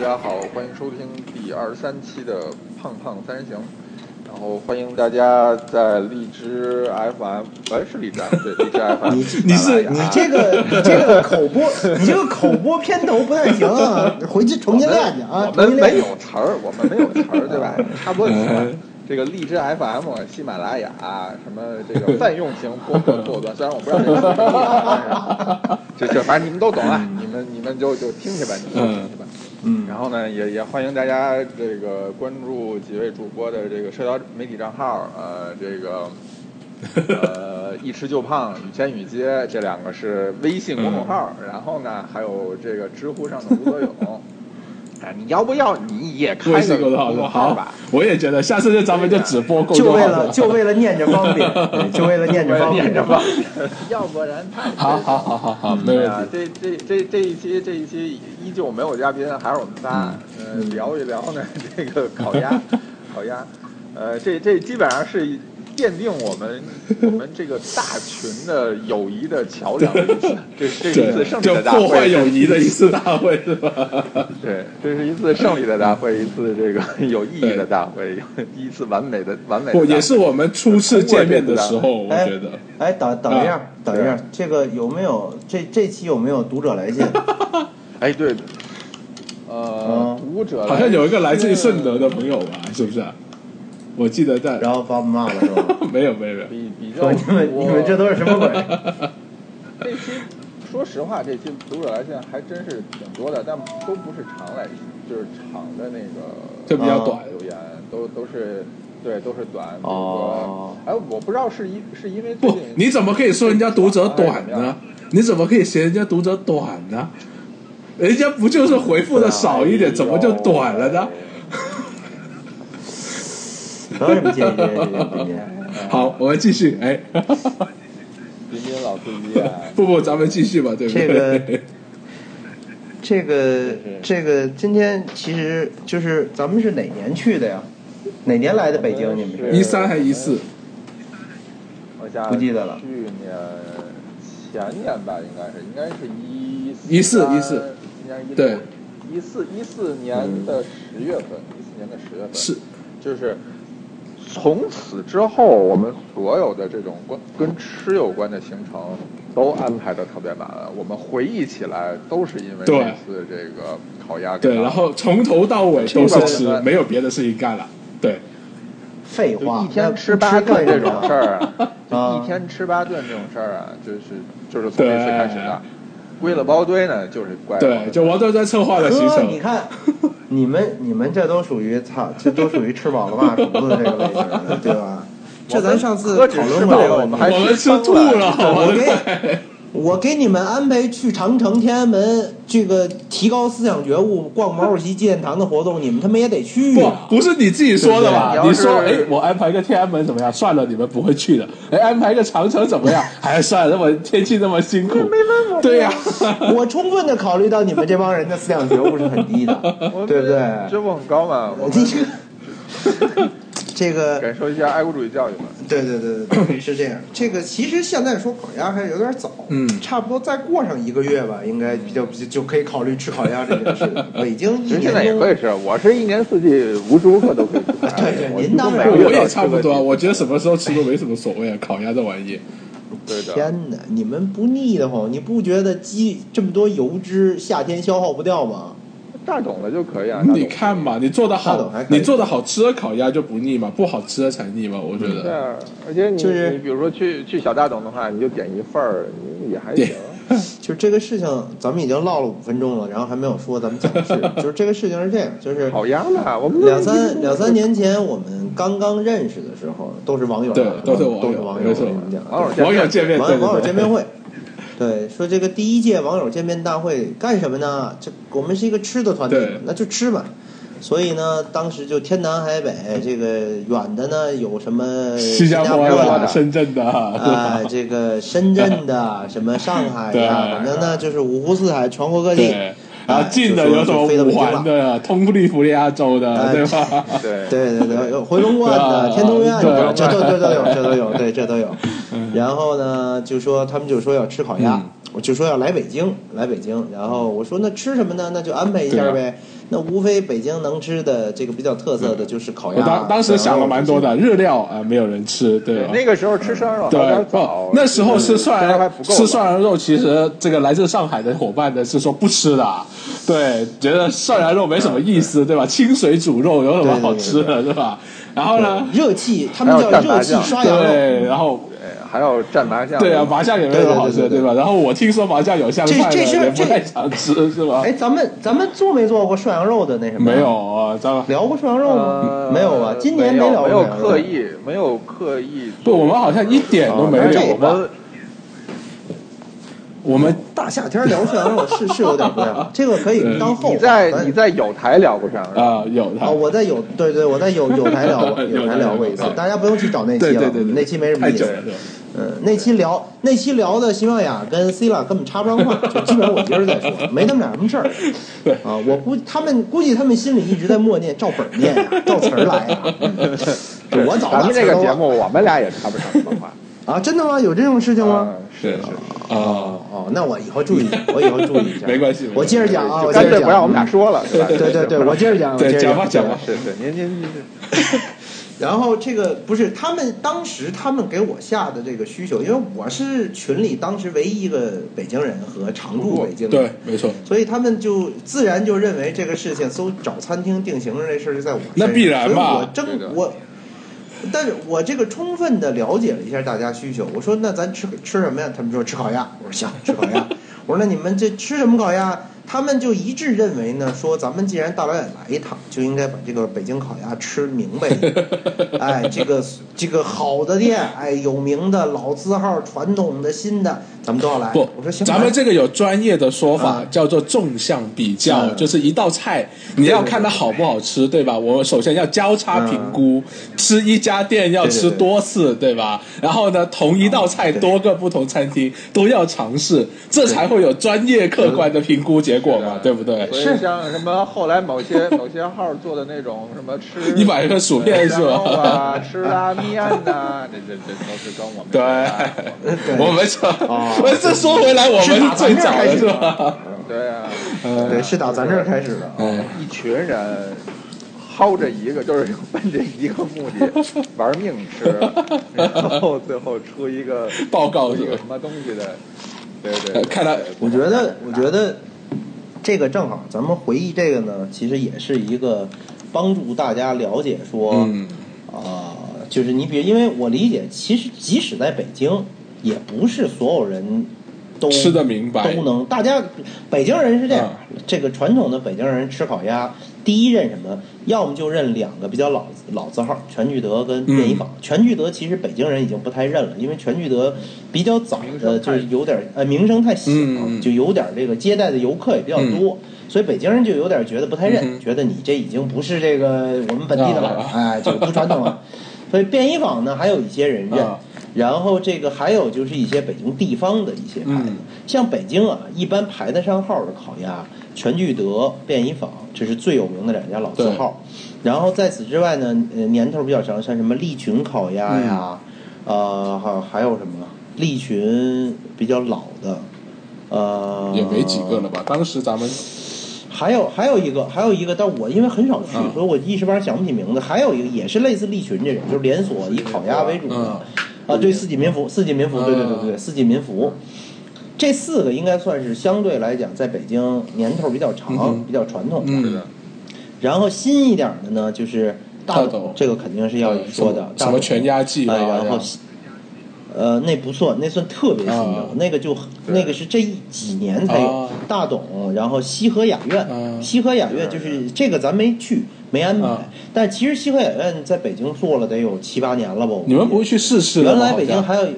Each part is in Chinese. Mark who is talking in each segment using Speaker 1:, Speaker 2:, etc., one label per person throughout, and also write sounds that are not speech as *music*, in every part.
Speaker 1: 家嗯好，欢迎收听第二十三期的《胖胖三人行》，然后欢迎大家在荔枝 FM，哎，是荔枝 FM，对，荔枝哎 FM，
Speaker 2: 你
Speaker 1: 喜马
Speaker 3: 你是
Speaker 1: 拉雅
Speaker 3: 你这个你这个口
Speaker 2: *laughs*
Speaker 3: 播，你这个口播片头不太行啊，回去重新练
Speaker 2: *laughs*
Speaker 3: 去啊，
Speaker 1: 我
Speaker 3: 重
Speaker 1: 们
Speaker 3: 新
Speaker 1: 没嗯
Speaker 3: 练。
Speaker 1: 有词儿，我们没有词儿，对 *laughs* 吧？差不多就行了。这个荔枝 FM、喜马拉雅什么这个泛用型播客客户端，虽然我不知道这个是什么 *laughs* 意思，但是这这反正你们都懂啊，你们你们就就听去吧，你们就听去吧。
Speaker 2: 嗯
Speaker 1: 然后呢，也也欢迎大家这个关注几位主播的这个社交媒体账号，呃，这个。 *laughs* 呃，一吃就胖，雨天雨街这两个是微信公众号，
Speaker 2: 嗯
Speaker 1: 然后呢，还有这个知乎上的吴泽勇。哎，你要不要？你也开
Speaker 2: 微
Speaker 1: 个
Speaker 2: 信
Speaker 1: 公
Speaker 2: 公众号
Speaker 1: 众
Speaker 2: 说
Speaker 1: 号
Speaker 2: 好
Speaker 1: 吧。，
Speaker 2: 我也觉得下次就咱们就只播公
Speaker 3: 就
Speaker 2: 众
Speaker 3: 为
Speaker 2: 号
Speaker 3: 了
Speaker 2: *laughs*
Speaker 3: 就为了念着方便，
Speaker 1: *laughs*
Speaker 3: 对就为了念着方
Speaker 1: 念
Speaker 3: 便
Speaker 1: 着。吧，要不然太
Speaker 2: 好好好好好，没
Speaker 1: 对
Speaker 2: 问
Speaker 1: 啊
Speaker 2: 题。，
Speaker 1: 这这这这一期这一期依旧没有嘉宾，还是我们仨，呃，
Speaker 2: 嗯
Speaker 1: 聊一聊呢 *laughs* 这个烤鸭，烤鸭，呃，这这基本上是奠定我们我们这个大群的友谊的桥梁的一次，这这
Speaker 3: 哎
Speaker 1: 是一次
Speaker 2: 对，
Speaker 1: 胜利
Speaker 2: 就
Speaker 1: 的大
Speaker 2: 破坏友
Speaker 1: 会，
Speaker 2: 谊的一次大会是
Speaker 1: *laughs*
Speaker 2: 吧？
Speaker 1: 对，这是一次胜利的大会，一次这个有意义的大会，一次完美的完美的大
Speaker 2: 不，
Speaker 1: 会，
Speaker 2: 也是我们初次见面的时候，我
Speaker 3: 哎
Speaker 2: 觉得。
Speaker 3: 哎，等等一下
Speaker 2: 啊，
Speaker 3: 等一下，这个有没有这这期有没有读者来
Speaker 1: *laughs*
Speaker 3: 信？
Speaker 1: 哎对，呃，
Speaker 3: 嗯
Speaker 1: 读者
Speaker 2: 好像有一个来自于
Speaker 1: 顺
Speaker 2: 顺德的朋友吧，是不是啊？我记得在
Speaker 3: 然后把我们骂了是吧？
Speaker 2: *laughs*
Speaker 1: *laughs*
Speaker 2: 没有没有没有，
Speaker 1: 比比较
Speaker 3: 说你们
Speaker 1: 多
Speaker 3: 你们这都是什么鬼？
Speaker 1: 这期说实话，这期读者来信还真是挺多的，但都不是长来信，就是长的那个啊
Speaker 2: 就比较短。
Speaker 1: 留言，都都是对，都是短。比如
Speaker 3: 哦
Speaker 1: 说，哎，我不知道是因是因为最
Speaker 2: 不
Speaker 1: 近，
Speaker 2: 你怎么可以说人家读者短
Speaker 1: 哎
Speaker 2: *laughs* 呢？你怎么可以嫌人家读者短呢？人家不就是回复的少一点，怎么就短了呢？
Speaker 3: 不要这么介意，别介意别介意。
Speaker 1: *laughs*
Speaker 2: 好，我们继续。哎， *laughs*
Speaker 1: 彬彬老司机啊，
Speaker 2: 不不，咱们继续吧，对不对？
Speaker 3: 这这个
Speaker 1: 是
Speaker 3: 这个，今天其实就是咱们是哪年去的呀？哪年来的北京？你们
Speaker 1: 我
Speaker 3: 是
Speaker 1: 们
Speaker 2: *laughs* 一三还一四？
Speaker 1: 我想
Speaker 3: 不记得了
Speaker 1: 去年前年吧，应该是应该是一
Speaker 2: 14 14
Speaker 1: 今年一
Speaker 2: 对，嗯
Speaker 1: 一四一四年的十月份，一四年的十月份
Speaker 2: 是
Speaker 1: 就是从此之后，我们所有的这种关跟吃有关的行程都安排的特别满。我们回忆起来，都是因为
Speaker 2: 对
Speaker 1: 这次这个烤鸭给
Speaker 2: 对，
Speaker 1: 到
Speaker 2: 然后从头到尾都是吃，没有别的事情干了。对，
Speaker 3: 废
Speaker 1: 就
Speaker 3: 话
Speaker 1: 一，天
Speaker 3: 那
Speaker 1: 吃
Speaker 3: 不
Speaker 1: 八
Speaker 3: 干
Speaker 1: 顿这
Speaker 3: 什么
Speaker 1: 种事儿
Speaker 3: *laughs*
Speaker 1: 啊，
Speaker 3: 啊
Speaker 1: 就一天吃八顿这种事儿啊，就是就是从这次
Speaker 2: 对
Speaker 1: 开始的。归了包堆呢，就是怪
Speaker 2: 对，就王端在策 *laughs* 划的行
Speaker 3: 哥，
Speaker 2: 程
Speaker 3: 你。看，你们你们这都属于操，这都属于吃饱了 *laughs* 骂犊子这个类型的，对吧？这咱上次
Speaker 1: 喝只
Speaker 3: 讨
Speaker 1: 吃
Speaker 3: 论
Speaker 1: 饱
Speaker 3: 过
Speaker 1: 了，
Speaker 3: 这个
Speaker 1: 我
Speaker 3: 问
Speaker 1: 们
Speaker 3: 题，
Speaker 1: 还
Speaker 2: 我们吃
Speaker 1: 撑
Speaker 2: 吐了，我
Speaker 3: 我
Speaker 2: 的
Speaker 3: 给我给你们安排去长城、天安门这个提高思想觉悟、逛毛主席纪念堂的活动，你们他妈也得去
Speaker 2: 不
Speaker 3: 啊！，
Speaker 2: 不是你自己说的吧
Speaker 1: 对？不对
Speaker 2: 你说，
Speaker 1: 你要
Speaker 2: 哎
Speaker 1: 是，
Speaker 2: 我安排一个天安门怎么样？算了，你们不会去的。哎，安排一个长城怎么样？ *laughs* 还算了，那么天气那么辛苦，对呀、
Speaker 3: *laughs* 我充分的考虑到你们这帮人的思想觉悟是很低的，对不对？
Speaker 1: 觉悟很高嘛，我们
Speaker 3: 这个， *laughs* 这个，
Speaker 1: 感受一下爱国主义教育嘛。
Speaker 3: 对对对对对，是这样。这个其实现在说烤鸭还有点早，
Speaker 2: 嗯
Speaker 3: 差不多再过上一个月吧，应该比较就就可以考虑吃烤鸭
Speaker 2: *laughs*
Speaker 3: 这件事了。北京一
Speaker 1: 其实现在
Speaker 3: 年
Speaker 1: 也
Speaker 3: 中
Speaker 1: 可以吃，我是一年四季无时无刻都可以吃。
Speaker 2: 啊
Speaker 3: 对对
Speaker 1: 我
Speaker 3: 您当然
Speaker 1: 我
Speaker 2: 我也差不多。啊我觉得什么时候吃都没什么所谓啊，烤鸭这玩意。
Speaker 1: 对的
Speaker 3: 天哪，你们不腻得慌？你不觉得鸡这么多油脂夏天消耗不掉吗？
Speaker 1: 大董的就可以啊。大董
Speaker 2: 你看嘛，你做的
Speaker 3: 那
Speaker 2: 好
Speaker 3: 倒还，可以
Speaker 2: 你做的好吃的烤鸭就不腻嘛，不好吃的才腻嘛。我觉
Speaker 1: 对
Speaker 2: 得，
Speaker 1: 啊，而且你
Speaker 3: 就是
Speaker 1: 你比如说去去小大董的话，你就点一份儿，你也还行
Speaker 2: 对。
Speaker 3: 就是这个事情，咱们已经唠了五分钟了，然后还没有说咱们讲的 *laughs* 是，就是这个事情是这样，就是
Speaker 1: 烤鸭嘛，我们
Speaker 3: 两三两三年前我们刚刚认识的时候，都是网友啊，
Speaker 2: 对
Speaker 3: 都
Speaker 2: 都是网友
Speaker 3: 是网友，
Speaker 2: 没错
Speaker 3: 我们讲
Speaker 1: 网友
Speaker 2: 网友见面，对
Speaker 3: 嗯网网友
Speaker 2: 对
Speaker 3: 见
Speaker 2: 对
Speaker 3: 面会。对，说这个第一届网友见面大会干什么呢？这我们是一个吃的团体嘛
Speaker 2: 对，
Speaker 3: 那就吃嘛。所以呢，当时就天南海北，这个远的呢有什么
Speaker 2: 新加坡
Speaker 3: 新
Speaker 2: 啊
Speaker 3: 的
Speaker 2: 深圳的
Speaker 3: 啊、
Speaker 2: 啊，
Speaker 3: 这个深圳的什么上
Speaker 2: *laughs*
Speaker 3: 海
Speaker 2: 对
Speaker 3: 的，反正呢就是五湖四海，全国各地。
Speaker 2: 对，
Speaker 3: 哎
Speaker 2: 然后近的有什么
Speaker 3: 就说就飞到北
Speaker 2: 五
Speaker 3: 京了
Speaker 2: 环的、啊通利福利亚州的，啊
Speaker 3: 哎
Speaker 2: 对吧？
Speaker 1: 对
Speaker 3: 对对对，有回龙观的、
Speaker 2: 对
Speaker 3: 天通苑的，
Speaker 2: 对 *laughs* 嗯
Speaker 3: 这都这都有，这都有，对，这都有。然后呢，就说他们就说要吃烤鸭，我就说要来北京，来北京。然后我说那吃什么呢？那就安排一下
Speaker 2: 啊
Speaker 3: 呗。那无非北京能吃的这个比较特色的就是烤
Speaker 2: 我
Speaker 3: 鸭。
Speaker 2: 当当时想了蛮多的，日料啊、没有人吃，对吧？
Speaker 1: 那个时候吃涮羊肉
Speaker 2: 对
Speaker 1: 有点，早
Speaker 2: 不，，那时候
Speaker 1: 就是
Speaker 2: 吃涮
Speaker 1: 还
Speaker 2: 羊
Speaker 1: 不够
Speaker 2: 吃
Speaker 1: 了
Speaker 2: 涮羊肉，其实这个来自上海的伙伴呢是说不吃的啊，对，觉得涮羊肉没什么意思，对吧？清水煮肉有什么好吃的，对吧？然后呢，
Speaker 3: 热气，他们
Speaker 1: 还
Speaker 3: 叫
Speaker 1: 有蘸
Speaker 3: 热
Speaker 1: 麻
Speaker 3: 气
Speaker 1: 酱
Speaker 3: 刷羊肉。
Speaker 2: 对，然后
Speaker 1: 对还有蘸麻酱。
Speaker 2: 对啊，麻酱也没有什么好吃，
Speaker 3: 对对对对对
Speaker 2: 吧？然后我听说麻酱有香菜的，
Speaker 3: 这这事儿
Speaker 2: 也不
Speaker 3: 这
Speaker 2: 太想吃，是吧？
Speaker 3: 哎，咱们咱们做没做过涮羊肉的那什么？
Speaker 2: 啊没有啊，咱们
Speaker 3: 聊过涮羊肉吗
Speaker 1: 呃？
Speaker 2: 嗯
Speaker 3: 没有
Speaker 2: 啊
Speaker 3: 吧？今年
Speaker 1: 没有
Speaker 3: 聊过
Speaker 1: 没
Speaker 3: 涮
Speaker 1: 有
Speaker 3: 羊肉
Speaker 1: 刻意没有刻意
Speaker 2: 不，我们好像一点都没
Speaker 1: 啊但是
Speaker 2: 有
Speaker 1: 我
Speaker 2: 吧？
Speaker 1: 们
Speaker 2: 我们
Speaker 3: 大夏天聊涮羊肉是是有点不太好，这个可以当后话。
Speaker 1: 你在
Speaker 3: 咱
Speaker 1: 你在有台聊过涮羊肉，
Speaker 2: 啊有
Speaker 3: 啊，
Speaker 2: 的，
Speaker 3: 我在有对对，我在有有
Speaker 2: *laughs*
Speaker 3: 台聊过，有台聊过一次
Speaker 2: 有台聊过，
Speaker 3: 大家不用去找那期
Speaker 2: 对
Speaker 3: 了，
Speaker 2: 对对对，
Speaker 3: 那期没什么
Speaker 2: 太
Speaker 3: 意
Speaker 2: 久
Speaker 3: 思
Speaker 2: 了。对吧
Speaker 3: 嗯，那期聊那期聊的西班牙跟 C 拉根本插不上话，就基本上我一个人在说，没他们俩什么事儿。
Speaker 2: *laughs* 对
Speaker 3: 啊，我估他们估计他们心里一直在默念，照本儿念呀，啊照词儿来呀。嗯
Speaker 2: *laughs*
Speaker 1: 对
Speaker 3: 我早把
Speaker 1: 咱们
Speaker 3: 词
Speaker 1: 这
Speaker 3: 儿
Speaker 1: 个
Speaker 3: 都
Speaker 1: 节
Speaker 3: 忘
Speaker 1: 目，我们俩也插不上什么话。
Speaker 3: 啊，真的吗？有这种事情吗？
Speaker 1: 啊，是是，
Speaker 2: 啊，
Speaker 3: 哦，那我以后注意，我以后注意一下。
Speaker 2: *laughs* 没关系没关系
Speaker 3: 我接着讲啊，
Speaker 1: 就
Speaker 3: 我接
Speaker 1: 干
Speaker 3: 着
Speaker 1: 脆
Speaker 3: 讲。嗯
Speaker 1: 不让我们俩说了，是吧？
Speaker 3: 对
Speaker 1: *laughs*
Speaker 3: 对对，我接着讲，我接
Speaker 2: 对，
Speaker 3: 着
Speaker 2: 讲吧讲吧，
Speaker 1: 是是，您您您
Speaker 3: 然后这个不是他们当时他们给我下的这个需求，因为我是群里当时唯一一个北京人和常住北京的，
Speaker 2: 对，没错，
Speaker 3: 所以他们就自然就认为这个事情搜找餐厅定型这事儿就在我身
Speaker 2: 那
Speaker 3: 上
Speaker 2: 必然
Speaker 3: 所以
Speaker 2: 嘛
Speaker 3: 我
Speaker 1: 对的
Speaker 3: 争我，但是我这个充分的了解了一下大家需求，我说那咱吃吃什么呀？他们说吃烤鸭，我说行，吃烤鸭。 *laughs* 我说那你们这吃什么烤鸭？他们就一致认为呢，说咱们既然大老远来一趟，就应该把这个北京烤鸭吃明白一
Speaker 2: *laughs*
Speaker 3: 点。哎，这个这个好的店，哎，有名的老字号、传统的、新的，咱们都要来。
Speaker 2: 不
Speaker 3: 我说，行，
Speaker 2: 咱们
Speaker 3: 来
Speaker 2: 这个有专业的说法
Speaker 3: 啊，
Speaker 2: 叫做纵向比较，
Speaker 3: 嗯
Speaker 2: 就是一道菜你要看它好不好吃，对吧？我首先要交叉评估，吃一家店要吃
Speaker 3: 嗯对对对
Speaker 2: 多次，对吧？然后呢，同一道菜
Speaker 3: 对
Speaker 2: 多个不同餐厅都要尝试，这才会有专业客观的评估结果嘛，对不对？
Speaker 1: 所以像什么后来某些某些号做的那种什么吃
Speaker 2: 你买一个薯片是吧
Speaker 1: 呃羊肉啊，吃拉面
Speaker 2: *laughs*
Speaker 1: 呐，这这这都是跟我们
Speaker 2: 对 *laughs*
Speaker 3: 对
Speaker 2: 我们这，
Speaker 3: 哦
Speaker 2: 我这说回来，我们
Speaker 3: 是打
Speaker 2: 是最
Speaker 3: 咱这
Speaker 2: 早
Speaker 3: 儿开
Speaker 2: 的
Speaker 3: 始
Speaker 2: 是
Speaker 3: 的
Speaker 2: 吧？
Speaker 1: 对啊，
Speaker 3: 对，是打咱这儿开始的。
Speaker 2: 嗯，
Speaker 1: 一群人薅着一个，就是奔着一个目
Speaker 2: *laughs*
Speaker 1: 的玩命吃，然后最后出一个
Speaker 2: 报告
Speaker 1: 出一
Speaker 2: 者
Speaker 1: 个什么东西的，对对
Speaker 2: *laughs* 呃
Speaker 1: 对，
Speaker 2: 看来
Speaker 3: 我觉得，我觉得这个正好，咱们回忆这个呢，其实也是一个帮助大家了解说，啊、
Speaker 2: 嗯，
Speaker 3: 就是你比如，因为我理解，其实即使在北京，也不是所有人都
Speaker 2: 吃得明白
Speaker 3: 都能。大家北京人是这样，
Speaker 2: 嗯
Speaker 3: 这个传统的北京人吃烤鸭，第一认什么？要么就认两个比较老老字号，全聚德跟便宜坊。
Speaker 2: 嗯
Speaker 3: 全聚德其实北京人已经不太认了，因为全聚德比较早
Speaker 1: 名
Speaker 3: 的
Speaker 1: 声
Speaker 3: 就
Speaker 1: 太
Speaker 3: 是有点呃名声太小，
Speaker 2: 嗯嗯嗯
Speaker 3: 就有点这个接待的游客也比较多。所以北京人就有点觉得不太认，
Speaker 2: 嗯哼
Speaker 3: 觉得你这已经不是这个我们本地的了，
Speaker 2: 啊
Speaker 3: 哎，就不传统了。
Speaker 2: *laughs*
Speaker 3: 所以便衣坊呢，还有一些人认，
Speaker 2: 啊
Speaker 3: 然后这个还有就是一些北京地方的一些牌子，
Speaker 2: 嗯
Speaker 3: 像北京啊，一般排得上号的烤鸭，全聚德、便宜坊，这是最有名的两家老字号。然后在此之外呢，呃，年头比较长，像什么利群烤鸭呀，
Speaker 2: 嗯
Speaker 3: 呃，还有还有什么利群比较老的，呃，
Speaker 2: 也没几个了吧？当时咱们
Speaker 3: 还有还有一个，还有一个，但我因为很少去
Speaker 2: 嗯，
Speaker 3: 所以我一时半会儿想不起名字。还有一个也是类似利群这种，就是连锁以烤鸭为主
Speaker 2: 嗯
Speaker 3: 的啊，对，四季民福，四季民福，对对对对对，四季民福。这四个应该算是相对来讲，在北京年头比较
Speaker 2: 嗯
Speaker 3: 长
Speaker 2: 哼、
Speaker 3: 比较传统的。
Speaker 2: 嗯
Speaker 1: 是的，
Speaker 3: 然后新一点的呢，就是大
Speaker 2: 大董
Speaker 3: 这个肯定是要说的，
Speaker 2: 什么什么全鸭季啊
Speaker 3: 哎然
Speaker 2: 这
Speaker 3: 后
Speaker 2: 样
Speaker 3: 呃，那不错，那算特别新的，
Speaker 2: 啊
Speaker 3: 那个就
Speaker 1: 对
Speaker 3: 那个是这一几年才有、
Speaker 2: 啊
Speaker 3: 大董，然后西河雅苑，
Speaker 2: 啊
Speaker 3: 西河雅苑就是这个咱没去没安排，
Speaker 2: 啊
Speaker 3: 但其实西河雅苑在北京做了得有七八年了吧？我
Speaker 2: 你们不会去试吃的
Speaker 3: 原
Speaker 2: 吗？
Speaker 3: 来北京
Speaker 2: 好像
Speaker 3: 还有，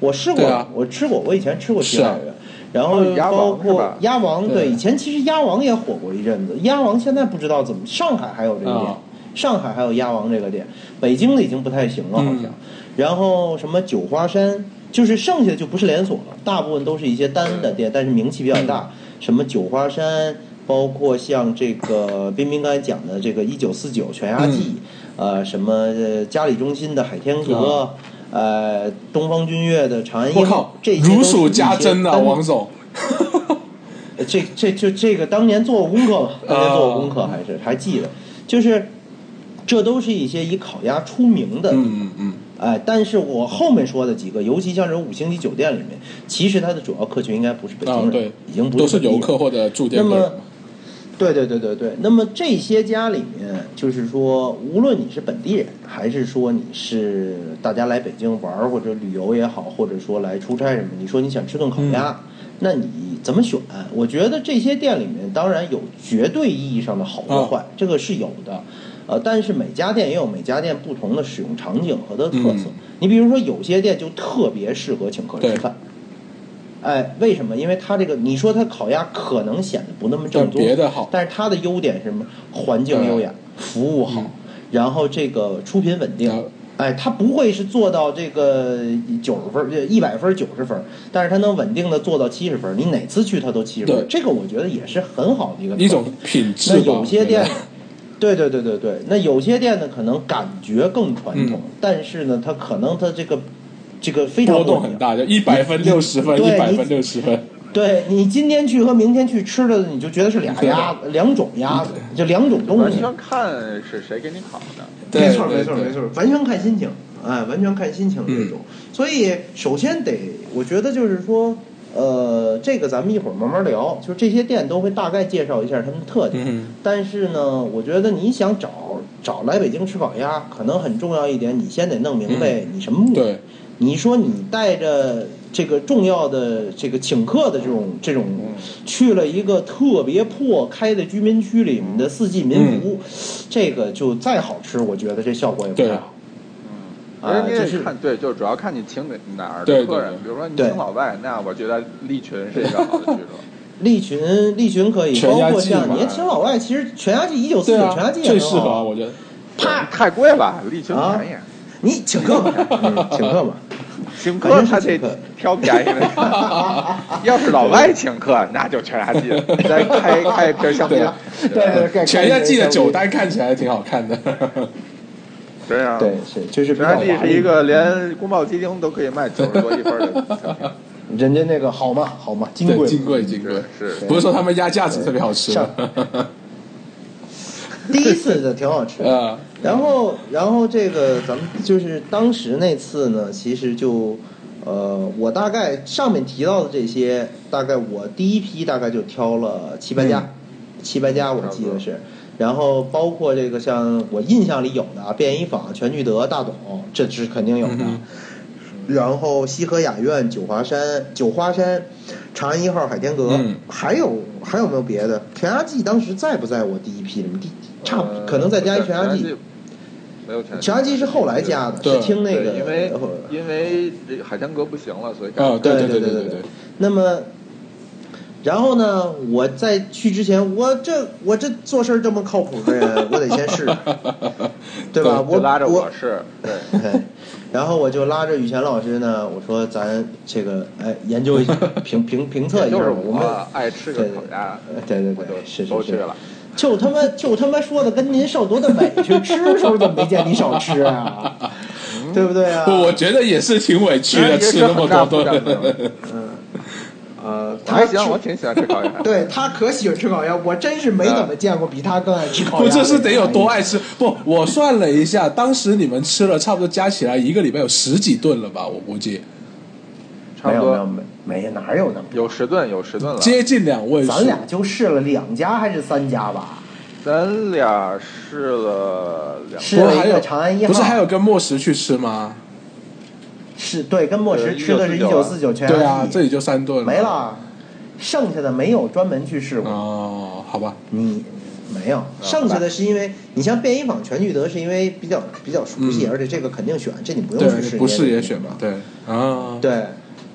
Speaker 3: 我吃过，
Speaker 2: 对啊
Speaker 3: 我吃过，我以前吃过西
Speaker 2: 是
Speaker 3: 河
Speaker 2: 啊
Speaker 3: 雅苑。然后
Speaker 1: 哦鸭
Speaker 3: 包
Speaker 1: 王是
Speaker 3: 括
Speaker 1: 吧
Speaker 3: 鸭王，
Speaker 2: 对
Speaker 3: 对，以前其实鸭王也火过一阵子。鸭王现在不知道怎么，上海还有这个店
Speaker 2: 啊，
Speaker 3: 上海还有鸭王这个店，北京的已经不太行了，好像
Speaker 2: 嗯。
Speaker 3: 然后什么九华山，就是剩下的就不是连锁了，大部分都是一些单的店，但是名气比较大。什么九华山，包括像这个彬彬刚才讲
Speaker 2: 嗯
Speaker 3: 的这个一九四九全鸭季，呃，什么呃嘉里中心的海天阁。呃东方君悦的长安
Speaker 2: 我
Speaker 3: 夜，
Speaker 2: 啊靠，
Speaker 3: 这些
Speaker 2: 如
Speaker 3: 都是
Speaker 2: 数
Speaker 3: 一
Speaker 2: 家
Speaker 3: 些
Speaker 2: 珍呐，啊
Speaker 3: 单
Speaker 2: 王总。
Speaker 3: 呃这这就这个当年做过功课嘛，
Speaker 2: 啊
Speaker 3: 当年做过功课还是还记得，就是这都是一些以烤鸭出名的，
Speaker 2: 嗯嗯嗯，
Speaker 3: 哎，但是我后面说的几个，尤其像这种五星级酒店里面，其实它的主要客群应该不是北京人，
Speaker 2: 啊对
Speaker 3: 已经不
Speaker 2: 都
Speaker 3: 是
Speaker 2: 是
Speaker 3: 本地
Speaker 2: 游
Speaker 3: 人
Speaker 2: 客或者住店客
Speaker 3: 那么
Speaker 2: 人嘛。
Speaker 3: 对对对对对，那么这些家里面，就是说，无论你是本地人，还是说你是大家来北京玩儿或者旅游也好，或者说来出差什么，你说你想吃顿烤鸭，
Speaker 2: 嗯
Speaker 3: 那你怎么选？我觉得这些店里面当然有绝对意义上的好和坏，
Speaker 2: 嗯
Speaker 3: 这个是有的。呃，但是每家店也有每家店不同的使用场景和它的特色。
Speaker 2: 嗯
Speaker 3: 你比如说，有些店就特别适合请客人
Speaker 2: 对
Speaker 3: 吃饭。哎，为什么？因为它这个，你说它烤鸭可能显得不那么正宗，
Speaker 2: 但别的好
Speaker 3: 但是它的优点是什么？环境优雅，服务好，然后这个出品稳定
Speaker 2: 嗯。
Speaker 3: 哎，它不会是做到这个九十分、一百分、九十分，但是它能稳定的做到七十分。你哪次去它都七十分
Speaker 2: 对，
Speaker 3: 这个我觉得也是很好的一个
Speaker 2: 一
Speaker 3: 特
Speaker 2: 种
Speaker 3: 点
Speaker 2: 品质
Speaker 3: 那
Speaker 2: 吧。
Speaker 3: 有
Speaker 2: 我
Speaker 3: 些
Speaker 2: 觉
Speaker 3: 店
Speaker 2: 得，
Speaker 3: *laughs* 对对对对对，那有些店呢可能感觉更传统，
Speaker 2: 嗯
Speaker 3: 但是呢，它可能它这个这个非常
Speaker 2: 波动
Speaker 3: 不一
Speaker 2: 很
Speaker 3: 样
Speaker 2: 大，就一百分六十分，
Speaker 3: 对
Speaker 2: 一百
Speaker 3: 你
Speaker 2: 分六十分。
Speaker 3: 对你今天去和明天去吃的，你就觉得是俩鸭子，两种鸭子，就两种东
Speaker 1: 完
Speaker 3: 西。
Speaker 1: 全看是谁给你烤的。
Speaker 2: 对
Speaker 3: 没错，
Speaker 2: 对
Speaker 3: 没错，
Speaker 2: 对
Speaker 3: 没错，完全看心情，哎，完全看心情这种。
Speaker 2: 嗯
Speaker 3: 所以，首先得，我觉得就是说，呃，这个咱们一会儿慢慢聊，就是这些店都会大概介绍一下他们的特点。
Speaker 2: 嗯
Speaker 3: 但是呢，我觉得你想找找来北京吃烤鸭，可能很重要一点，你先得弄明白你什么目的。
Speaker 2: 嗯对，
Speaker 3: 你说你带着这个重要的这个请客的这种这种，
Speaker 2: 嗯
Speaker 3: 去了一个特别破开的居民区里面的四季民福，
Speaker 2: 嗯
Speaker 3: 这个就再好吃，我觉得这效果也不太好。
Speaker 2: 嗯
Speaker 1: 而
Speaker 3: 啊
Speaker 1: 且你
Speaker 3: 就
Speaker 1: 也
Speaker 3: 是
Speaker 1: 看，对，就主要看你请哪哪儿
Speaker 2: 对
Speaker 1: 的
Speaker 2: 对
Speaker 1: 客人
Speaker 2: 对。
Speaker 1: 比如说你
Speaker 3: 对
Speaker 1: 请老外，那我觉得利群是一个好的去
Speaker 3: *laughs*
Speaker 1: 处。
Speaker 3: 利群利群可以，
Speaker 2: 全
Speaker 3: 包
Speaker 2: 鸭
Speaker 3: 括
Speaker 2: 季嘛
Speaker 3: 像你也请老外，其实全鸭季一九四
Speaker 2: 对
Speaker 3: 九
Speaker 2: 啊
Speaker 3: 全鸭季，也
Speaker 2: 最
Speaker 3: 很
Speaker 2: 适合啊
Speaker 3: 好。
Speaker 2: 我觉得。
Speaker 1: 太太贵了，利群
Speaker 3: 啊
Speaker 1: 便宜。
Speaker 3: 你请
Speaker 2: *laughs*
Speaker 3: 客吧，嗯请客吧。
Speaker 1: 请客他
Speaker 3: 肯定
Speaker 1: 得
Speaker 3: 是请客
Speaker 1: 挑便宜
Speaker 3: *laughs*
Speaker 1: 的，要是老外请客，那就全鸭季，
Speaker 3: *laughs*
Speaker 1: 再开开一瓶香槟
Speaker 2: 对，
Speaker 3: 对对
Speaker 2: 全亚季的酒单看起来挺好看的，
Speaker 1: 对呀，
Speaker 3: 对是就是比
Speaker 1: 全
Speaker 3: 较
Speaker 1: 鸭
Speaker 3: 华
Speaker 1: 季是
Speaker 3: 丽
Speaker 1: 一个连宫保鸡丁都可以卖九十多一分的小
Speaker 3: *laughs*
Speaker 1: 品，
Speaker 3: 人家那个好嘛好嘛，金
Speaker 2: 对，
Speaker 3: 贵
Speaker 2: 金贵金贵，
Speaker 1: 是是
Speaker 2: 不是说他们压架子特别好吃吗？
Speaker 3: *laughs*
Speaker 2: *laughs*
Speaker 3: 第一次的挺好吃。
Speaker 2: 呃，
Speaker 3: 然后，然后这个咱们就是当时那次呢，其实就，呃，我大概上面提到的这些，大概我第一批大概就挑了七八家，七八家我记得是，然后包括这个像我印象里有的啊，便衣坊、全聚德、大董，这是肯定有的。
Speaker 2: 嗯
Speaker 3: 然后西河雅苑、九华山、九华山、长安一号、海天阁，
Speaker 2: 嗯
Speaker 3: 还有还有没有别的？全鸭季当时在不在我第一批里面？第差不
Speaker 1: 呃
Speaker 3: 可能再加一全鸭季。，
Speaker 1: 没有全
Speaker 3: 全鸭季是后来加的，
Speaker 2: 对
Speaker 3: 是听那
Speaker 1: 对
Speaker 3: 个
Speaker 1: 因为
Speaker 3: 呃
Speaker 1: 因为这个海天阁不行了，所以改
Speaker 2: 啊，对
Speaker 3: 对
Speaker 2: 对
Speaker 3: 对
Speaker 2: 对
Speaker 3: 对。那么，然后呢，我在去之前，我这我这做事儿这么靠谱的人，我得
Speaker 1: *laughs*
Speaker 3: 先试，对吧？
Speaker 1: 就
Speaker 3: 我
Speaker 1: 拉着
Speaker 3: 我
Speaker 1: 我是，对，
Speaker 3: 哎 *laughs* 然后我就拉着雨前老师呢，我说咱这个哎研究一下，评评评测一下
Speaker 1: 就
Speaker 3: 吧，
Speaker 1: 是
Speaker 3: 我们
Speaker 1: 我爱吃个烤鸭，
Speaker 3: 呃对对
Speaker 1: 我
Speaker 3: 对
Speaker 1: 就，
Speaker 3: 是
Speaker 1: 都
Speaker 3: 是
Speaker 1: 去
Speaker 3: 是，
Speaker 1: 了。
Speaker 3: 就他妈就他妈说的跟您受多大委屈，吃时候怎么没见你少吃啊？
Speaker 1: 嗯
Speaker 3: 对不对啊？
Speaker 2: 不，我觉得也是挺委 *laughs* 屈的，
Speaker 3: 哎
Speaker 1: 哎也
Speaker 2: 吃
Speaker 1: 是
Speaker 2: 那么
Speaker 1: 很大
Speaker 2: 多
Speaker 1: 负担的
Speaker 2: *laughs* 顿。
Speaker 3: *laughs* 呃，
Speaker 1: 我还行，
Speaker 3: 吃
Speaker 1: 我挺喜欢吃烤鸭。
Speaker 3: *laughs* 对他可喜欢吃烤鸭，我真是没怎么见过比他更爱吃烤
Speaker 2: 不，
Speaker 3: 鸭的。
Speaker 2: 这是得有多爱吃？不，我算了一下，当时你们吃了差不多加起来一个礼拜有十几顿了吧？我估计
Speaker 1: 差
Speaker 3: 没
Speaker 1: 不
Speaker 3: 有没有
Speaker 1: 多
Speaker 3: 没没哪有那么
Speaker 1: 有十顿，有十顿了。
Speaker 2: 接近两位数。
Speaker 3: 咱俩就试了两家还是三家吧？
Speaker 1: 咱俩试了两
Speaker 3: 是
Speaker 2: 不是还
Speaker 3: 一
Speaker 2: 有
Speaker 3: 个长安一号，
Speaker 2: 不是还有跟莫石去吃吗？
Speaker 3: 是对跟莫石
Speaker 1: 呃
Speaker 3: 吃的是一九四九全
Speaker 2: 对啊，
Speaker 3: 鸭
Speaker 2: 这
Speaker 3: 季
Speaker 2: 里就三顿
Speaker 3: 没。了，剩下的没有专门去试过。
Speaker 2: 哦，好吧，
Speaker 3: 你没有，剩下的是因为你像便衣坊、全聚德是因为比较比较熟悉，
Speaker 2: 嗯
Speaker 3: 而且这个肯定选，这你不用去试，
Speaker 2: 对，不是
Speaker 3: 你
Speaker 2: 也
Speaker 3: 知
Speaker 2: 选
Speaker 3: 道
Speaker 2: 嘛？对啊，
Speaker 3: 对。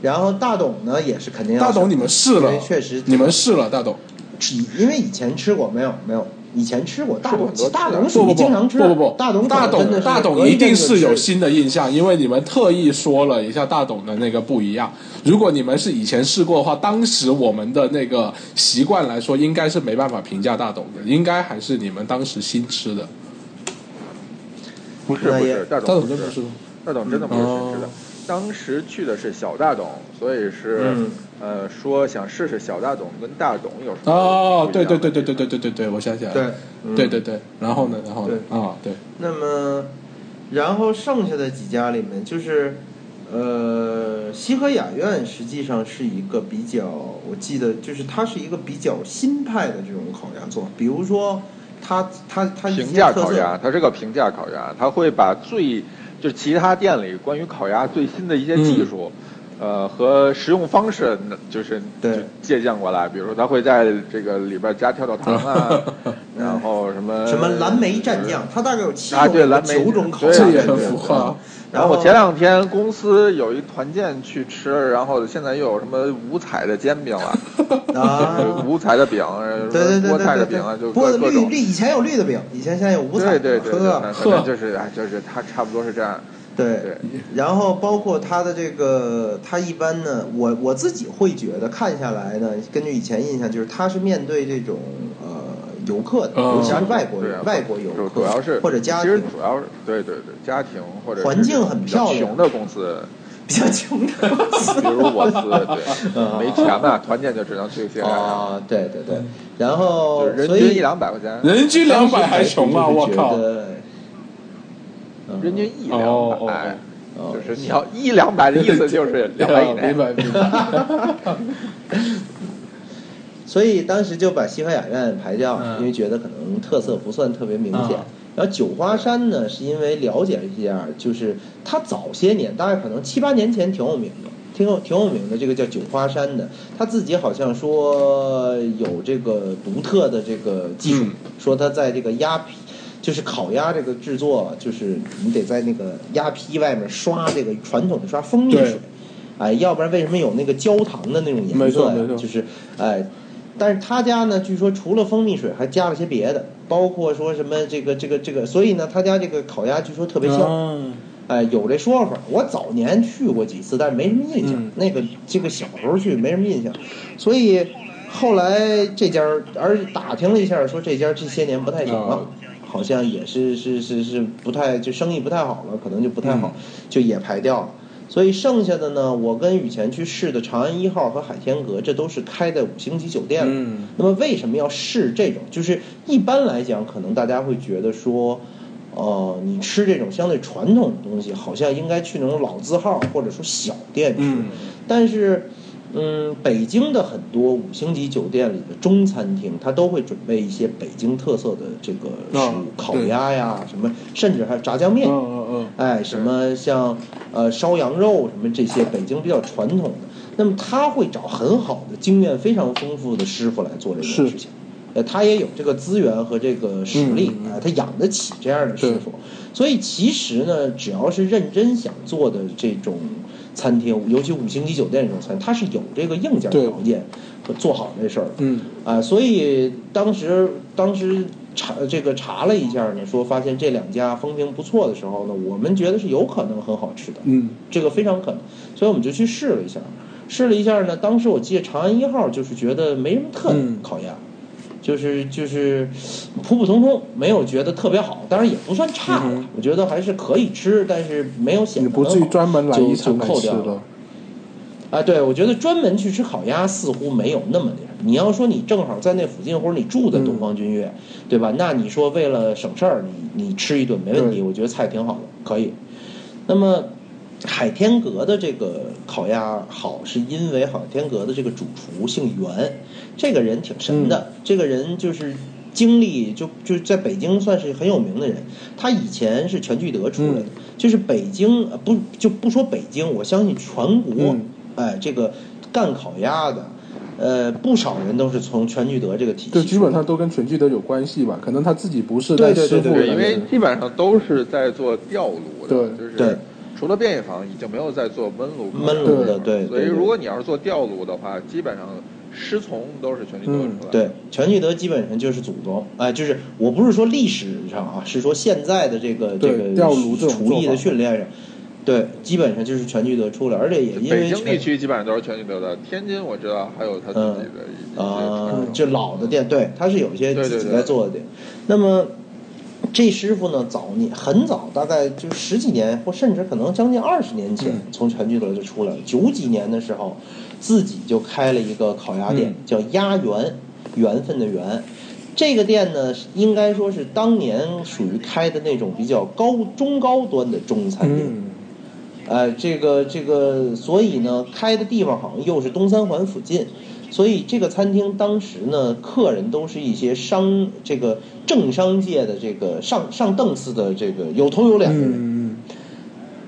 Speaker 3: 然后大董呢也是肯定要
Speaker 2: 大
Speaker 3: 选
Speaker 2: 董你们试
Speaker 3: 因
Speaker 2: 了
Speaker 3: 为，确实
Speaker 2: 你们试了大董。
Speaker 3: 吃因为以前吃过，没有没有，以前吃过大
Speaker 1: 吃过
Speaker 3: 董
Speaker 1: 很多，次
Speaker 3: 大董
Speaker 2: 不不
Speaker 3: 属于
Speaker 2: 不
Speaker 3: 经常吃，
Speaker 2: 不不不，
Speaker 3: 大董
Speaker 2: 大
Speaker 3: 可能真的
Speaker 2: 董
Speaker 3: 是
Speaker 2: 大
Speaker 3: 隔
Speaker 2: 董
Speaker 3: 一
Speaker 2: 一定
Speaker 3: 阵子
Speaker 2: 是有
Speaker 3: 吃
Speaker 2: 新的印象，因为你们特意说了一下大董的那个不一样。如果你们是以前试过的话，当时我们的那个习惯来说，应该是没办法评价大董的，应该还是你们当时新吃的。
Speaker 1: 不是
Speaker 3: 那
Speaker 1: 不
Speaker 3: 也
Speaker 1: 是，大
Speaker 2: 大董
Speaker 1: 董
Speaker 2: 真
Speaker 1: 不
Speaker 2: 不
Speaker 1: 是
Speaker 2: 是吗，
Speaker 1: 大董真的不是选吃的
Speaker 2: 哦。
Speaker 1: 当时去的是小大董，所以是
Speaker 3: 嗯
Speaker 1: 呃说想试试小大董跟大董有什么
Speaker 2: 哦，
Speaker 1: 不一
Speaker 2: 对
Speaker 1: 样的
Speaker 2: 对对对对
Speaker 1: 地
Speaker 2: 对对对对，我想起来
Speaker 3: 对
Speaker 2: 了，，
Speaker 3: 嗯
Speaker 2: 对对对，然后呢，然后呢，啊，对，
Speaker 3: 那么，然后剩下的几家里面，就是呃，西河雅苑实际上是一个比较，我记得就是它是一个比较新派的这种烤鸭做法，比如说它它它
Speaker 1: 方
Speaker 3: 一
Speaker 1: 平
Speaker 3: 些
Speaker 1: 价
Speaker 3: 特
Speaker 1: 烤
Speaker 3: 色，
Speaker 1: 鸭，它是个平价烤鸭，它会把最就是其他店里关于烤鸭最新的一些
Speaker 3: 嗯
Speaker 1: 技术。呃，和食用方式就是
Speaker 3: 对
Speaker 1: 就借鉴过来，比如说它会在这个里边加跳跳糖
Speaker 3: *laughs*
Speaker 1: 啊，然后什么
Speaker 3: 什么蓝莓蘸酱，它大概有七种、
Speaker 1: 呃啊对蓝莓
Speaker 3: 九种烤鸭，
Speaker 1: 对啊
Speaker 2: 这也很
Speaker 1: 对
Speaker 2: 浮夸，
Speaker 1: 然后我前两天公司有一团建去吃，然后现在又有什么五彩的煎饼了，
Speaker 3: 啊。
Speaker 1: 五彩的饼，
Speaker 3: 对对对对
Speaker 1: 菠菜的
Speaker 3: 对
Speaker 1: 饼啊，就
Speaker 3: 对，
Speaker 1: 各
Speaker 3: 菠
Speaker 1: 各
Speaker 3: 绿
Speaker 1: 种
Speaker 3: 绿。以前有绿的饼，以前现在有五彩
Speaker 1: 对
Speaker 3: 的，
Speaker 1: 对对，对
Speaker 3: 呵
Speaker 1: 反正就是哎，就是它差不多是这样。
Speaker 3: 对
Speaker 1: 对，
Speaker 3: 然后包括它的这个，它一般呢，我我自己会觉得看下来呢，根据以前印象，就是它是面对这种呃游客的，
Speaker 2: 嗯
Speaker 3: 尤其是外国
Speaker 1: 对啊
Speaker 3: 人、外国游
Speaker 1: 主
Speaker 3: 客，
Speaker 1: 主要是
Speaker 3: 或者家
Speaker 1: 其实
Speaker 3: 庭
Speaker 1: 主要是对对对家庭或者是
Speaker 3: 环境很
Speaker 1: 比较
Speaker 3: 漂亮
Speaker 1: 穷的公司，
Speaker 3: 比较穷
Speaker 1: *laughs*
Speaker 3: 的。
Speaker 1: 比如我
Speaker 3: *laughs*
Speaker 1: 司，对，
Speaker 3: 嗯
Speaker 1: 没钱嘛，团建就只能去西海岸，
Speaker 3: 啊，对对对，然
Speaker 1: 就
Speaker 3: 后
Speaker 1: 是人
Speaker 3: 所
Speaker 1: 均
Speaker 3: 以
Speaker 1: 一两百块钱，
Speaker 2: 人均两
Speaker 3: 当时
Speaker 2: 百还穷啊，
Speaker 3: 就是
Speaker 2: 我
Speaker 3: 觉
Speaker 2: 靠，
Speaker 3: 得嗯
Speaker 1: 人均一
Speaker 2: 哦
Speaker 1: 两
Speaker 2: 哦
Speaker 1: 百，哎
Speaker 3: 哦
Speaker 1: 就是你要一两百的意思
Speaker 3: *laughs*
Speaker 1: 就是两百以内
Speaker 2: 明。白明白，
Speaker 3: 所以当时就把西河雅苑排掉，
Speaker 2: 嗯
Speaker 3: 因为觉得可能特色不算特别明显。
Speaker 2: 啊
Speaker 3: 然后九华山呢，是因为了解了一下，就是它早些年，大概可能七八年前挺有名的，挺有挺有名的。这个叫九华山的，他自己好像说有这个独特的这个技术，
Speaker 2: 嗯
Speaker 3: 说他在这个鸭皮。就是烤鸭这个制作，就是你得在那个鸭皮外面刷这个传统的刷蜂蜜
Speaker 2: 对
Speaker 3: 水，哎，要不然为什么有那个焦糖的那种颜色呀？
Speaker 2: 没错没错
Speaker 3: 就是哎，但是他家呢，据说除了蜂蜜水，还加了些别的，包括说什么这个这个这个，所以呢，他家这个烤鸭据说特别香。
Speaker 2: 嗯
Speaker 3: 哎，有这说法。我早年去过几次，但是没什么印象。
Speaker 2: 嗯
Speaker 3: 那个这个小时候去没什么印象，所以后来这家儿，而且打听了一下，说这家这些年不太行了
Speaker 2: 哦，
Speaker 3: 好像也是是是是不太就生意不太好了，可能就不太好，
Speaker 2: 嗯
Speaker 3: 就也排掉了。所以剩下的呢，我跟雨前去试的长安一号和海天阁，这都是开在五星级酒店的。
Speaker 2: 嗯
Speaker 3: 那么为什么要试这种？就是一般来讲，可能大家会觉得说，呃，你吃这种相对传统的东西，好像应该去那种老字号或者说小店吃。
Speaker 2: 嗯
Speaker 3: 但是，嗯，北京的很多五星级酒店里的中餐厅，它都会准备一些北京特色的这个食
Speaker 2: 啊
Speaker 3: 物，烤
Speaker 2: 对
Speaker 3: 鸭呀，什么，甚至还有炸酱面。
Speaker 2: 嗯嗯
Speaker 3: 哎，什么像呃烧羊肉什么这些北京比较传统的，那么他会找很好的、经验非常丰富的师傅来做这件
Speaker 2: 是
Speaker 3: 事情。呃，他也有这个资源和这个实力
Speaker 2: 嗯嗯嗯
Speaker 3: 啊、他养得起这样的师傅。所以其实呢，只要是认真想做的这种餐厅，尤其五星级酒店这种餐，它是有这个硬件
Speaker 2: 对
Speaker 3: 条件和做好这事儿的。
Speaker 2: 嗯
Speaker 3: 啊，所以当时当时查这个查了一下呢，说发现这两家风评不错的时候呢，我们觉得是有可能很好吃的，
Speaker 2: 嗯
Speaker 3: 这个非常可能，所以我们就去试了一下。试了一下呢，当时我记得长安一号就是觉得没什么特
Speaker 2: 嗯
Speaker 3: 点，烤鸭，就是就是普普通通，没有觉得特别好，当然也不算差吧，
Speaker 2: 嗯哼
Speaker 3: 我觉得还是可以吃，但是没有显
Speaker 2: 你
Speaker 3: 得
Speaker 2: 不
Speaker 3: 很
Speaker 2: 至于
Speaker 3: 好
Speaker 2: 专门来
Speaker 3: 就
Speaker 2: 一
Speaker 3: 就
Speaker 2: 场来
Speaker 3: 扣
Speaker 2: 吃
Speaker 3: 掉
Speaker 2: 了，
Speaker 3: 啊，对，我觉得专门去吃烤鸭似乎没有那么那什么。你要说你正好在那附近，或者你住在东
Speaker 2: 嗯
Speaker 3: 方君悦，对吧？那你说为了省事儿，你你吃一顿没问题，
Speaker 2: 对
Speaker 3: 我觉得菜挺好的，可以。那么海天阁的这个烤鸭好，是因为海天阁的这个主厨姓袁，这个人挺神的，
Speaker 2: 嗯
Speaker 3: 这个人就是。经历就就在北京算是很有名的人，他以前是全聚德出来的，
Speaker 2: 嗯
Speaker 3: 就是北京呃不就不说北京，我相信全国
Speaker 2: 嗯
Speaker 3: 哎，这个干烤鸭的，呃，不少人都是从全聚德这个体系出
Speaker 2: 就
Speaker 3: 来的，
Speaker 2: 基本上都跟全聚德有关系吧，可能他自己不是，
Speaker 3: 对
Speaker 2: 但师
Speaker 3: 嗯对
Speaker 2: 傅
Speaker 1: 对，
Speaker 2: 来
Speaker 1: 因为
Speaker 2: 的
Speaker 1: 基本上都是在做吊炉的，
Speaker 2: 对
Speaker 1: 就是
Speaker 3: 对
Speaker 1: 除了便宜坊，已经没有在做焖炉烤鸭
Speaker 3: 焖炉的
Speaker 1: 了
Speaker 3: 对对
Speaker 1: 所以
Speaker 3: 对
Speaker 1: 如果你要是做吊炉的话，基本上师从都是全聚德
Speaker 2: 嗯
Speaker 1: 出来的。
Speaker 3: 对，全聚德基本上就是祖宗，哎，就是我不是说历史上啊，是说现在的这个这
Speaker 2: 对
Speaker 3: 个
Speaker 2: 吊炉这种
Speaker 3: 厨
Speaker 2: 做
Speaker 3: 艺
Speaker 2: 法
Speaker 3: 的训练上，对，基本上就是全聚德出来，而且也因
Speaker 1: 北
Speaker 3: 为
Speaker 1: 京地
Speaker 3: 全
Speaker 1: 区基本上都是全聚德的，天津我知道还有他自己的一些
Speaker 3: 啊
Speaker 1: 传，
Speaker 3: 这老的店，对，它是有一些
Speaker 1: 对对
Speaker 3: 自己
Speaker 1: 对
Speaker 3: 在做的店，那么。这师傅呢，早年很早，大概就十几年，或甚至可能将近二十年前，从全聚德就出来了。九几年的时候，自己就开了一个烤鸭店，
Speaker 2: 嗯
Speaker 3: 叫鸭缘，缘分的缘。这个店呢，应该说是当年属于开的那种比较高中高端的中餐店。
Speaker 2: 嗯
Speaker 3: 呃，这个这个，所以呢，开的地方好像又是东三环附近，所以这个餐厅当时呢，客人都是一些商这个政商界的这个上上档次的这个有头有脸的人。
Speaker 2: 嗯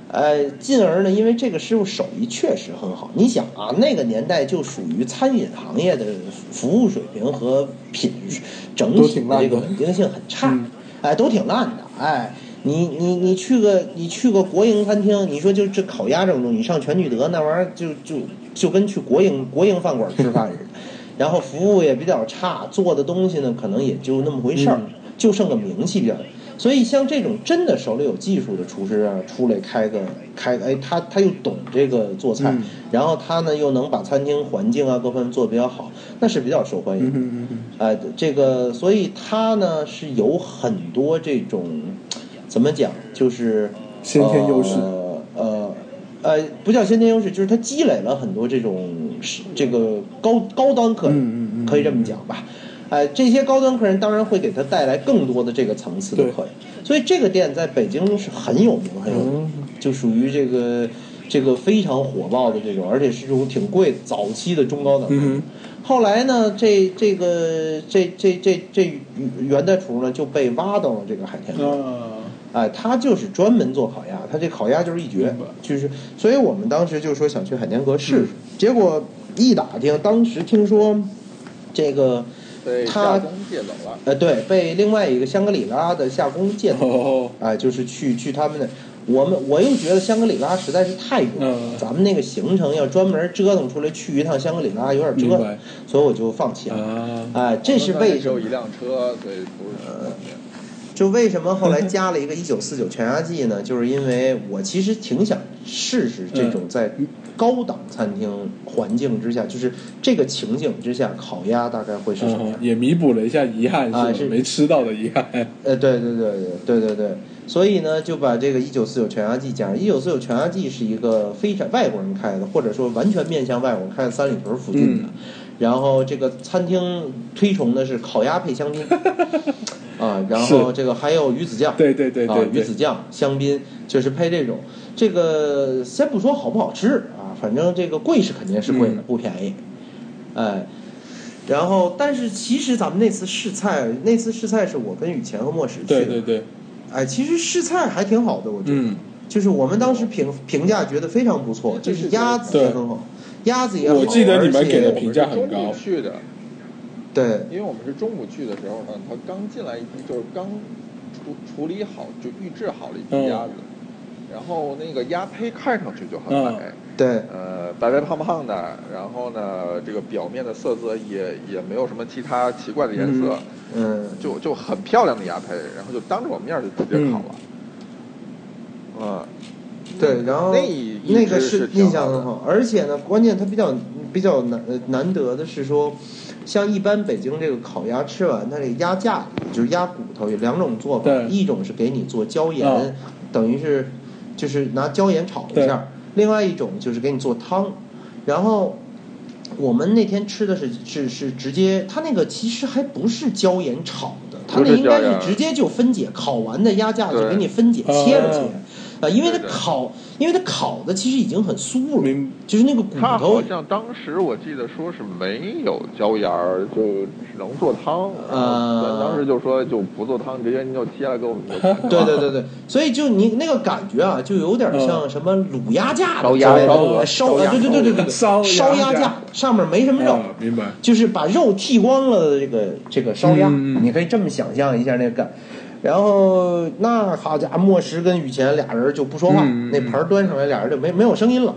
Speaker 3: 呃，进而呢，因为这个师傅手艺确实很好。你想啊，那个年代就属于餐饮行业的服务水平和品质整
Speaker 2: 都
Speaker 3: 体
Speaker 2: 挺
Speaker 3: 的
Speaker 2: 烂
Speaker 3: 这个
Speaker 2: 的
Speaker 3: 稳定性很差，
Speaker 2: 嗯
Speaker 3: 哎，都挺烂的，哎。你你你去个你去个国营餐厅，你说就这烤鸭这种东西，你上全聚德那玩意儿就就就跟去国营国营饭馆吃饭似的， *laughs* 然后服务也比较差，做的东西呢可能也就那么回事儿，
Speaker 2: 嗯
Speaker 3: 就剩个名气比较。所以像这种真的手里有技术的厨师啊，出来开个开个，哎，他他又懂这个做菜，
Speaker 2: 嗯
Speaker 3: 然后他呢又能把餐厅环境啊各方面做得比较好，那是比较受欢迎的。
Speaker 2: 嗯嗯
Speaker 3: 哎、这个，所以他呢是有很多这种，怎么讲，就是
Speaker 2: 先天优势
Speaker 3: 呃呃呃，不叫先天优势，就是他积累了很多这种是这个高高端客人，
Speaker 2: 嗯嗯嗯
Speaker 3: 可以这么讲吧。哎、这些高端客人当然会给他带来更多的这个层次的
Speaker 2: 对
Speaker 3: 客人，所以这个店在北京是很有名很有名，
Speaker 2: 嗯
Speaker 3: 就属于这个这个非常火爆的这种，而且是这种挺贵的早期的中高档。
Speaker 2: 嗯
Speaker 3: 后来呢，这这个这这这这袁大厨呢就被挖到了这个海天宫，
Speaker 2: 嗯，
Speaker 3: 哎，他就是专门做烤鸭，他这烤鸭就是一绝
Speaker 2: 明白，
Speaker 3: 就是，所以我们当时就说想去海天阁试试，结果一打听，当时听说这个
Speaker 1: 被夏
Speaker 3: 他
Speaker 1: 宫借走了。
Speaker 3: 呃对被另外一个香格里拉的夏宫借走，
Speaker 2: 哦，
Speaker 3: 哎，就是去去他们的。我们我又觉得香格里拉实在是太远了，
Speaker 2: 嗯
Speaker 3: 咱们那个行程要专门折腾出来去一趟香格里拉有点折
Speaker 2: 明
Speaker 3: 腾
Speaker 2: 白，
Speaker 3: 所以我就放弃了。
Speaker 2: 啊，
Speaker 3: 哎，这是为
Speaker 1: 只
Speaker 3: 什
Speaker 1: 有
Speaker 3: 么？呃
Speaker 1: 一辆车，所以不是很方便。
Speaker 3: 就为什么后来加了一个一九四九全鸭季呢？就是因为我其实挺想试试这种在高档餐厅环境之下，就是这个情景之下，烤鸭大概会是什么样
Speaker 2: 嗯？也弥补了一下遗憾，
Speaker 3: 啊
Speaker 2: 是
Speaker 3: 是
Speaker 2: 吧没吃到的遗憾。
Speaker 3: 呃，对对对对对对对，所以呢，就把这个一九四九全鸭季加上。一九四九全鸭季是一个非常外国人开的，或者说完全面向外国人开的三里屯附近的。
Speaker 2: 嗯
Speaker 3: 然后这个餐厅推崇的是烤鸭配
Speaker 2: *laughs*
Speaker 3: 香槟，啊，然后
Speaker 2: 是
Speaker 3: 这个还有鱼子酱，
Speaker 2: 对对对对
Speaker 3: 啊，鱼
Speaker 2: 对
Speaker 3: 子酱、香槟就是配这种。这个先不说好不好吃啊，反正这个贵是肯定是贵的，
Speaker 2: 嗯
Speaker 3: 不便宜，哎。然后，但是其实咱们那次试菜，那次试菜是我跟雨前和莫石去
Speaker 2: 对
Speaker 3: 的，
Speaker 2: 对对，
Speaker 3: 哎，其实试菜还挺好的，我觉得，
Speaker 2: 嗯，
Speaker 3: 就是我们当时评评价觉得非常不错，就是鸭子也很好，鸭子也好，
Speaker 2: 我记得你们给的
Speaker 3: 而且
Speaker 2: 评价很
Speaker 1: 我们是中
Speaker 2: 高
Speaker 1: 午去的，
Speaker 3: 对，
Speaker 1: 因为我们是中午去的时候呢，他刚进来一批，就是刚处处理好就预制好了一批鸭子，然后那个鸭胚看上去就很
Speaker 2: 嗯
Speaker 1: 白，
Speaker 3: 对，
Speaker 1: 呃，白白胖胖的，然后呢，这个表面的色泽也也没有什么其他奇怪的颜色，
Speaker 3: 嗯，
Speaker 1: 就就很漂亮的鸭胚，然后就当着我面就直接烤了，嗯，
Speaker 3: 对，然后
Speaker 1: 那一
Speaker 3: 那个
Speaker 1: 只是挺
Speaker 3: 印象
Speaker 1: 好的
Speaker 3: 很好，而且呢，关键它比较比较难呃难得的是说，像一般北京这个烤鸭吃完，它这个鸭架就是鸭骨头有两种做法
Speaker 2: 对，
Speaker 3: 一种是给你做椒盐，
Speaker 1: 啊
Speaker 2: 嗯
Speaker 3: 等于是就是拿椒盐炒一
Speaker 2: 对
Speaker 3: 下；另外一种就是给你做汤，然后。我们那天吃的是是是直接，它那个其实还不是椒盐炒的，它
Speaker 1: 不
Speaker 3: 那
Speaker 1: 是
Speaker 3: 应该
Speaker 1: 椒盐
Speaker 3: 是直接就分解，烤完的鸭架就
Speaker 1: 对
Speaker 3: 给你分解切了切
Speaker 2: 哦，
Speaker 3: 啊，因为它
Speaker 1: 对对
Speaker 3: 烤，因为它烤的其实已经很酥了，
Speaker 2: 明
Speaker 3: 就是那个骨
Speaker 1: 它
Speaker 3: 嗯头
Speaker 1: 好，像当时我记得说是没有椒盐儿，就只能做汤。
Speaker 3: 呃
Speaker 1: 咱当时就说就不做汤，直接您就切了给我们
Speaker 3: *laughs*
Speaker 1: 就行了。
Speaker 3: 对对对对，所以就你那个感觉啊，就有点
Speaker 2: 嗯
Speaker 3: 像什么卤鸭架
Speaker 1: 烧
Speaker 3: 的
Speaker 1: 鸭
Speaker 3: 之类的
Speaker 1: 烧鹅
Speaker 3: 烧啊，
Speaker 1: 烧鸭
Speaker 3: 对对对对对，对
Speaker 2: *laughs* 烧
Speaker 3: 烧
Speaker 2: 鸭
Speaker 3: 鸭
Speaker 2: 架
Speaker 3: 架上面没什么肉
Speaker 2: 啊，明白。
Speaker 3: 就是把肉剃光了的这个这个烧鸭，
Speaker 2: 嗯
Speaker 3: 你可以这么想象一下那个感。然后那好家伙，莫石跟雨前俩人就不说话，
Speaker 2: 嗯嗯嗯
Speaker 3: 那盘端上来俩人就没没有声音了。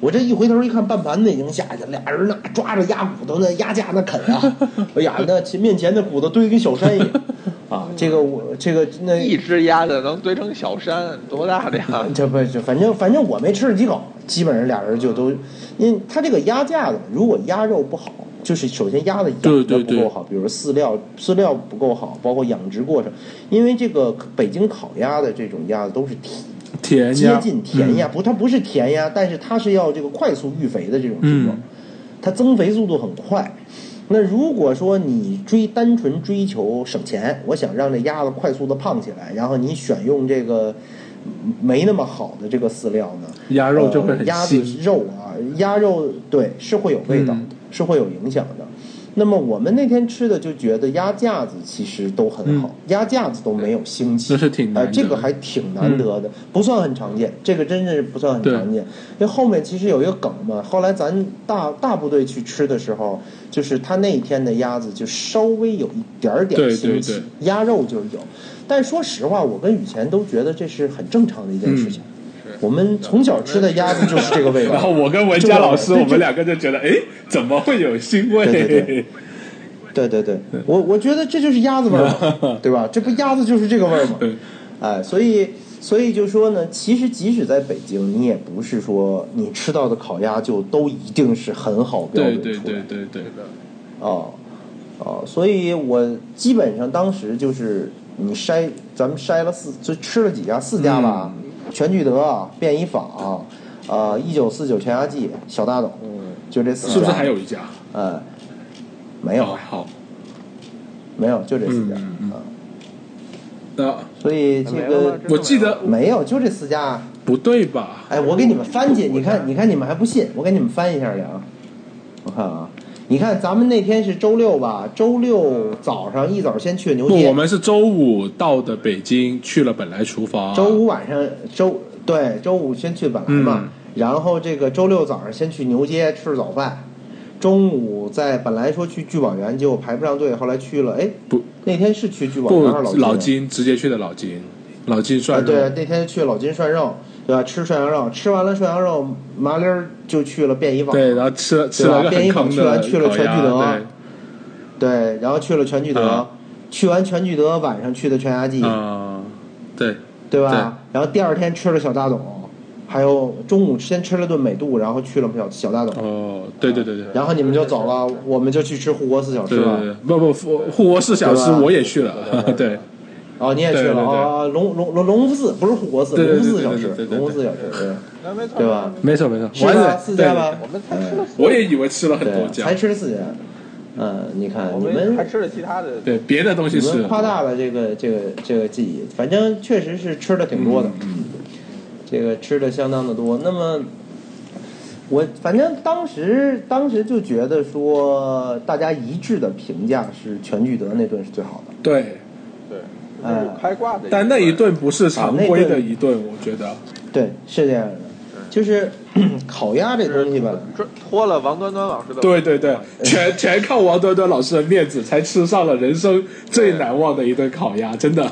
Speaker 3: 我这一回头一看，半盘子已经下去，俩人那 *laughs* 抓着鸭骨头那鸭架那啃啊，哎呀，那其面前的骨头堆跟小山一样。啊，这个我这个
Speaker 2: *laughs*
Speaker 3: 那
Speaker 1: 一只鸭子能堆成小山，多大的呀？
Speaker 3: 这啊不这反正反正我没吃了几口，基本上俩人就都，因为它这个鸭架子，如果鸭肉不好，就是首先鸭子
Speaker 2: 对
Speaker 3: 养
Speaker 2: 对
Speaker 3: 的
Speaker 2: 对
Speaker 3: 不够好，比如饲料饲料不够好，包括养殖过程，因为这个北京烤鸭的这种鸭子都是体
Speaker 2: 甜
Speaker 3: 接
Speaker 2: 鸭，嗯
Speaker 3: 近甜鸭，不它不是甜鸭，但是它是要这个快速育肥的这种品种，它增肥速度很快。那如果说你追单纯追求省钱，我想让这鸭子快速的胖起来，然后你选用这个嗯没那么好的这个饲料呢，
Speaker 2: 鸭肉就会
Speaker 3: 呃
Speaker 2: 很
Speaker 3: 鸭子
Speaker 2: 腥。
Speaker 3: 肉啊，鸭肉对是会有味道的，
Speaker 2: 嗯
Speaker 3: 是会有影响的。那么我们那天吃的就觉得鸭架子其实都很好，鸭架子都没有腥
Speaker 2: 嗯
Speaker 3: 气，
Speaker 2: 那是挺难
Speaker 3: 呃，
Speaker 2: 得嗯
Speaker 3: 这个还挺难得的，不算很常见，这个真的是不算很常见。因为后面其实有一个梗嘛，后来咱大大部队去吃的时候，就是他那一天的鸭子就稍微有一点儿点
Speaker 2: 对
Speaker 3: 儿
Speaker 2: 对
Speaker 3: 腥气，
Speaker 2: 对
Speaker 3: 鸭肉就有。但说实话，我跟雨前都觉得这是很正常的一件事
Speaker 2: 嗯
Speaker 3: 情。我们从小吃的鸭子就是这个味
Speaker 2: 然后 *laughs*
Speaker 3: 道，
Speaker 2: 我跟文佳老师，
Speaker 3: 这个
Speaker 2: 我们两个就觉得，哎，怎么会有腥味？
Speaker 3: 对对对对对对，我我觉得这就是鸭子味儿
Speaker 2: *laughs*
Speaker 3: 嘛，对吧？这不鸭子就是这个味儿嘛，
Speaker 2: 对
Speaker 3: 哎，所以所以就说呢，其实即使在北京，你也不是说你吃到的烤鸭就都一定是很好标
Speaker 2: 对
Speaker 3: 准
Speaker 2: 对
Speaker 3: 出来
Speaker 2: 对对对，
Speaker 3: 哦哦，所以我基本上当时就是你筛，咱们筛了四，就吃了几家，四家吧，
Speaker 2: 嗯
Speaker 3: 全聚德、啊便宜坊、呃一九四九全鸭季、小大董，就这四家，
Speaker 2: 嗯是不是还有一家？
Speaker 3: 呃，没有、
Speaker 2: 哦好，
Speaker 3: 没有，就这四家啊、
Speaker 2: 嗯嗯那
Speaker 3: 所以 *laughs* 这
Speaker 1: 没了吗
Speaker 3: 个
Speaker 1: 这
Speaker 2: 我记得
Speaker 3: 没有，就这四家。
Speaker 2: 不对吧？
Speaker 3: 哎，我给你们翻去，你看，你看你们还不信，我给你们翻一下去啊。我看啊，你看咱们那天是周六吧？周六早上一早先去牛
Speaker 2: 不，
Speaker 3: 街，
Speaker 2: 我们是周五到的北京，去了本来厨房。
Speaker 3: 周五晚上周对周五先去本来嘛，
Speaker 2: 嗯
Speaker 3: 然后这个周六早上先去牛街吃早饭，中午在本来说去聚宝园，结果排不上队，后来去了，哎，
Speaker 2: 不
Speaker 3: 那天是去聚宝
Speaker 2: 不
Speaker 3: 园还是
Speaker 2: 老
Speaker 3: 金？
Speaker 2: 金直接去的老金，老金
Speaker 3: 啊，
Speaker 2: 涮肉。
Speaker 3: 对，那天去老金涮肉，对吧？吃涮羊肉，吃完了涮羊肉，麻溜儿就去了便宜坊。
Speaker 2: 对然后吃了吃了个
Speaker 3: 便
Speaker 2: 很
Speaker 3: 宜坊
Speaker 2: 坑
Speaker 3: 去
Speaker 2: 的
Speaker 3: 完去了
Speaker 2: 烤
Speaker 3: 全
Speaker 2: 鸭
Speaker 3: 聚德
Speaker 2: 对，
Speaker 3: 对，然后去了全聚德，
Speaker 2: 嗯
Speaker 3: 去完全聚德晚上去的全鸭季，
Speaker 2: 啊，对，
Speaker 3: 对吧？然后第二天吃了小大董，还有中午先吃了顿美度，然后去了小小大董，
Speaker 2: 哦，对对对对，
Speaker 3: 然后你们就走了，我们就去吃护国四小
Speaker 2: 对
Speaker 3: 吃
Speaker 2: 对
Speaker 3: 了。
Speaker 2: 对，不不，护护国寺小吃
Speaker 3: 对吧
Speaker 2: 我也去了， *laughs* 对，
Speaker 3: 哦，你也去
Speaker 2: 对对
Speaker 3: 了
Speaker 2: 对
Speaker 3: 哦，龙龙龙龙福寺不是护国寺，
Speaker 2: 对对
Speaker 3: 龙福寺
Speaker 2: 对对
Speaker 3: 小
Speaker 2: 对
Speaker 3: 吃
Speaker 2: 对对，对
Speaker 3: 龙福寺小吃，对
Speaker 1: 那没错
Speaker 3: 对吧？？
Speaker 2: 没错没错，
Speaker 3: 是
Speaker 2: 完
Speaker 3: 吧？
Speaker 2: 整
Speaker 3: 四家？
Speaker 2: 对
Speaker 3: 吧
Speaker 2: 对？
Speaker 1: 我们才吃了四
Speaker 2: 我也以为吃了很 *laughs* 多
Speaker 3: 对，
Speaker 2: 家
Speaker 3: 才，吃了四家。嗯，你看
Speaker 1: 我
Speaker 3: 你
Speaker 1: 们
Speaker 3: 们
Speaker 1: 还吃了其他的。
Speaker 2: 对，别的东西
Speaker 3: 你
Speaker 2: 吃
Speaker 3: 们
Speaker 2: 了。
Speaker 3: 夸大了这个这个这个记忆，反正确实是吃的挺多的，这个吃的相当的多。那么我反正当时当时就觉得说，大家一致的评价是全聚德那顿是最好的。
Speaker 2: 对，
Speaker 1: 对，
Speaker 3: 嗯
Speaker 1: 那是开挂的。
Speaker 2: 但那一顿不是常
Speaker 3: 啊那
Speaker 2: 规的
Speaker 3: 顿
Speaker 2: 一顿，我觉得。
Speaker 3: 对，是这样的，就是 *coughs* 烤鸭这东西吧，
Speaker 1: 这托了王端端老师的。
Speaker 2: 对对对，全 *laughs* 全靠王端端老师的面子才吃上了人生最难忘的一顿烤鸭， *laughs* 真的。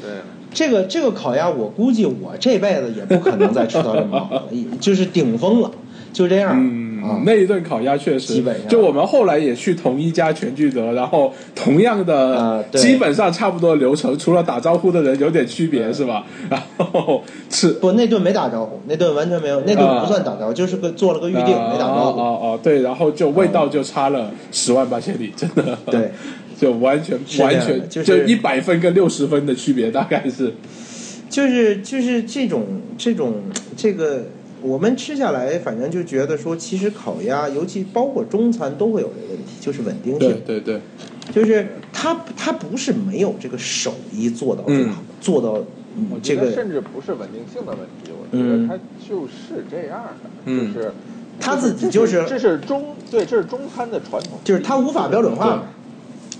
Speaker 1: 对，
Speaker 3: 这个这个烤鸭，我估计我这辈子也不可能再吃到这么好了，就是顶峰了，就这样了啊
Speaker 2: 嗯，。 *laughs* 那一顿烤鸭确实
Speaker 3: 基本，上
Speaker 2: 就我们后来也去同一家全聚德，然后同样
Speaker 3: 啊
Speaker 2: 的，
Speaker 3: 对
Speaker 2: 基本上差不多的流程，除了打招呼的人有点区
Speaker 3: 嗯
Speaker 2: 别是吧？ *laughs* 然后吃
Speaker 3: 不，那顿没打招呼，那顿完全没有，那顿不算打招呼，就是个做了个预定，没打招
Speaker 2: 哦
Speaker 3: 呼。嗯
Speaker 2: 哦哦，对，然后就味道就差了十万八千里， *laughs* 真的。
Speaker 3: 对，
Speaker 2: 就完全
Speaker 3: 是这样
Speaker 2: 完
Speaker 3: 的
Speaker 2: 全
Speaker 3: 就是
Speaker 2: 就一百分跟六十分的区别，大概是。
Speaker 3: 就是就是这种这种这个，我们吃下来，反正就觉得说，其实烤鸭，尤其包括中餐，都会有这个问题，就是稳定
Speaker 2: 对
Speaker 3: 性，
Speaker 2: 对对，
Speaker 3: 就是它它不是没有这个手艺做到最好，做到、嗯
Speaker 1: 我觉
Speaker 3: 这
Speaker 1: 得
Speaker 3: 个
Speaker 1: 甚至不是稳定性的问题，我觉得
Speaker 3: 嗯
Speaker 1: 它就是这样的，
Speaker 2: 嗯
Speaker 1: 就是
Speaker 3: 他自己
Speaker 1: 就
Speaker 3: 就是是
Speaker 1: 这是中对，这是中餐的传统，
Speaker 3: 就是它无法标准化嘛。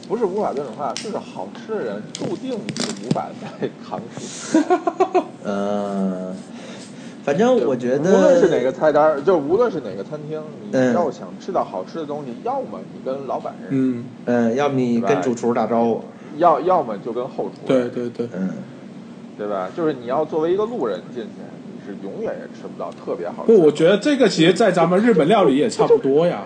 Speaker 1: 不是无法标准化，就是好吃的人注定是无法再扛住。
Speaker 3: 呃，反正 *laughs* 我觉得
Speaker 1: 无论是哪个菜单儿，就无论是哪个餐厅，你
Speaker 3: 嗯
Speaker 1: 要想吃到好吃的东西，要么你跟老板认识，
Speaker 2: 嗯，
Speaker 3: 嗯，要不你跟主厨打招呼，
Speaker 1: 要要么就跟后厨，
Speaker 2: 对对对，
Speaker 3: 嗯。
Speaker 1: 对吧？就是你要作为一个路人进去，你是永远也吃不到特别好吃
Speaker 2: 不，
Speaker 1: 的。
Speaker 2: 我觉得这个其实，在咱们日本料理也差不多呀。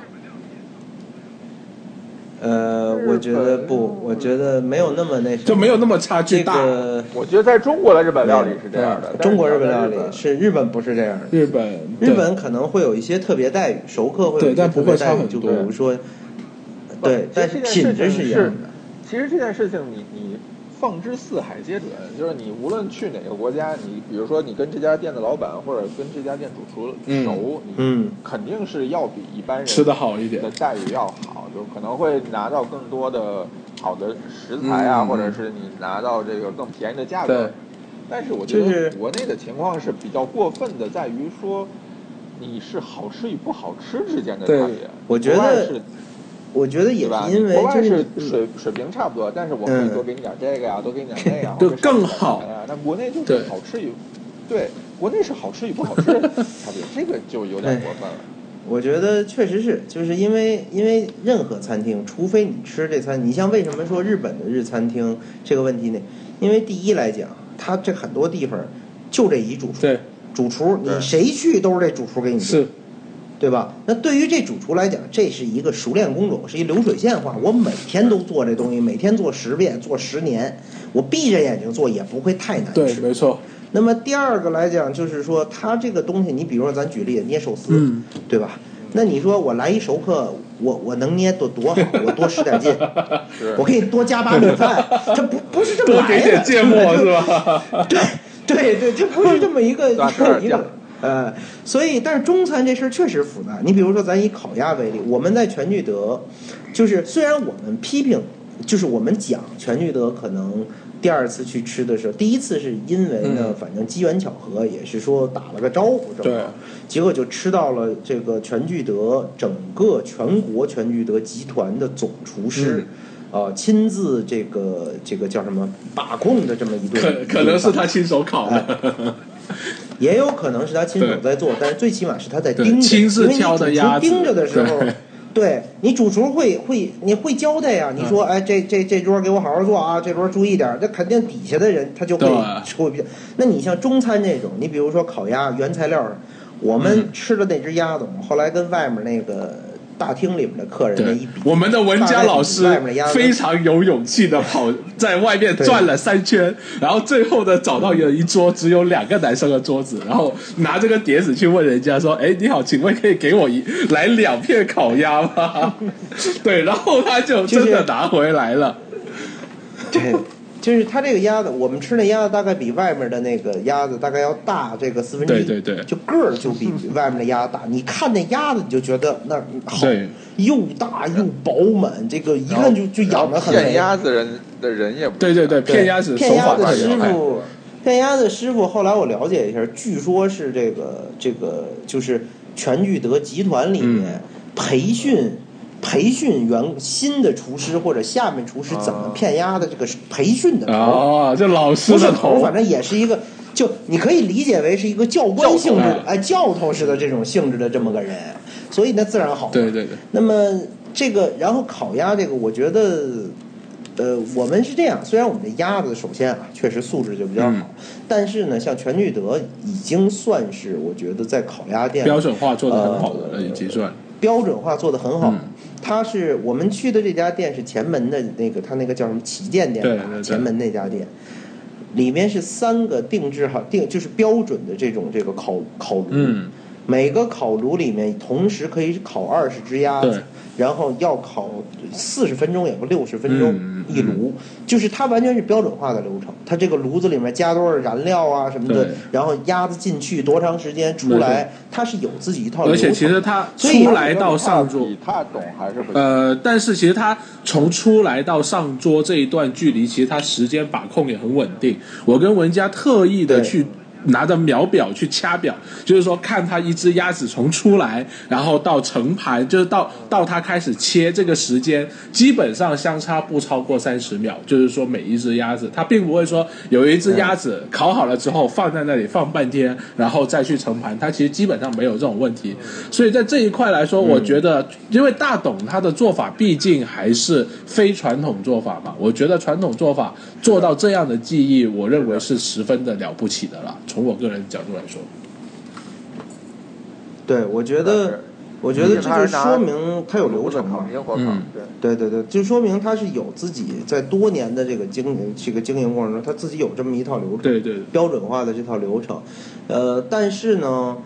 Speaker 3: 呃，我觉得不，
Speaker 1: 哦
Speaker 3: 我觉得没有那么那什么，
Speaker 2: 就没有那么差距
Speaker 3: 这
Speaker 2: 大。
Speaker 3: 个
Speaker 1: 我觉得在中国的日本料理是这样的，但是
Speaker 3: 中国日本料
Speaker 1: 在
Speaker 3: 理是日本不是这样的。
Speaker 2: 日本，
Speaker 3: 日
Speaker 2: 对
Speaker 3: 本可能会有一些特别待遇，熟客会有
Speaker 2: 对
Speaker 3: 一些
Speaker 2: 但不
Speaker 3: 特
Speaker 2: 会
Speaker 3: 别待
Speaker 2: 差
Speaker 3: 遇，
Speaker 2: 很
Speaker 3: 就比
Speaker 2: 多
Speaker 3: 如说，
Speaker 1: 不
Speaker 3: 对，但
Speaker 1: 其
Speaker 3: 是
Speaker 1: 实这件
Speaker 3: 品质
Speaker 1: 事情
Speaker 3: 一样的。
Speaker 1: 其实这件事情你，你放之四海皆准，就是你无论去哪个国家，你比如说你跟这家店的老板或者跟这家店主厨
Speaker 2: 嗯
Speaker 1: 熟，你
Speaker 3: 嗯
Speaker 1: 肯定是要比一般人
Speaker 2: 吃的好一点
Speaker 1: 的，待遇要好，就可能会拿到更多的好的食材啊，
Speaker 2: 嗯
Speaker 1: 或者是你拿到这个更便宜的价
Speaker 2: 对
Speaker 1: 格。但是我觉
Speaker 3: 就
Speaker 1: 得
Speaker 3: 是
Speaker 1: 国内的情况是比较过分的，在于说你是好吃与不好吃之间的差
Speaker 2: 对
Speaker 1: 别。
Speaker 3: 我觉
Speaker 1: 国外
Speaker 3: 得
Speaker 1: 是
Speaker 3: 我觉得也
Speaker 1: 对吧？
Speaker 3: 因为
Speaker 1: 国外
Speaker 3: 就是嗯是
Speaker 1: 水水平差不多，但是我可以
Speaker 3: 嗯
Speaker 1: 多给你点这个呀，多给
Speaker 3: *laughs*
Speaker 1: 你点那个呀，
Speaker 2: 就
Speaker 1: 或者少给你
Speaker 2: 更
Speaker 1: 点
Speaker 2: 好
Speaker 1: 啥呀。那国内就是
Speaker 2: 对
Speaker 1: 好吃与对，国内是好吃与不好
Speaker 3: *laughs*
Speaker 1: 吃的差别，这个就有点过分了。
Speaker 3: 我觉得确实是，就是因为因为任何餐厅，除非你吃这餐，你像为什么说日本的日餐厅这个问题呢？因为第一来讲，它这很多地方就这一主厨，
Speaker 2: 对，
Speaker 3: 主厨
Speaker 1: 对
Speaker 3: 你谁去都是这主厨给你做，
Speaker 2: 是
Speaker 3: 对吧？那对于这主厨来讲，这是一个熟练工种，是一流水线化。我每天都做这东西，每天做十遍，做十年，我闭着眼睛做也不会太难
Speaker 2: 对，
Speaker 3: 吃。
Speaker 2: 没错，
Speaker 3: 那么第二个来讲，就是说它这个东西，你比如说咱举例捏寿司，
Speaker 2: 嗯，
Speaker 3: 对吧？那你说我来一熟客，我我能捏多多好，我多使点劲，
Speaker 1: 是
Speaker 3: 我给你多加把米饭，这不不是这么
Speaker 2: 多
Speaker 3: 来
Speaker 2: 给
Speaker 3: 的，
Speaker 2: 点芥
Speaker 3: *laughs*
Speaker 2: 末
Speaker 3: 就是
Speaker 2: 吧？
Speaker 3: 对对对，这不是这么一个 *laughs* 一
Speaker 1: 大事儿
Speaker 3: 个一
Speaker 1: 讲
Speaker 3: 个呃，所以但是中餐这事儿确实复杂。你比如说，咱以烤鸭为例，我们在全聚德，就是虽然我们批评，就是我们讲全聚德可能。第二次去吃的时候，第一次是因为呢
Speaker 2: 嗯，
Speaker 3: 反正机缘巧合，也是说打了个招呼，正
Speaker 2: 对
Speaker 3: 好，结果就吃到了这个全聚德整个全国全聚德集团的总厨
Speaker 2: 嗯
Speaker 3: 师，呃，亲自这个这个叫什么把控的这么一顿，
Speaker 2: 可可能是他亲手烤的，
Speaker 3: 也有可能是他亲手
Speaker 2: 对
Speaker 3: 在做，但是最起码是他在
Speaker 2: 对
Speaker 3: 盯着，
Speaker 2: 亲自
Speaker 3: 因为你
Speaker 2: 挑的
Speaker 3: 主厨
Speaker 2: 鸭子
Speaker 3: 盯着的时候
Speaker 2: 对，
Speaker 3: *laughs* 对你主厨会会你会交代
Speaker 2: 嗯
Speaker 3: 呀、你说哎这这这桌给我好好做啊，这桌注意点儿，这肯定底下的人他就会
Speaker 2: 对
Speaker 3: 会比较。那你像中餐这种，你比如说烤鸭原材料，我
Speaker 2: 嗯
Speaker 3: 们吃的那只鸭子，我们后来跟外面那个大厅里面的客人那一
Speaker 2: 对
Speaker 3: 比，，
Speaker 2: 我们的文佳老
Speaker 3: 大概
Speaker 2: 师
Speaker 3: 比外面的鸭子
Speaker 2: 非常有勇气的跑在外面
Speaker 3: 对
Speaker 2: 转了三圈，然后最后呢找到有一桌只有两个男生的桌子，然后拿这个碟子去问人家说：“哎，你好，请问可以给我一来两片烤鸭吗？” *laughs* 对，然后他就
Speaker 3: 就是
Speaker 2: 真的拿回来了。
Speaker 3: 对， *laughs* 就是它这个鸭子，我们吃那鸭子大概比外面的那个鸭子大概要大这个四分之一，
Speaker 2: 对对对
Speaker 3: 就个儿就比外面的鸭子大。你看那鸭子，你就觉得那好
Speaker 2: 对，
Speaker 3: 又大又饱满，这个一看就就
Speaker 1: 然后
Speaker 3: 养的很
Speaker 1: 骗
Speaker 3: 肥。
Speaker 1: 鸭子人的人也不
Speaker 2: 对对对，骗鸭子
Speaker 3: 对
Speaker 2: 手
Speaker 3: 骗鸭
Speaker 2: 法
Speaker 3: 子
Speaker 2: 太
Speaker 3: 的
Speaker 1: 也
Speaker 3: 师
Speaker 1: 好
Speaker 3: 傅，骗鸭子师傅后来我了解一下，据说是这个这个就是全聚德集团里面培训。培训员新的厨师或者下面厨师怎
Speaker 1: 啊
Speaker 3: 么骗鸭的这个是培训的头儿
Speaker 2: 哦，这老师
Speaker 3: 不是
Speaker 2: 的
Speaker 3: 头，
Speaker 2: 头，
Speaker 3: 反正也是一个，就你可以理解为是一个教官性
Speaker 2: 教
Speaker 3: 质
Speaker 2: 头
Speaker 3: 的，哎，教头式的这种性质的这么个人，所以那自然好。
Speaker 2: 对对对，
Speaker 3: 那么这个，然后烤鸭这个，我觉得，呃，我们是这样，虽然我们这鸭子首先啊，确实素质就比较好，
Speaker 2: 嗯
Speaker 3: 但是呢，像全聚德已经算是我觉得在烤鸭店
Speaker 2: 标准化做的很好的
Speaker 3: 呃
Speaker 2: 已经算。
Speaker 3: 标准化做得很好。
Speaker 2: 嗯
Speaker 3: 它是我们去的这家店是前门的那个，它那个叫什么旗舰店吧
Speaker 2: 对对对
Speaker 3: 前门那家店，里面是三个定制好定就是标准的这种这个烤烤炉，
Speaker 2: 嗯，
Speaker 3: 每个烤炉里面同时可以烤二十只鸭
Speaker 2: 对
Speaker 3: 子，然后要烤四十分钟，也不六十分钟、
Speaker 2: 嗯嗯
Speaker 3: 一炉，就是它完全是标准化的流程。它这个炉子里面加多少燃料啊什么的
Speaker 2: 对，
Speaker 3: 然后鸭子进去多长时间
Speaker 2: 没
Speaker 3: 出
Speaker 2: 错
Speaker 3: 来，它是有自己一套流
Speaker 2: 而且
Speaker 3: 程。
Speaker 2: 其实他
Speaker 3: 所以
Speaker 2: 出来到上桌，
Speaker 1: 比他懂还是不懂。
Speaker 2: 呃，但是其实他从出来到上桌这一段距离，其实他时间把控也很稳定。我跟文佳特意的
Speaker 3: 对
Speaker 2: 去拿着秒表去掐表，就是说看他一只鸭子从出来，然后到盛盘，就是到到他开始切这个时间，基本上相差不超过三十秒。就是说每一只鸭子，他并不会说有一只鸭子烤好了之后放在那里放半天，然后再去盛盘，它其实基本上没有这种问题。所以在这一块来说，我觉得，因为大董他的做法毕竟还是非传统做法嘛，我觉得传统做法做到这样的技艺，我认为是十分的了不起的啦。从我个人角度来说，
Speaker 3: 对，我觉
Speaker 1: 但是
Speaker 3: 得我觉得这就说明它有流程
Speaker 1: 烤
Speaker 3: 嘛
Speaker 1: 明。火烤，
Speaker 2: 嗯
Speaker 1: 对，
Speaker 3: 对对对，就说明它是有自己在多年的这个经营这个经营过程中，它自己有这么一套流程。
Speaker 2: 对对对，
Speaker 3: 标准化的这套流程，呃，但是呢，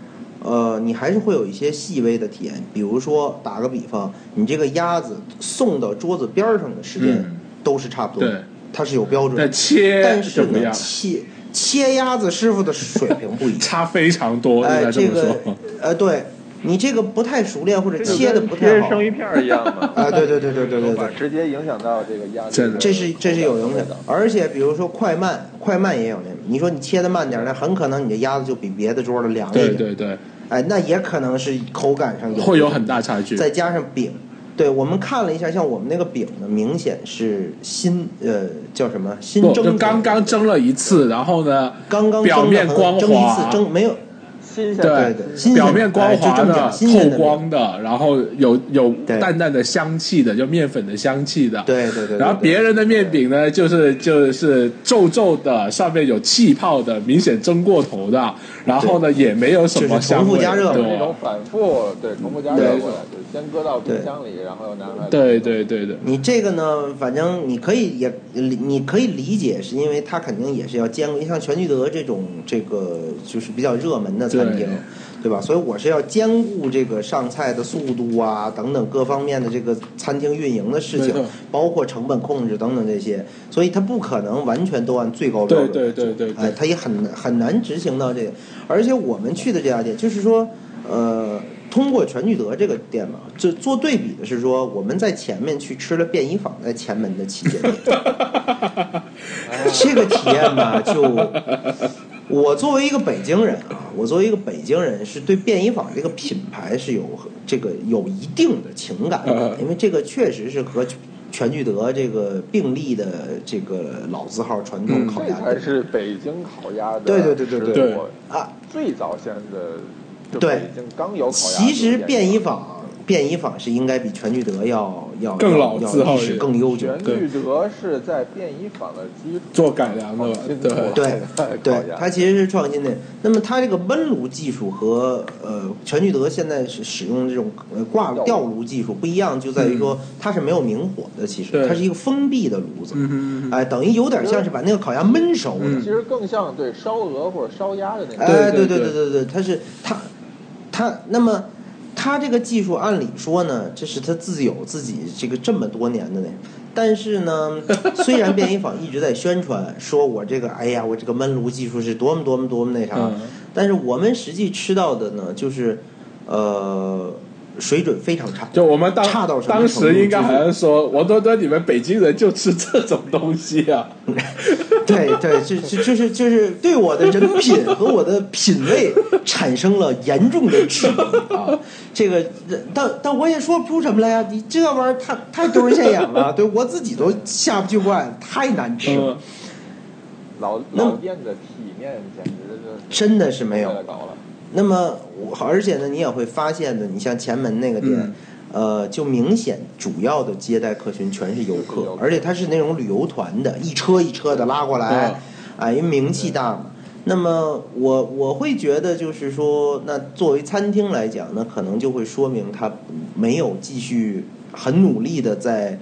Speaker 3: 呃，你还是会有一些细微的体验，比如说打个比方，你这个鸭子送到桌子边儿上的时间
Speaker 2: 嗯
Speaker 3: 都是差不多，
Speaker 2: 对
Speaker 3: 它是有标准
Speaker 2: 但
Speaker 3: 的，
Speaker 2: 切
Speaker 3: 但是
Speaker 2: 怎么
Speaker 3: 呢，
Speaker 2: 样？
Speaker 3: 切切鸭子师傅的水平不一样，
Speaker 2: 差非常多，应
Speaker 3: 哎，
Speaker 2: 该
Speaker 3: 这
Speaker 2: 么说。
Speaker 3: 个呃，对你这个不太熟练或者
Speaker 1: 这就
Speaker 3: 切的
Speaker 1: 跟
Speaker 3: 不太
Speaker 1: 切
Speaker 3: 好，。
Speaker 1: 生鱼片儿一样嘛 *laughs*
Speaker 3: 啊，对对对对对对
Speaker 1: 手
Speaker 3: 对
Speaker 1: 法，直接影响到这个鸭子
Speaker 2: 真
Speaker 1: 的
Speaker 2: 的
Speaker 3: 这是这是有影响
Speaker 1: 的
Speaker 3: 的。，而且比如说快慢，快慢也有那种，你说你切的慢点儿，那很可能你的鸭子就比别的桌的凉一点。
Speaker 2: 对对对，
Speaker 3: 哎，那也可能是口感上有，
Speaker 2: 会有很大差距。
Speaker 3: 再加上饼。对我们看了一下，像我们那个饼呢，明显是新呃叫什么新
Speaker 2: 不，
Speaker 3: 蒸
Speaker 2: 就
Speaker 3: 的
Speaker 2: 刚刚蒸了一次，然后呢，
Speaker 3: 刚刚
Speaker 2: 表
Speaker 3: 蒸的
Speaker 2: 面
Speaker 3: 很
Speaker 2: 光
Speaker 3: 蒸一次
Speaker 2: 滑
Speaker 3: 蒸没有
Speaker 1: 新鲜
Speaker 2: 对
Speaker 1: 的
Speaker 3: 对新鲜
Speaker 2: 表面光
Speaker 3: 哎就
Speaker 2: 滑
Speaker 3: 这么
Speaker 2: 的、
Speaker 3: 讲新鲜
Speaker 2: 透
Speaker 3: 的
Speaker 2: 光的，然后有有
Speaker 3: 对
Speaker 2: 淡淡的香气的，就面粉的香气的。
Speaker 3: 对对对对，
Speaker 2: 然后
Speaker 3: 对
Speaker 2: 别人的面饼呢，就是就是皱皱的，上面有气泡的，明显蒸过头的，然后呢也没有什么
Speaker 3: 就是重
Speaker 2: 香
Speaker 3: 复
Speaker 2: 味，
Speaker 3: 加热
Speaker 1: 那
Speaker 2: 对
Speaker 1: 种反复对
Speaker 3: 嗯
Speaker 1: 重复加热
Speaker 2: 对
Speaker 1: 过来，就是先搁到冰箱里，然后又拿出来。
Speaker 2: 对对对对，
Speaker 3: 你这个呢，反正你可以也理你可以理解，是因为它肯定也是要兼顾，像全聚德这种这个就是比较热门的餐厅
Speaker 2: 对，
Speaker 3: 对吧？所以我是要兼顾这个上菜的速度啊等等各方面的这个餐厅运营的事
Speaker 2: 没
Speaker 3: 情
Speaker 2: 错，
Speaker 3: 包括成本控制等等这些，所以它不可能完全都按最高标
Speaker 2: 对
Speaker 3: 准。
Speaker 2: 对对对
Speaker 3: 哎
Speaker 2: 对，，
Speaker 3: 它也很很难执行到这个。而且我们去的这家店，就是说，呃，通过全聚德这个店嘛，就做对比的是说，我们在前面去吃了便宜坊在前门的旗舰店，这个体验吧，就我作为一个北京人啊，我作为一个北京人，是对便宜坊这个品牌是有这个有一定的情感的，因为这个确实是和。全聚德这个并立的这个老字号传
Speaker 2: 嗯
Speaker 3: 统烤
Speaker 1: 这
Speaker 3: 鸭店
Speaker 1: 才，是北京烤鸭的
Speaker 3: 对对对对对
Speaker 1: 始祖
Speaker 3: 啊，
Speaker 1: 最早现的就
Speaker 3: 对
Speaker 1: 北京刚有烤鸭。
Speaker 3: 其实便衣坊，便衣坊是应该比全聚德要要
Speaker 2: 更老
Speaker 3: 要
Speaker 2: 字号
Speaker 3: 要
Speaker 2: 一
Speaker 3: 历史
Speaker 2: 点
Speaker 3: 更悠久。
Speaker 1: 全聚德是在便衣坊的基础
Speaker 2: 做改良的吧
Speaker 1: 创新
Speaker 2: 对
Speaker 1: 出来的
Speaker 3: 对对
Speaker 1: 烤，鸭
Speaker 3: 它其实是创新的。那么它这个焖炉技术和呃全聚德现在是使用这种呃挂
Speaker 1: 吊炉
Speaker 3: 吊炉技术不一样，就在于说它是没有明火的，其
Speaker 2: 嗯对
Speaker 3: 实它是一个封闭的炉子，
Speaker 2: 嗯
Speaker 3: 哎，等于有点像是把那个烤鸭焖熟的。
Speaker 1: 其实更像对烧鹅或者烧鸭的那种。
Speaker 3: 哎，
Speaker 2: 对
Speaker 3: 对
Speaker 2: 对
Speaker 3: 对对对，他是他他那么他这个技术，按理说呢，这是他自有自己这个这么多年的那。但是呢，虽然便衣坊一直在宣传，说我这个，哎呀，我这个焖炉技术是多么多么多么那啥，
Speaker 2: 嗯
Speaker 3: 但是我们实际吃到的呢，就是，呃，水准非常差。
Speaker 2: 就我们当
Speaker 3: 差到什么
Speaker 2: 当时应该
Speaker 3: 程度
Speaker 2: 好像说，王多多，你们北京人就吃这种东西啊？
Speaker 3: *laughs* 对对，就就就是就是对我的人品和我的品味产生了严重的质疑啊！这个，但但我也说不出什么来呀、啊，你这玩意儿太太丢人现眼了，对我自己都下不去惯，太难吃了，
Speaker 2: 嗯，
Speaker 1: 老
Speaker 3: 那
Speaker 1: 老店的体面简直是
Speaker 3: 真的是没有
Speaker 1: 太。搞了。
Speaker 3: 那么我，而且呢，你也会发现呢，你像前门那个店。
Speaker 2: 嗯
Speaker 3: 呃，就明显主要的接待客群全是
Speaker 1: 就
Speaker 3: 游
Speaker 1: 是游
Speaker 3: 客
Speaker 1: 客，
Speaker 3: 而且它是那种旅游团的，一车一车的拉过
Speaker 2: 嗯
Speaker 3: 来，啊，因为名气大嘛。那么我我会觉得就是说，那作为餐厅来讲，那可能就会说明它没有继续很努力的在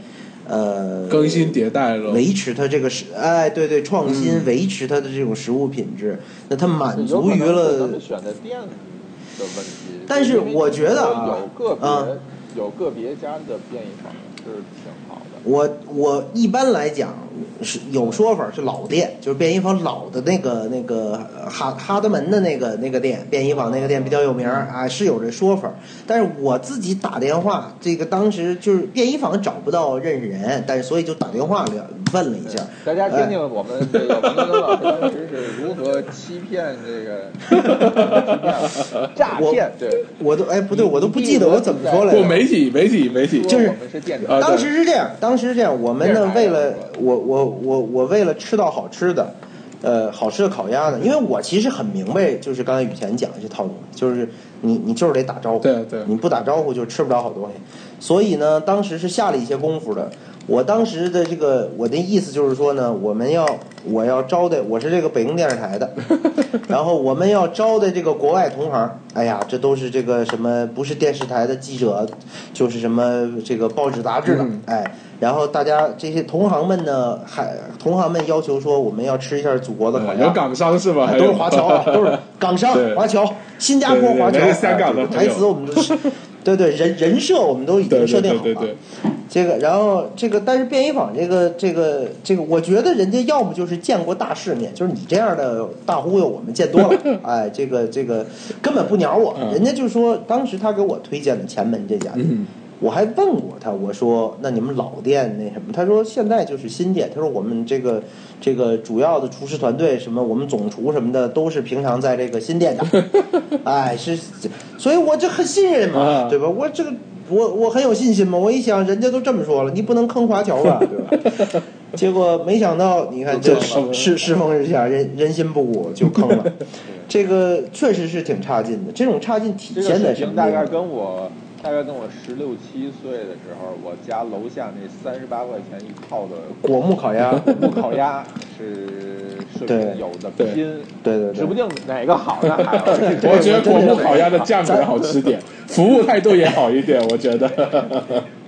Speaker 3: 呃
Speaker 2: 更新迭代了，
Speaker 3: 维持它这个食，哎，对对，创新、
Speaker 2: 嗯
Speaker 3: 维持它的这种食物品质，那它满
Speaker 1: 有
Speaker 3: 足
Speaker 1: 可
Speaker 3: 于
Speaker 1: 能是咱
Speaker 3: 了
Speaker 1: 们选的店的问题。
Speaker 3: 但是
Speaker 1: 因为
Speaker 3: 我觉得啊
Speaker 1: 有个别、
Speaker 3: 嗯
Speaker 1: 有个别家的便宜坊是挺好的。
Speaker 3: 我我一般来讲是有说法是老店，就是便衣坊老的那个那个呃哈哈德门的那个那个店，便衣坊那个店比较有名儿啊，是有这说法。但是我自己打电话，这个当时就是便衣坊找不到认识人，但是所以就打电话了问了一下，
Speaker 1: 大家听听我们这个王德登老师当时是如何欺骗这
Speaker 3: *laughs*
Speaker 1: 个欺骗了诈骗，对，
Speaker 3: 我都哎不对，
Speaker 1: 你
Speaker 3: 我都不记得我怎么说来
Speaker 2: 不
Speaker 3: 着。
Speaker 2: 媒体媒体媒体，
Speaker 3: 就是
Speaker 1: 说我们是电台，
Speaker 2: 啊
Speaker 3: 当时是这样，当时是这样，我们
Speaker 1: 电
Speaker 3: 呢
Speaker 1: 台
Speaker 3: 为了我我我我为了吃到好吃的，呃，好吃的烤鸭呢，因为我其实很明白，就是刚才雨前讲的这套路，就是你你就是得打招呼，
Speaker 2: 对对
Speaker 3: 你不打招呼就吃不了好东西，所以呢，当时是下了一些功夫的。我当时
Speaker 2: *laughs*
Speaker 3: 的这个我的意思就是说呢，我们要我要招待，我是这个北京电视台的，然后我们要招的这个国外同行，哎呀，这都是这个什么不是电视台的记者，就是什么这个报纸杂志了，
Speaker 1: 嗯
Speaker 3: 哎。然后大家这些同行们呢，还同行们要求说，我们要吃一下祖国的烤
Speaker 2: 嗯有
Speaker 3: 鸭，
Speaker 2: 港商是吧？
Speaker 3: 哎
Speaker 2: 还有
Speaker 3: 都是华侨啊，都是港商
Speaker 2: 对、
Speaker 3: 华侨、新加坡
Speaker 2: 对对对
Speaker 3: 华侨、
Speaker 2: 来自香港的
Speaker 3: 哎这个
Speaker 2: 朋
Speaker 3: 台
Speaker 2: 友
Speaker 3: 词我
Speaker 2: *laughs*
Speaker 3: 们都是，对对，人人设我们都已
Speaker 2: 对对
Speaker 3: 经设定
Speaker 2: 对
Speaker 3: 好
Speaker 2: 对
Speaker 3: 了
Speaker 2: 对。，
Speaker 3: 这个，然后这个，但是便衣坊这个这个这个，我觉得人家要么就是见过大世面，就是你这样的大忽悠我们见多了，
Speaker 2: *laughs*
Speaker 3: 哎，这个这个根本不鸟我
Speaker 2: 嗯。
Speaker 3: 人家就说，当时他给我推荐的前门这家店，
Speaker 2: 嗯
Speaker 3: 我还问过他，我说那你们老店那什么？他说现在就是新店，他说我们这个这个主要的厨师团队什么，我们总厨什么的都是平常在这个新店打，
Speaker 2: *laughs*
Speaker 3: 哎是，所以我这很信任嘛
Speaker 2: 啊，
Speaker 3: 对吧？我这个我我很有信心嘛，我一想人家都这么说了，你不能坑华
Speaker 2: *laughs*
Speaker 3: 侨吧，对吧？结果没想到，你看这
Speaker 2: 就坑了
Speaker 3: 世世风日下，人人心不古就坑
Speaker 2: *laughs*
Speaker 3: 了，这个确实是挺差劲的。这种差劲体
Speaker 1: 这个
Speaker 3: 现在
Speaker 1: 水
Speaker 3: 什么
Speaker 1: 平
Speaker 3: 地方？
Speaker 1: 大概跟我大概跟我十六七岁的时候，我家楼下那三十八块钱一泡的
Speaker 3: 果木
Speaker 2: *laughs*
Speaker 3: 烤鸭，
Speaker 1: 木烤鸭是水
Speaker 3: 对
Speaker 1: 平有的
Speaker 2: 对
Speaker 1: 拼，
Speaker 3: 对对对，
Speaker 1: 指不定哪个好呢。还有
Speaker 2: *laughs* 我觉得果木烤鸭的酱可能好吃点，服务态度也好一点，我觉
Speaker 3: *laughs*
Speaker 2: 得。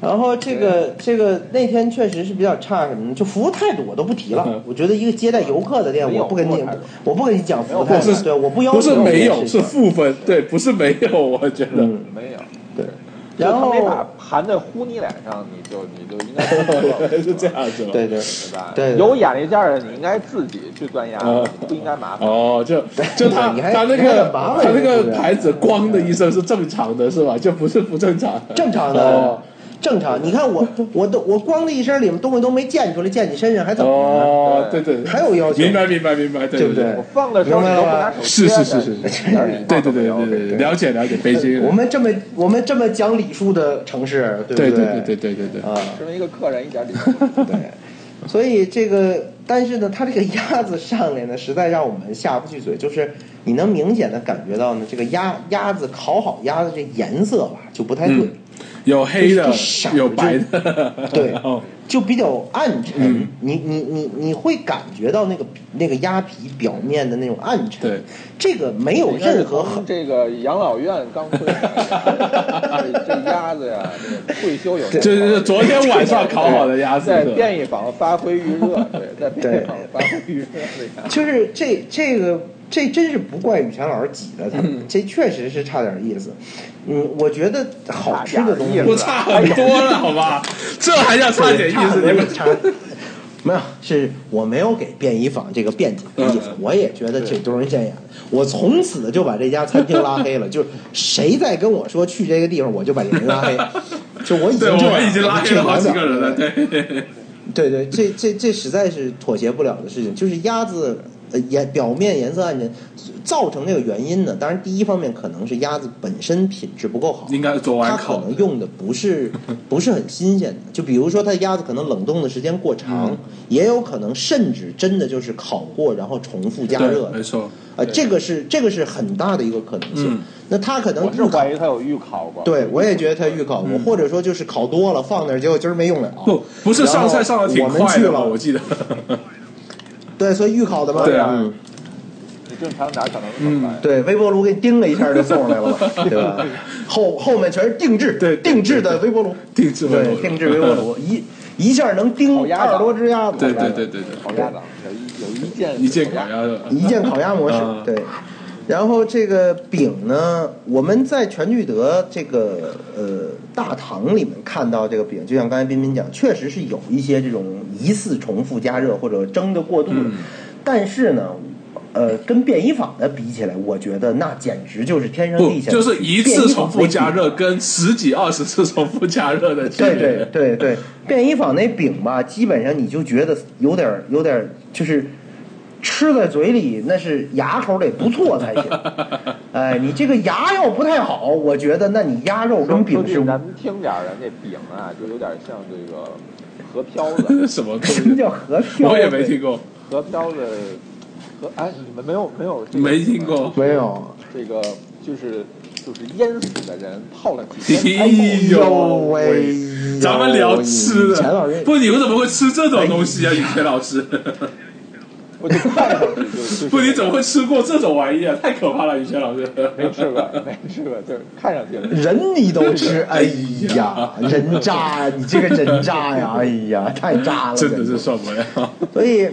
Speaker 3: 然后这个这个那天确实是比较差什么呢？就服务态度我都不提了
Speaker 2: 嗯。
Speaker 3: 我觉得一个接待游客的店，
Speaker 1: 没有
Speaker 3: 我不跟
Speaker 1: 服务
Speaker 3: 你
Speaker 1: 态度，
Speaker 3: 我不跟你讲服务
Speaker 1: 没
Speaker 3: 态
Speaker 1: 有
Speaker 2: 不
Speaker 3: 度
Speaker 2: 是，
Speaker 3: 对，我不要
Speaker 2: 不
Speaker 3: 求
Speaker 2: 是没有，
Speaker 3: 这件
Speaker 2: 是
Speaker 3: 事情
Speaker 2: 负分，对，不是没有，我觉得。
Speaker 3: 嗯，
Speaker 1: 没有。
Speaker 3: 对。
Speaker 1: 就
Speaker 3: 然
Speaker 1: 他没把
Speaker 3: 后
Speaker 1: 盘子呼你脸上，你就你就
Speaker 3: *laughs*
Speaker 1: 应该是
Speaker 2: *laughs* 是这，样子吗？
Speaker 3: 对对
Speaker 1: 对吧？
Speaker 3: 对对
Speaker 1: 有眼力劲儿的，你应该自己去钻牙，
Speaker 2: 嗯
Speaker 1: 你不应该麻烦。
Speaker 2: 哦，就就他
Speaker 3: 你还
Speaker 2: 他那
Speaker 3: 你还
Speaker 2: 个
Speaker 3: 很麻烦
Speaker 2: 他那
Speaker 3: 是不
Speaker 2: 个
Speaker 3: 是
Speaker 2: 牌子“光”的医生是正常的，是吧？就不是不正常。
Speaker 3: 正常
Speaker 2: 哦
Speaker 3: 的，正常。你看我我都我光的一身里面东西都没溅出来，溅你身上还怎么
Speaker 2: 哦，对
Speaker 1: 对
Speaker 2: 对，
Speaker 3: 呢？还有要求，
Speaker 2: 明白明白明白，对
Speaker 3: 对不
Speaker 2: 对？
Speaker 1: 我放的时候你
Speaker 3: 明白
Speaker 1: 都
Speaker 3: 了
Speaker 1: 不
Speaker 3: 吧
Speaker 1: 拿手
Speaker 2: 是
Speaker 1: 接
Speaker 2: 是
Speaker 1: 的，
Speaker 2: 是是
Speaker 1: 你一点
Speaker 3: *laughs*
Speaker 1: 礼貌
Speaker 2: 对
Speaker 1: 都
Speaker 2: 对
Speaker 1: 没
Speaker 2: 对
Speaker 1: 有
Speaker 2: 对对对，了解了解，北京人
Speaker 3: 我，们这么我们这么讲礼数的城市，对
Speaker 2: 对
Speaker 3: 不
Speaker 2: 对对对对对对，
Speaker 3: 啊，
Speaker 1: 身为一个客人，一点
Speaker 2: *laughs*
Speaker 1: 礼貌都没有。
Speaker 3: *laughs* 对，所以这个，但是呢，它这个鸭子上来呢，实在让我们下不去嘴。就是你能明显的感觉到呢，这个鸭鸭子烤好鸭子这颜色吧，就不太对，
Speaker 2: 嗯有黑的
Speaker 3: 就是傻，
Speaker 2: 有白的，*laughs*
Speaker 3: 对
Speaker 2: 然后
Speaker 3: 就比较暗沉。你你你你会感觉到那个那个鸭皮表面的那种暗沉。
Speaker 2: 对，
Speaker 3: 这个没有任何好
Speaker 1: 从这个养老院刚退下来，这这鸭子呀，这个退休有
Speaker 2: *laughs* 就是就是昨天晚上烤好的鸭子，
Speaker 1: 在
Speaker 2: 是吧
Speaker 1: 便衣坊发挥预热，对，在便衣坊发挥预热的鸭子。
Speaker 3: 就是这这个这真是不怪雨强老师挤的他，这确实是差点意思。嗯，我觉得好吃的东西
Speaker 1: 差点意思
Speaker 2: 不差很多了，好吧？ *laughs* 这还叫差点意思？你们
Speaker 3: 差。 *laughs* 没有，是我没有给便衣坊这个辩解的意思
Speaker 2: 嗯，
Speaker 3: 我也觉得挺丢人现眼的。我从此就把这家餐厅拉黑了，就是谁再跟我说去这个地方，我就把这人拉黑。就我已
Speaker 2: 对，我
Speaker 3: 经这样
Speaker 2: 们已经拉黑了好几个人了，
Speaker 3: 我就去不了
Speaker 2: 对。
Speaker 3: 对对，这这这实在是妥协不了的事情，就是鸭子呃颜表面颜色暗沉，造成这个原因呢，当然第一方面可能是鸭子本身品质不够好，
Speaker 2: 应该是昨晚
Speaker 3: 它
Speaker 2: 烤
Speaker 3: 可
Speaker 2: 的
Speaker 3: 能用的不是不是很新鲜的，就比如说它鸭子可能冷冻的时间过长，
Speaker 2: 嗯
Speaker 3: 也有可能甚至真的就是烤过然后重复加热
Speaker 2: 对没
Speaker 3: 的，
Speaker 2: 错，
Speaker 3: 呃，这个是这个是很大的一个可能性。
Speaker 2: 嗯
Speaker 3: 那它可能
Speaker 1: 我是怀疑他有预烤过，
Speaker 3: 对，我也觉得它预烤过，
Speaker 2: 嗯
Speaker 3: 或者说就是烤多了放那儿，结果今儿没用了。
Speaker 2: 不不是上菜上的挺
Speaker 3: 然后
Speaker 2: 快的嘛，
Speaker 3: 我
Speaker 2: 我
Speaker 3: 们
Speaker 2: 记
Speaker 3: 去
Speaker 2: 得。 *laughs*
Speaker 3: 了，对，所以预烤的嘛。
Speaker 2: 对啊
Speaker 3: 嗯
Speaker 1: 你正常哪可能这
Speaker 2: 嗯
Speaker 1: 么
Speaker 3: 对，微波炉给你叮了一下就送上
Speaker 2: *laughs*
Speaker 3: 来了嘛，对吧？后后面全是定制，
Speaker 2: 对对
Speaker 3: 定制的微波炉，
Speaker 2: 定制微波炉
Speaker 3: 对，定制微波炉，一一下能叮
Speaker 1: 烤鸭
Speaker 3: 二十多只鸭子，
Speaker 2: 对对对对对，
Speaker 1: 烤鸭档？有一有一件
Speaker 2: 一键烤
Speaker 1: 烤
Speaker 2: 鸭，的，
Speaker 3: 一键烤鸭模式
Speaker 2: 嗯，
Speaker 3: 对。然后这个饼呢，我们在全聚德这个呃大堂里面看到这个饼，就像刚才彬彬讲，确实是有一些这种疑似重复加热或者蒸的过度的，
Speaker 2: 嗯
Speaker 3: 但是呢。呃，跟便衣坊的比起来，我觉得那简直就是天上
Speaker 2: 不
Speaker 3: 地下的
Speaker 2: 就
Speaker 3: 区别。
Speaker 2: 是一次重复加热跟十几二十次重复加热的区
Speaker 3: 对
Speaker 2: 别 *laughs*
Speaker 3: 对？对对，便衣坊那饼吧，基本上你就觉得有点儿有点儿就是吃在嘴里，那是牙口得不错才行。哎，你这个牙要不太好，我觉得那你鸭肉跟
Speaker 1: 说
Speaker 3: 饼是
Speaker 1: 句难听点儿的，那饼啊，就有点像这个河漂子，
Speaker 2: 什么东 *laughs*
Speaker 3: *laughs* 什么
Speaker 2: 西？
Speaker 3: 叫合票？
Speaker 2: 我也没听过，
Speaker 1: 河漂子河哎，你们没有没有这个
Speaker 2: 没听过。
Speaker 3: 没有。
Speaker 1: 这个就是就是淹死的人泡了几天。
Speaker 3: 哎
Speaker 2: 咦
Speaker 3: 呦喂！
Speaker 2: 咱们聊吃
Speaker 3: 钱老
Speaker 2: 的，
Speaker 3: 师，
Speaker 2: 哎不，你为什么会吃这种东西啊，雨天老师？
Speaker 1: 我就看上去就就是
Speaker 2: *laughs* 不，你怎么会吃过这种玩意啊？太可怕了，于谦
Speaker 3: *laughs*
Speaker 2: 老师。
Speaker 1: 没吃过？ *laughs* 没吃过，就是看上去了。
Speaker 3: 人你都吃，哎
Speaker 2: *laughs*
Speaker 3: 呀，人渣，你这个人渣呀，哎呀，太渣
Speaker 2: *laughs*
Speaker 3: 了，
Speaker 2: 真的是受不了。
Speaker 3: 所以，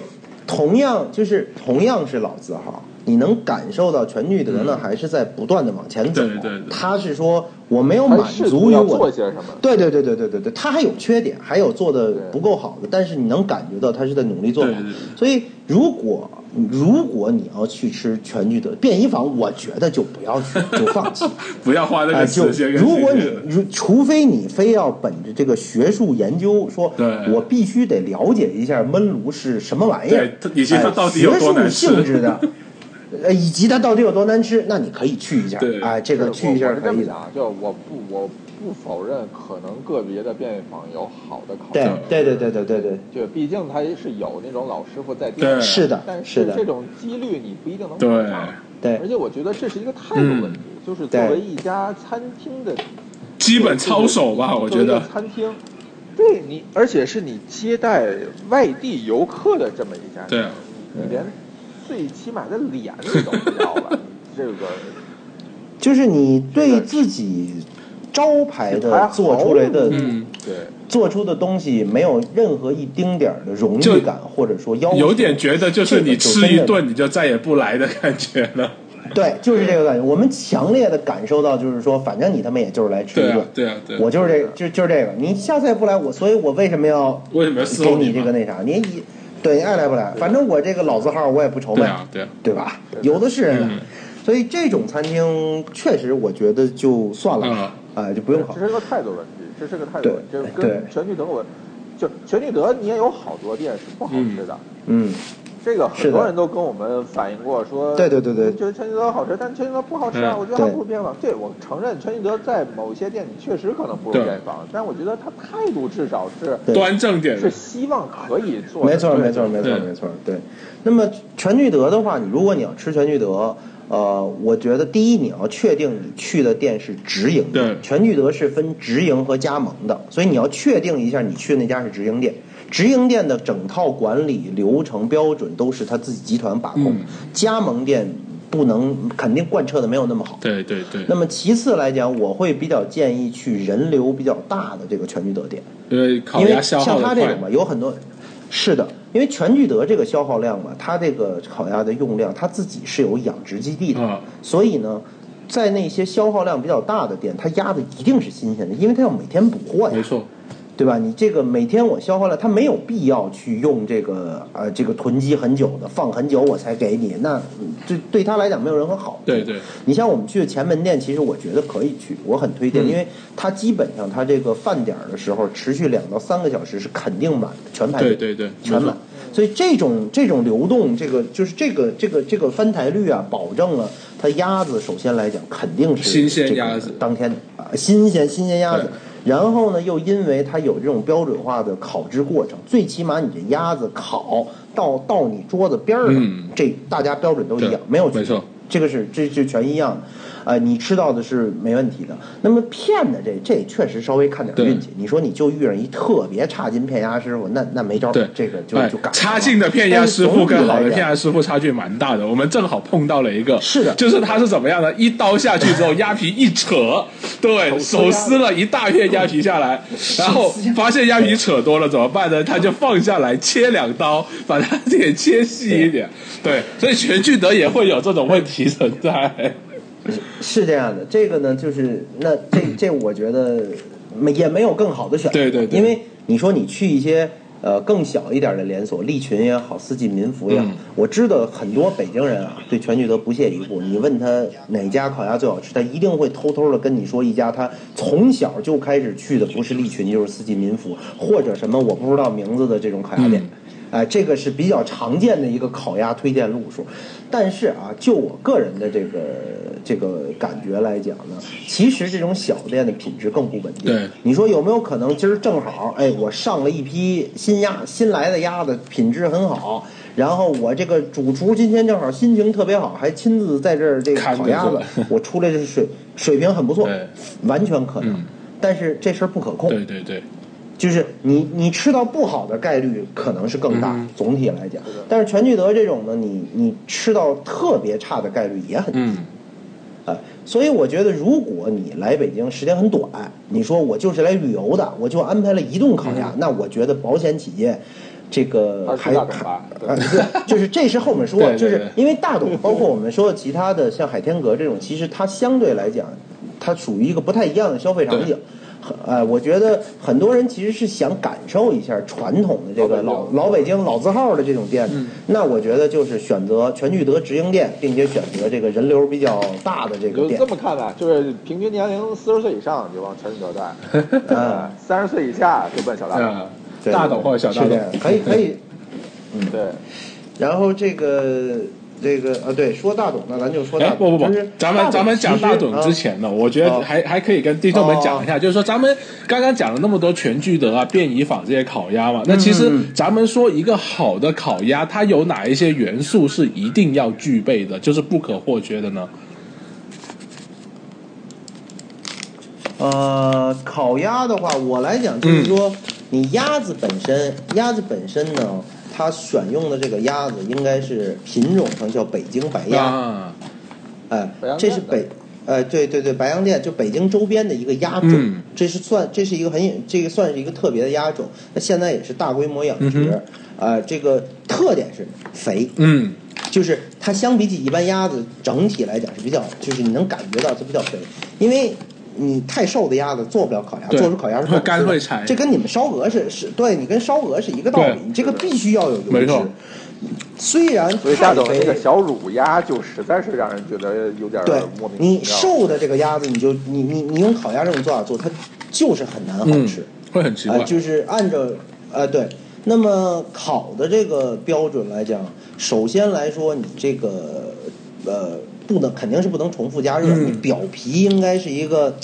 Speaker 3: 同样就是同样是老字号，你能感受到全聚德呢，还是在不断的往前走。
Speaker 2: 对对对
Speaker 3: 他是说我没有满
Speaker 1: 还试
Speaker 3: 足
Speaker 1: 图
Speaker 3: 于
Speaker 1: 要做
Speaker 3: 我。
Speaker 1: 些什么？
Speaker 3: 对对对对对对对，他还有缺点，还有做的
Speaker 1: 对
Speaker 3: 不够好的，但是你能感觉到他是在努力做好。
Speaker 2: 对对对
Speaker 3: 所以，如果如果你要去吃全聚德便宜坊，我觉得就不要去，就放弃。
Speaker 2: *laughs* 不要花那
Speaker 3: 啊，
Speaker 2: 个时
Speaker 3: 就
Speaker 2: 间跟
Speaker 3: 如果
Speaker 2: 精
Speaker 3: 你
Speaker 2: 力了
Speaker 3: 如除非你非要本着这个学术研究，说
Speaker 2: 对
Speaker 3: 我必须得了解一下焖炉是什么玩意儿
Speaker 2: 对，它以及它
Speaker 3: 哎
Speaker 2: 到底有多难吃
Speaker 3: 学术性质
Speaker 2: *laughs*
Speaker 3: 的，呃，以及它到底有多难吃，那你可以去一下，
Speaker 2: 对
Speaker 3: 哎，这个
Speaker 1: 是
Speaker 3: 去一
Speaker 1: 我
Speaker 3: 下
Speaker 1: 我是
Speaker 3: 可
Speaker 1: 这么
Speaker 3: 以的，
Speaker 1: 想，就我不我不否认，可能个别的便坊有好的烤
Speaker 3: 对
Speaker 1: 箱，
Speaker 3: 对对对对对对，
Speaker 1: 就毕竟它是有那种老师傅在地
Speaker 2: 对
Speaker 1: 上，
Speaker 3: 是的
Speaker 1: 但，
Speaker 3: 是的
Speaker 1: 这，种几率你不一定能
Speaker 2: 对嗯
Speaker 1: 赶上。
Speaker 3: 对
Speaker 1: 而且我觉得这是一个态度问题，就是作
Speaker 3: 对
Speaker 1: 为一家餐厅的
Speaker 2: 基本操守吧，我觉
Speaker 1: 作为一
Speaker 2: 得
Speaker 1: 个。餐厅，对你，而且是你接待外地游客的这么一家，
Speaker 2: 对啊，
Speaker 1: 你连最起码的脸你都不要了，你这个
Speaker 3: 就是你对自己招牌
Speaker 1: 还
Speaker 3: 的
Speaker 1: 好
Speaker 3: 做出来的
Speaker 2: 嗯，
Speaker 1: 对。
Speaker 3: 做出的东西没有任何一丁点儿的荣
Speaker 2: 就
Speaker 3: 誉感，或者说要求，
Speaker 2: 有点觉得就是你吃
Speaker 3: 这个
Speaker 2: 一
Speaker 3: 就真的
Speaker 2: 顿你就再也不来的感觉了。
Speaker 3: 对，就是这个感觉。我们强烈的感受到，就是说，反正你他妈也就是来吃一
Speaker 2: 对啊
Speaker 3: 顿，，
Speaker 2: 对啊，对啊。
Speaker 3: 我就是这个，就就是这个。你下次也不来，我所以，我为什么要
Speaker 2: 为什么要伺
Speaker 3: 给
Speaker 2: 候
Speaker 3: 你
Speaker 2: 嘛
Speaker 3: 这个？那啥？你你对你爱来不来，反正我这个老字号我也不愁
Speaker 2: 对
Speaker 3: 卖，
Speaker 2: 啊，对啊，
Speaker 3: 对吧？
Speaker 1: 对
Speaker 3: 有的是人啊
Speaker 2: 嗯
Speaker 3: 所以这种餐厅确实，我觉得就算了吧，
Speaker 2: 嗯
Speaker 3: 啊、就不用考虑。
Speaker 1: 这是个态度问题，这是个态度问题，
Speaker 3: 对
Speaker 1: 这
Speaker 3: 对
Speaker 1: 跟全聚德我，就全聚德你也有好多店是不好吃的，
Speaker 3: 嗯，
Speaker 1: 这个很
Speaker 3: 是的
Speaker 1: 多人都跟我们反映过说，
Speaker 3: 对对对对
Speaker 1: 觉得全聚德好吃，但全聚德不好吃啊，
Speaker 2: 嗯
Speaker 1: 我觉得它
Speaker 3: 对
Speaker 1: 不如便宜坊。对，我承认全聚德在某些店你确实可能不如
Speaker 2: 对
Speaker 1: 便宜坊，但我觉得它态度至少是
Speaker 3: 对
Speaker 2: 端正点
Speaker 1: 是
Speaker 2: 的。
Speaker 1: 希望可以做的，
Speaker 3: 没错，
Speaker 1: 对
Speaker 3: 没错，没错，
Speaker 2: 对
Speaker 3: 没错。对，那么全聚德的话，你如果你要吃全聚德，呃，我觉得第一你要确定你去的店是直营的，
Speaker 2: 对
Speaker 3: 全聚德是分直营和加盟的，所以你要确定一下你去那家是直营店。直营店的整套管理流程标准都是他自己集团把控，
Speaker 2: 嗯
Speaker 3: 加盟店不能肯定贯彻的没有那么好。
Speaker 2: 对对对
Speaker 3: 那，么其次来讲，我会比较建议去人流比较大的这个全聚德店。
Speaker 2: 因为烤
Speaker 3: 因为
Speaker 2: 鸭消耗
Speaker 3: 像
Speaker 2: 的
Speaker 3: 他这种
Speaker 2: 快。
Speaker 3: 嘛，有很多是的，因为全聚德这个消耗量嘛，它这个烤鸭的用量，它自己是有养殖基地的，
Speaker 2: 啊
Speaker 3: 所以呢，在那些消耗量比较大的店，它鸭子一定是新鲜的，因为它要每天补货呀，
Speaker 2: 没错，
Speaker 3: 对吧？你这个每天我消耗量，它没有必要去用这个呃这个囤积很久的，放很久我才给你，那嗯这对他来讲没有任何好处。
Speaker 2: 对对
Speaker 3: 你像我们去的前门店，其实我觉得可以去，我很推荐，因为它基本上它这个饭点儿的时候，持续两到三个小时是肯定满的，全排队，
Speaker 2: 对对对，
Speaker 3: 全
Speaker 2: 没
Speaker 3: 满
Speaker 2: 错。。
Speaker 3: 所以这种这种流动，这个就是这个这个这个翻台率啊，保证了它鸭子首先来讲肯定是
Speaker 2: 新鲜
Speaker 3: 这个
Speaker 2: 鸭子
Speaker 3: 当天啊、新鲜新鲜鸭子
Speaker 2: 对。
Speaker 3: 然后呢，又因为它有这种标准化的烤制过程，最起码你这鸭子烤到到你桌子边儿上，
Speaker 2: 嗯
Speaker 3: 这大家标准都一样
Speaker 2: 对，
Speaker 3: 没有区别
Speaker 2: 没错，
Speaker 3: 这个是这这全一样的，呃，你吃到的是没问题的。那么骗的这这确实稍微看点
Speaker 2: 对
Speaker 3: 运气，你说你就遇上一特别差劲骗鸭师傅，那那没招儿
Speaker 2: 对，，
Speaker 3: 这个就
Speaker 2: 哎
Speaker 3: 就赶上
Speaker 2: 差
Speaker 3: 了
Speaker 2: 劲的片鸭师傅跟好的片
Speaker 3: 但
Speaker 2: 鸭师傅差距蛮大的。我们正好碰到了一个，
Speaker 3: 是的
Speaker 2: 就是他是怎么样呢？一刀下去之
Speaker 3: *laughs*
Speaker 2: 后，鸭皮一扯，对手
Speaker 1: 手撕鸭
Speaker 2: 撕了一大片鸭皮下来，然后发现鸭皮扯多了怎么办呢？他就放下来切两刀，把它给切细一点。对，所以全聚德也会有这种问题存在。
Speaker 3: 是这样的，这个呢，就是那这这，我觉得没也没有更好的选择，
Speaker 2: 对对对
Speaker 3: 因为你说你去一些呃更小一点的连锁，利群也好，四季民福也好，
Speaker 2: 嗯
Speaker 3: 我知道很多北京人啊对全聚德不屑一顾，你问他哪家烤鸭最好吃，他一定会偷偷的跟你说一家他从小就开始去的不是利群就是四季民福或者什么我不知道名字的这种烤鸭店。
Speaker 2: 嗯
Speaker 3: 哎，这个是比较常见的一个烤鸭推荐路数，但是啊，就我个人的这个这个感觉来讲呢，其实这种小店的品质更不稳定。
Speaker 2: 对
Speaker 3: 你说有没有可能今儿正好，哎，我上了一批新鸭，新来的鸭子品质很好，然后我这个主厨今天正好心情特别好，还亲自在这儿这个
Speaker 2: 看着
Speaker 3: 烤鸭子
Speaker 2: 做，
Speaker 3: 我出来这水水平很不错
Speaker 2: 对，
Speaker 3: 完全可能，
Speaker 2: 嗯
Speaker 3: 但是这事儿不可控。
Speaker 2: 对对对，
Speaker 3: 就是你你吃到不好的概率可能是更大，
Speaker 2: 嗯
Speaker 3: 总体来讲。但是全聚德这种呢，你你吃到特别差的概率也很
Speaker 2: 嗯
Speaker 3: 啊，所以我觉得，如果你来北京时间很短，你说我就是来旅游的，我就安排了一顿烤鸭，那我觉得保险起见，这个
Speaker 1: 嗯二
Speaker 3: 还
Speaker 1: 十大懂吧？
Speaker 3: 啊，对就是这是后面说，
Speaker 2: 对对
Speaker 3: 就是
Speaker 2: 对
Speaker 3: 因为大董，包括我们说的其他的，像海天阁这种，其实它相对来讲，它属于一个不太一样的消费场景。很呃，我觉得很多人其实是想感受一下传统的这个老
Speaker 1: 老北京
Speaker 3: 老北京老字号的这种店
Speaker 2: 嗯
Speaker 3: 的。那我觉得就是选择全聚德直营店，并且选择这个人流比较大的这
Speaker 1: 你
Speaker 3: 个
Speaker 1: 就
Speaker 3: 店
Speaker 1: 这。么看吧，就是平均年龄四十岁以上你就往全聚德
Speaker 3: *laughs*
Speaker 1: 带，三十岁以下就奔小大董。
Speaker 2: 嗯，
Speaker 3: 啊对
Speaker 2: 大董或者小大
Speaker 3: 是这
Speaker 2: 董
Speaker 3: 样，可以可以。嗯
Speaker 1: 对，
Speaker 3: 然后这个这个啊，对，说大董那咱就说大
Speaker 2: 哎，
Speaker 3: 董。
Speaker 2: 不不
Speaker 3: 就
Speaker 2: 不
Speaker 3: 是，
Speaker 2: 咱们咱们讲大
Speaker 3: 董
Speaker 2: 董
Speaker 3: 其实嗯
Speaker 2: 之前呢，我觉得
Speaker 3: 哦
Speaker 2: 还还可以跟听众们讲一下，就是说咱们刚刚讲了那么多全聚德啊、便宜坊这些烤鸭嘛，那其
Speaker 3: 嗯
Speaker 2: 实咱们说一个好的烤鸭，它有哪一些元素是一定要具备的，就是不可或缺的呢？
Speaker 3: 呃，烤鸭的话，我来讲就是
Speaker 2: 嗯
Speaker 3: 说，你鸭子本身，鸭子本身呢，它选用的这个鸭子应该是品种上叫北京白鸭，
Speaker 2: 啊，
Speaker 3: 哎、
Speaker 1: 白洋淀
Speaker 3: 这是
Speaker 1: 的
Speaker 3: 北，呃，对对对，白洋淀就北京周边的一个鸭种，
Speaker 2: 嗯
Speaker 3: 这是算这是一个很这个算是一个特别的鸭种，那现在也是大规模养殖，呃，这个特点是肥，
Speaker 2: 嗯
Speaker 3: 就是它相比起一般鸭子，整体来讲是比较，就是你能感觉到它比较肥，因为你太瘦的鸭子做不了烤鸭，
Speaker 2: 对
Speaker 3: 做出烤鸭是不好吃的
Speaker 2: 会 *laughs* 干会柴
Speaker 3: 这跟你们烧鹅是是，对你跟烧鹅是一个道理
Speaker 2: 对，
Speaker 3: 你这个必须要有油
Speaker 2: 没
Speaker 3: 脂
Speaker 2: 错。
Speaker 3: 虽然
Speaker 1: 所以大
Speaker 3: 太
Speaker 1: 董那
Speaker 3: 肥
Speaker 1: 个，小乳鸭就实在是让人觉得有点
Speaker 3: 对
Speaker 1: 莫名其妙。
Speaker 3: 你瘦的这个鸭子，你就你你你用烤鸭这种做法做，它就是很难好
Speaker 2: 嗯
Speaker 3: 吃。，
Speaker 2: 会很奇
Speaker 3: 啊，
Speaker 2: 怪，
Speaker 3: 就是按照呃对，那么考的这个标准来讲，首先来说你这个呃不能肯定是不能重复加热，
Speaker 2: 嗯
Speaker 3: 你表皮应该是一个。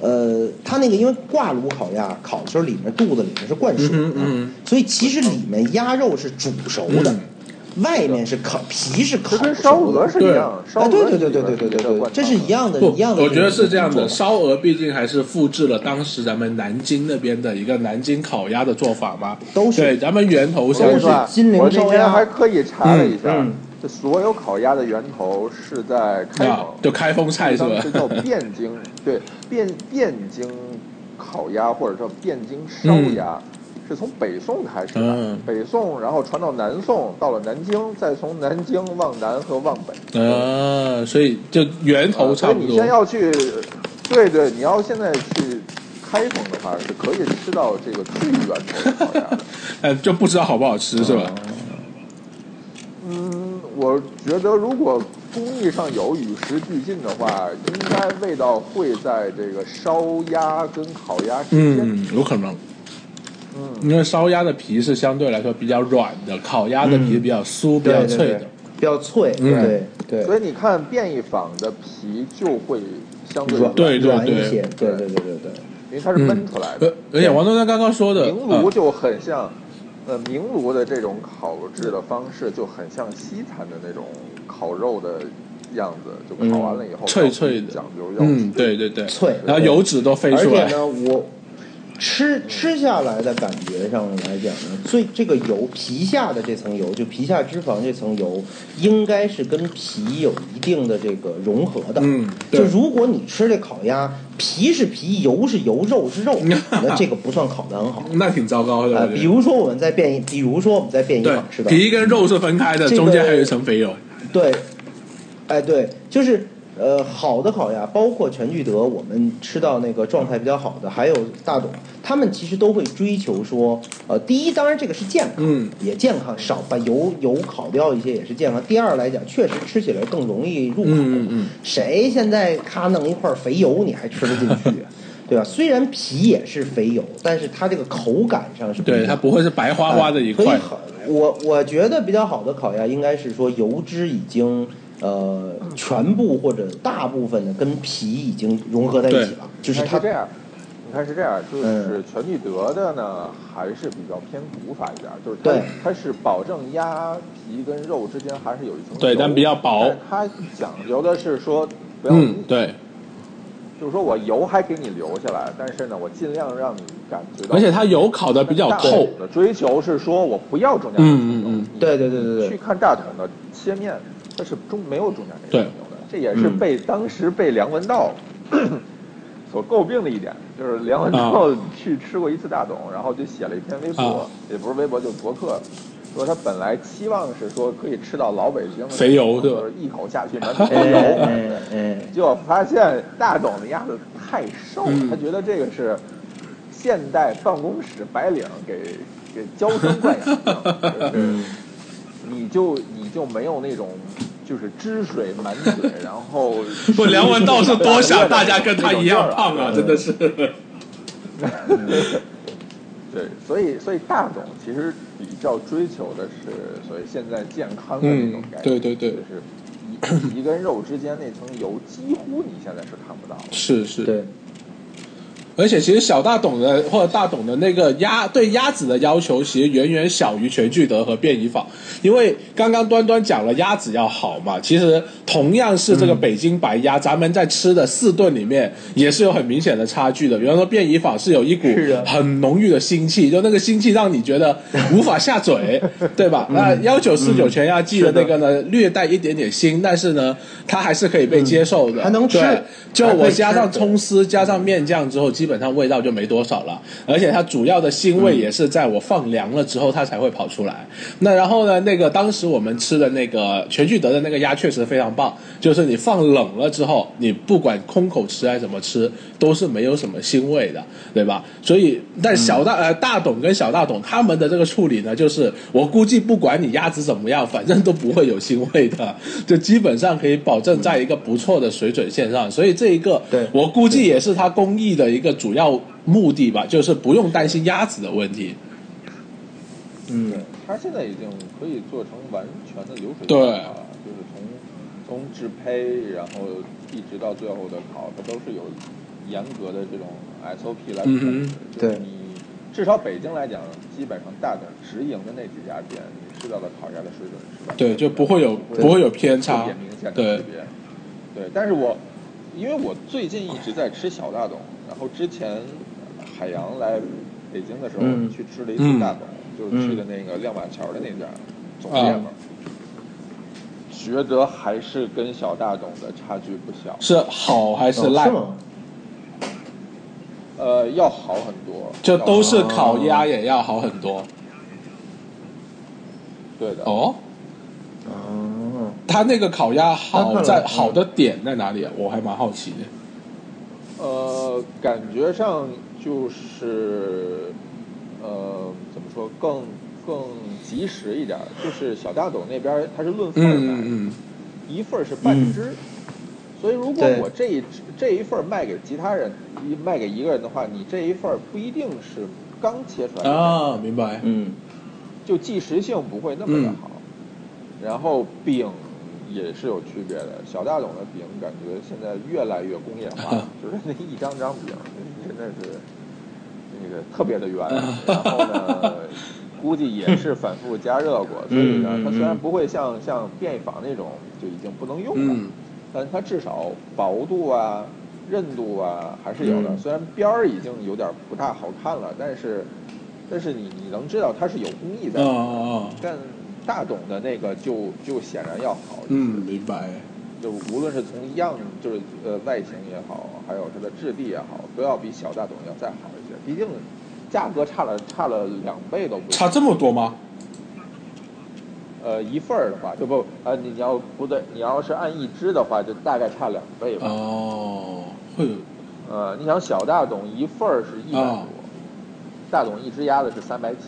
Speaker 3: 呃，它那个因为挂炉烤鸭烤的时候，里面肚子里面是灌水的，
Speaker 2: 嗯哼嗯
Speaker 3: 所以其实里面鸭肉是煮熟的，
Speaker 2: 嗯
Speaker 3: 外面是烤皮是烤
Speaker 1: 这
Speaker 3: 熟的
Speaker 1: 跟烧鹅是一样，烧
Speaker 3: 啊，
Speaker 1: 鹅
Speaker 3: 对对
Speaker 1: 是
Speaker 3: 对对
Speaker 1: 里
Speaker 3: 对
Speaker 1: 边
Speaker 3: 对对
Speaker 1: 一个
Speaker 3: 对，这是一
Speaker 1: 灌
Speaker 3: 样的，
Speaker 2: 不
Speaker 3: 一样，的。
Speaker 2: 我觉得是这样
Speaker 3: 做
Speaker 2: 的。
Speaker 3: 法
Speaker 2: 烧鹅毕竟还是复制了当时咱们南京那边的一个南京烤鸭的做法嘛，
Speaker 3: 都是
Speaker 2: 对，咱们源头
Speaker 1: 我跟
Speaker 2: 相
Speaker 1: 你
Speaker 2: 信
Speaker 1: 说，啊
Speaker 3: 是金陵
Speaker 1: 我那
Speaker 3: 烧鸭
Speaker 1: 天还刻意查了一下
Speaker 3: 嗯嗯，
Speaker 1: 这所有烤鸭的源头是在开
Speaker 2: 啊
Speaker 1: 封，，
Speaker 2: 就开封菜是
Speaker 1: 当
Speaker 2: 吧
Speaker 1: 时？叫
Speaker 2: *laughs*
Speaker 1: 汴京，对，汴汴京烤鸭或者叫汴京烧鸭，是从北宋开始的
Speaker 2: 嗯，
Speaker 1: 北宋然后传到南宋，到了南京，再从南京往南和往北。
Speaker 2: 啊，所以就源头
Speaker 1: 呃所
Speaker 2: 差
Speaker 1: 以
Speaker 3: 哦
Speaker 2: 不
Speaker 1: 你先
Speaker 2: 多。
Speaker 1: 要去，对对，你要现在去开封的话，是可以吃到这个最源头的烤鸭的。
Speaker 2: 呃，就不知道好不好吃是吧？
Speaker 3: 哦
Speaker 1: 嗯，我觉得如果工艺上有与时俱进的话，应该味道会在这个烧鸭跟烤鸭之间。
Speaker 2: 嗯，有可能。
Speaker 3: 嗯
Speaker 2: 因为烧鸭的皮是相对来说比较软的，烤鸭的皮比较酥、比
Speaker 3: 对
Speaker 2: 较
Speaker 3: 对
Speaker 2: 脆
Speaker 3: 对
Speaker 2: 的。，
Speaker 3: 比较脆，
Speaker 2: 嗯
Speaker 3: 对对。
Speaker 1: 所以你看便宜坊的皮就会相对
Speaker 3: 软
Speaker 1: 软，
Speaker 2: 对嗯
Speaker 3: 软
Speaker 2: 对
Speaker 3: 一些，对
Speaker 1: 对
Speaker 3: 对对对对。
Speaker 1: 因为它是焖出来的
Speaker 2: 而。呃而且王东山刚刚说的，呃
Speaker 1: 明炉就很像，呃，明炉的这种烤制的方式就很像西餐的那种烤肉的样子，就烤完了以后、
Speaker 2: 嗯脆脆的
Speaker 1: 讲究要
Speaker 2: 嗯，对对对，
Speaker 3: 脆
Speaker 2: 然后油脂都飞
Speaker 3: 而
Speaker 2: 出
Speaker 3: 且
Speaker 2: 来。
Speaker 3: 呢，我吃吃下来的感觉上来讲呢，最这个油皮下的这层油，就皮下脂肪这层油，应该是跟皮有一定的这个融合的。
Speaker 2: 嗯对
Speaker 3: 就如果你吃这烤鸭，皮是皮，油是油，肉
Speaker 2: *laughs*
Speaker 3: 是肉，那这个不算烤的很好。
Speaker 2: 那挺糟糕的，
Speaker 3: 呃，
Speaker 2: 我觉得
Speaker 3: 比如说我们在便宜，比如说我们在便宜坊
Speaker 2: 对
Speaker 3: 吃到
Speaker 2: 皮跟肉是分开的，
Speaker 3: 这个
Speaker 2: 中间还有一层肥油。
Speaker 3: 对，哎对，就是呃好的烤鸭，包括全聚德，我们吃到那个状态比较好的，还有大董，他们其实都会追求说，呃，第一当然这个是健康，
Speaker 2: 嗯，
Speaker 3: 也健康，少把油油烤掉一些也是健康。第二来讲，确实吃起来更容易入口，
Speaker 2: 嗯嗯嗯
Speaker 3: 谁现在咔弄一块肥油你还吃得进去？啊 *laughs* 对吧？虽然皮也是肥油，但是它这个口感上是不一
Speaker 2: 嗯对，
Speaker 3: 样
Speaker 2: 它不会是白花花的一块。
Speaker 3: 所嗯呃以好，我我觉得比较好的烤鸭应该是说油脂已经呃
Speaker 1: 嗯
Speaker 3: 全部或者大部分的跟皮已经融合在一起了，就
Speaker 1: 哎就是
Speaker 3: 它
Speaker 1: 这样。你看是这样，就是
Speaker 3: 嗯
Speaker 1: 全聚德的呢，还是比较偏古法一点，就是它
Speaker 3: 对
Speaker 1: 它是保证鸭皮跟肉之间还是有一层
Speaker 2: 对
Speaker 1: 油
Speaker 2: 但比较薄嗯
Speaker 3: 呃
Speaker 1: 但是它讲究的是说不要腻
Speaker 2: 嗯，对，
Speaker 1: 就是说我油还给你留下来，但是呢，我尽量让你感觉到。
Speaker 2: 而且它油烤的比较透，
Speaker 1: 的追求是说我不要中间的
Speaker 2: 嗯嗯嗯，
Speaker 1: 你
Speaker 3: 对对对对
Speaker 1: 去
Speaker 3: 对，
Speaker 1: 看大桶的切面，它是中没有中间那个
Speaker 2: 对嗯
Speaker 1: 牛的，这也是被当时被梁文道 *coughs* 所诟病的一点，就是梁文道去吃过一次大董，然后就写了一篇微
Speaker 2: 啊
Speaker 1: 博，也不是微博，就是博客。说他本来期望是说可以吃到老北京的
Speaker 2: 肥油对吧
Speaker 1: 就是一口下去
Speaker 2: *laughs*
Speaker 1: 满嘴
Speaker 3: 哎
Speaker 1: 肥油，
Speaker 3: 哎哎，
Speaker 1: 结果发现大董的鸭子太瘦了，
Speaker 2: 嗯
Speaker 1: 他觉得这个是现代办公室白领给给娇生惯养
Speaker 2: *laughs*
Speaker 1: 的，就是
Speaker 2: 嗯
Speaker 1: 你就你就没有那种就是汁水满
Speaker 2: *laughs*
Speaker 1: 嘴，然后
Speaker 2: 不，梁文道是多想大家跟他一样胖啊，真的是。
Speaker 1: 对，所以所以大董其实比较追求的是所谓现在健康的那种
Speaker 2: 嗯
Speaker 1: 概念，
Speaker 2: 对对对
Speaker 1: 就是皮皮跟肉之间那层油几乎你现在是看不到的，
Speaker 2: 是是，
Speaker 3: 对，
Speaker 2: 而且其实小大董的或者大董的那个鸭对鸭子的要求，其实远远小于全聚德和便宜坊。因为刚刚端端讲了鸭子要好嘛，其实同样是这个
Speaker 3: 嗯
Speaker 2: 北京白鸭，咱们在吃的四顿里面也是有很明显的差距的。比方说便宜坊是有一股
Speaker 3: 是的
Speaker 2: 很浓郁的腥气，就那个腥气让你觉得无法下
Speaker 3: *laughs*
Speaker 2: 嘴，对吧？
Speaker 3: 嗯
Speaker 2: 那幺九四九全鸭季的那个呢，略带一点点腥，但是呢，它还是可以被接受的，
Speaker 3: 嗯还能吃
Speaker 2: 对就
Speaker 3: 还可
Speaker 2: 我
Speaker 3: 以
Speaker 2: 加
Speaker 3: 吃
Speaker 2: 上
Speaker 3: 对
Speaker 2: 葱丝加上面酱之后，基本上味道就没多少了。而且它主要的腥味也是在我放凉了之后它才会跑出来。那然后呢，那个当时我们吃的那个全聚德的那个鸭确实非常棒，就是你放冷了之后，你不管空口吃还是怎么吃，都是没有什么腥味的，对吧？所以，但
Speaker 3: 嗯
Speaker 2: 小大、呃大董跟小大董他们的这个处理呢，就是我估计不管你鸭子怎么样，反正都不会有腥味的，就基本上可以保证在一个不错的水准线上。所以这一个，
Speaker 3: 对
Speaker 2: 我估计也是它工艺的一个主要目的吧，就是不用担心鸭子的问题。
Speaker 3: 嗯，
Speaker 1: 它现在已经可以做成完全的流水
Speaker 2: 对
Speaker 1: 线了，啊就是从从制胚，然后一直到最后的烤，它都是有严格的这种 SOP 来控制
Speaker 2: 嗯。
Speaker 1: 就是
Speaker 3: 对
Speaker 1: 你至少北京来讲，基本上大的直营的那几家店，你吃到的烤鸭的水准是吧？
Speaker 2: 对，就不会有
Speaker 1: 对
Speaker 2: 不会有偏
Speaker 1: 特
Speaker 2: 差
Speaker 1: 别明显的。
Speaker 2: 对
Speaker 1: 区，别。对，但是我因为我最近一直在吃小大董，然后之前海洋来北京的时候、
Speaker 3: 嗯
Speaker 1: 去吃了一次大董，
Speaker 2: 嗯
Speaker 1: 就是去的那个亮马桥的那家、总店嘛，
Speaker 2: 嗯
Speaker 1: 觉得还是跟小大董的差距不小，
Speaker 2: 是好还是
Speaker 3: 哦
Speaker 2: 烂
Speaker 3: 是？吗？
Speaker 1: 呃，要好很多，
Speaker 2: 就都是
Speaker 3: 哦
Speaker 1: 要好
Speaker 2: 烤鸭也要好很多
Speaker 1: 对的。
Speaker 2: 哦。
Speaker 3: 哦，
Speaker 2: 他那个烤鸭好
Speaker 3: 那看
Speaker 2: 在
Speaker 3: 来嗯
Speaker 2: 好的点在哪里啊？我还蛮好奇的。
Speaker 1: 呃，感觉上就是，呃，怎么说更更及时一点儿？就是小大董那边儿它是论份儿卖，
Speaker 2: 嗯嗯嗯
Speaker 1: 一份儿是半只，所以如果
Speaker 3: 对
Speaker 1: 我这一只这一份儿卖给其他人，一卖给一个人的话，你这一份儿不一定是刚切出来
Speaker 2: 嗯
Speaker 1: 的，
Speaker 2: 啊，明白。
Speaker 3: 嗯，
Speaker 1: 就即食性不会那么的好。然后饼也是有区别的，小大董的饼感觉现在越来越工业
Speaker 3: *laughs*
Speaker 1: 化，就是那一张张饼真的是那个特别的圆，
Speaker 3: 啊
Speaker 1: 然后
Speaker 3: *laughs*
Speaker 1: 呢。估计也是反复加热过，所以呢
Speaker 3: 嗯嗯，
Speaker 1: 它虽然不会像像便宜坊那种就已经不能用了，
Speaker 2: 嗯
Speaker 1: 但它至少薄度啊、韧度啊还是有的。
Speaker 3: 嗯
Speaker 1: 虽然边儿已经有点不大好看了，但是但是你你能知道它是有工艺
Speaker 2: 啊
Speaker 1: 在。
Speaker 2: 啊，啊
Speaker 1: 但大董的那个就就显然要好，
Speaker 2: 嗯，明白。
Speaker 1: 就无论是从样，就是呃外形也好，还有它的质地也好，都要比小大董要再好一些。毕竟价格差了差了两倍都不止
Speaker 2: 差这么多吗？
Speaker 1: 呃，一份儿的话就不呃，你你要不对，你要是按一只的话，就大概差两倍吧。
Speaker 2: 哦，会有
Speaker 1: 呃，你想小大董一份儿是一百多，
Speaker 2: 啊
Speaker 1: 大董一只鸭子是三百起，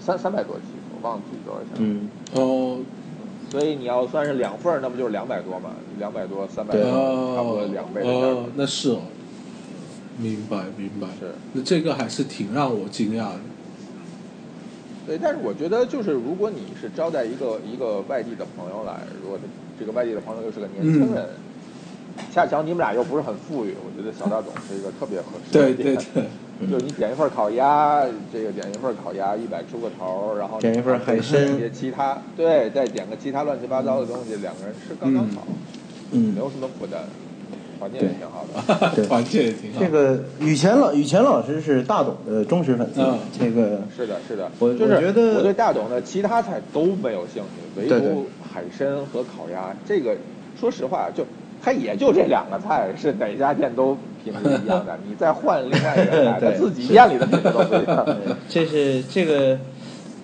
Speaker 1: 三三百多起，我忘了具体多少钱。
Speaker 3: 嗯，
Speaker 2: 哦，
Speaker 1: 所以你要算是两份儿，那不就是两百多嘛？两百多、三百多，
Speaker 3: 对
Speaker 1: 差不多
Speaker 2: 呃哦，
Speaker 1: 两倍的价格。
Speaker 2: 哦，那是哦。明白明白。
Speaker 1: 是。
Speaker 2: 那这个还是挺让我惊讶的。
Speaker 1: 对，但是我觉得就是如果你是招待一个一个外地的朋友来，如果这个外地的朋友又是个年轻人，恰巧你们俩又不是很富裕，我觉得小大董是一个特别合适
Speaker 2: 对
Speaker 1: 的
Speaker 2: 对
Speaker 1: 点。
Speaker 2: 对，
Speaker 1: 就是你点一份烤鸭，这个点一份烤鸭一百出个头儿，然后
Speaker 3: 点一份海参
Speaker 1: 点其他对，再点个其他乱七八糟的东西，两个人吃刚刚好，
Speaker 3: 嗯
Speaker 1: 没有什么负担。环境也挺好的。
Speaker 2: *laughs*
Speaker 3: 对
Speaker 2: 团建也挺好
Speaker 3: 这。个雨前老雨前老师是大董的忠实粉丝
Speaker 2: 嗯，
Speaker 3: 这个
Speaker 1: 是的，是的，
Speaker 3: 我
Speaker 1: 就是
Speaker 3: 我觉得
Speaker 1: 我对大董的其他菜都没有兴趣，唯
Speaker 3: 对对
Speaker 1: 独海参和烤鸭这个，说实话，就它也就这两个菜是哪家店都品质一样的，你再换另外一
Speaker 3: *laughs*
Speaker 1: 个菜，它
Speaker 3: 对
Speaker 1: 自己店里的品质都不一
Speaker 3: *laughs*
Speaker 1: 样。 *laughs*
Speaker 3: 这是这个，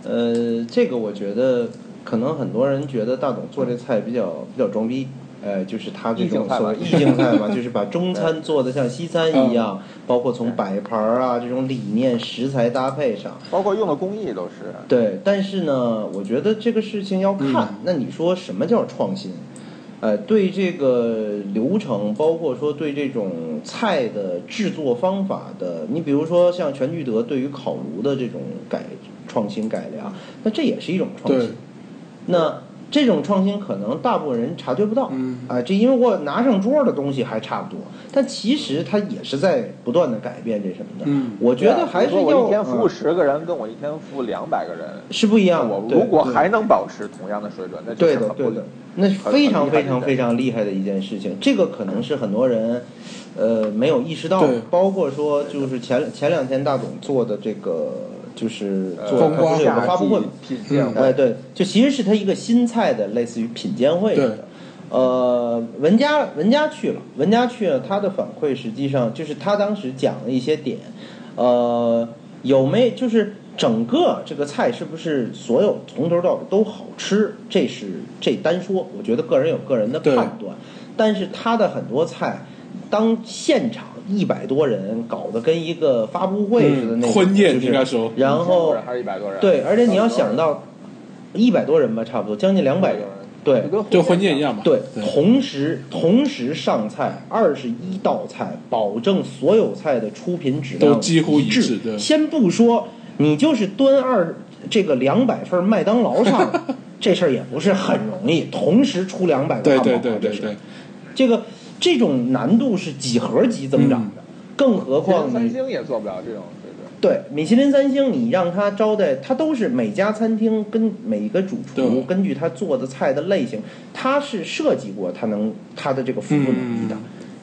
Speaker 3: 呃，这个我觉得可能很多人觉得大董做这菜比较比较装逼，呃，就是他这种所谓
Speaker 1: 意
Speaker 3: 意
Speaker 1: 境
Speaker 3: 境菜
Speaker 1: *laughs*
Speaker 3: 嘛，就是把中餐做的像西餐一样，
Speaker 1: 嗯
Speaker 3: 包括从摆盘儿啊这种理念、食材搭配上。
Speaker 1: 包括用的工艺都是，
Speaker 3: 对，但是呢，我觉得这个事情要看。
Speaker 2: 嗯
Speaker 3: 那你说什么叫创新？呃，对这个流程，包括说对这种菜的制作方法的，你比如说像全聚德对于烤炉的这种改创新改良，那这也是一种创
Speaker 2: 对嗯
Speaker 3: 新。，那这种创新可能大部分人察觉不到，
Speaker 2: 嗯
Speaker 3: 啊、这因为我拿上桌的东西还差不多，但其实它也是在不断的改变这什么的。
Speaker 2: 嗯
Speaker 3: 我觉得还
Speaker 1: 你
Speaker 3: 是
Speaker 1: 啊说
Speaker 3: 要
Speaker 1: 我一天服务
Speaker 3: 嗯
Speaker 1: 十个人，跟我一天服务两百个人，
Speaker 3: 是不一样的。
Speaker 1: 我
Speaker 3: 对
Speaker 1: 如果
Speaker 3: 对
Speaker 1: 还能保持同样的水准，那就
Speaker 3: 对
Speaker 1: 是
Speaker 3: 的，
Speaker 1: 很
Speaker 3: 对
Speaker 1: 不
Speaker 3: 的，那是
Speaker 1: 很
Speaker 3: 非常
Speaker 1: 很厉害的
Speaker 3: 非常
Speaker 1: 一件
Speaker 3: 非常厉害的一件事情。这个可能是很多人，呃，没有意识到
Speaker 2: 对，
Speaker 3: 包括说就是前前两天大董做的这个，就是
Speaker 1: 呃
Speaker 3: 做
Speaker 2: 风光
Speaker 3: 他不是有个发布会吗，
Speaker 1: 品鉴
Speaker 2: 嗯
Speaker 3: 哎，
Speaker 1: 会，
Speaker 3: 对，就其实是他一个新菜的，类似于品鉴会
Speaker 2: 对
Speaker 3: 的。呃，文佳文佳去了，文佳去了，他的反馈实际上就是他当时讲了一些点，呃，有没就是整个这个菜是不是所有从头到尾都好吃，这是这单说，我觉得个人有个人的
Speaker 2: 对
Speaker 3: 判断，但是他的很多菜，当现场一百多人搞得跟一个发布会似的
Speaker 2: 嗯
Speaker 3: 那种，
Speaker 2: 婚
Speaker 3: 就
Speaker 2: 宴
Speaker 3: 是
Speaker 2: 应该说，
Speaker 3: 然
Speaker 1: 1000
Speaker 3: 后
Speaker 1: 个人还是一百多人，
Speaker 3: 对，而且你要想到一百多人吧，差不多将近两百人，对
Speaker 1: 就跟
Speaker 2: 就婚宴一
Speaker 1: 样，
Speaker 2: 样嘛。
Speaker 3: 对，
Speaker 2: 对
Speaker 3: 同时同时上菜二十一道菜，保证所有菜的出品质量
Speaker 2: 都几乎
Speaker 3: 一
Speaker 2: 一致
Speaker 3: 致。
Speaker 2: 对
Speaker 3: 先不说你就是端二这个两百份麦当劳上来，
Speaker 2: *laughs*
Speaker 3: 这事儿也不是很容易，同时出两百个汉
Speaker 2: 对
Speaker 3: 堡
Speaker 2: 对对
Speaker 3: 包，这
Speaker 2: 对
Speaker 3: 是
Speaker 2: 对，
Speaker 3: 这个这种难度是几何级增长
Speaker 2: 嗯
Speaker 3: 的，更何
Speaker 1: 其实
Speaker 3: 况
Speaker 1: 三
Speaker 3: 你
Speaker 1: 星也做不了这种水准。
Speaker 3: 对，米其林三星，你让他招待，他都是每家餐厅跟每个主
Speaker 2: 对
Speaker 3: 厨根据他做的菜的类型，他是设计过他能他的这个服务能力的。
Speaker 2: 嗯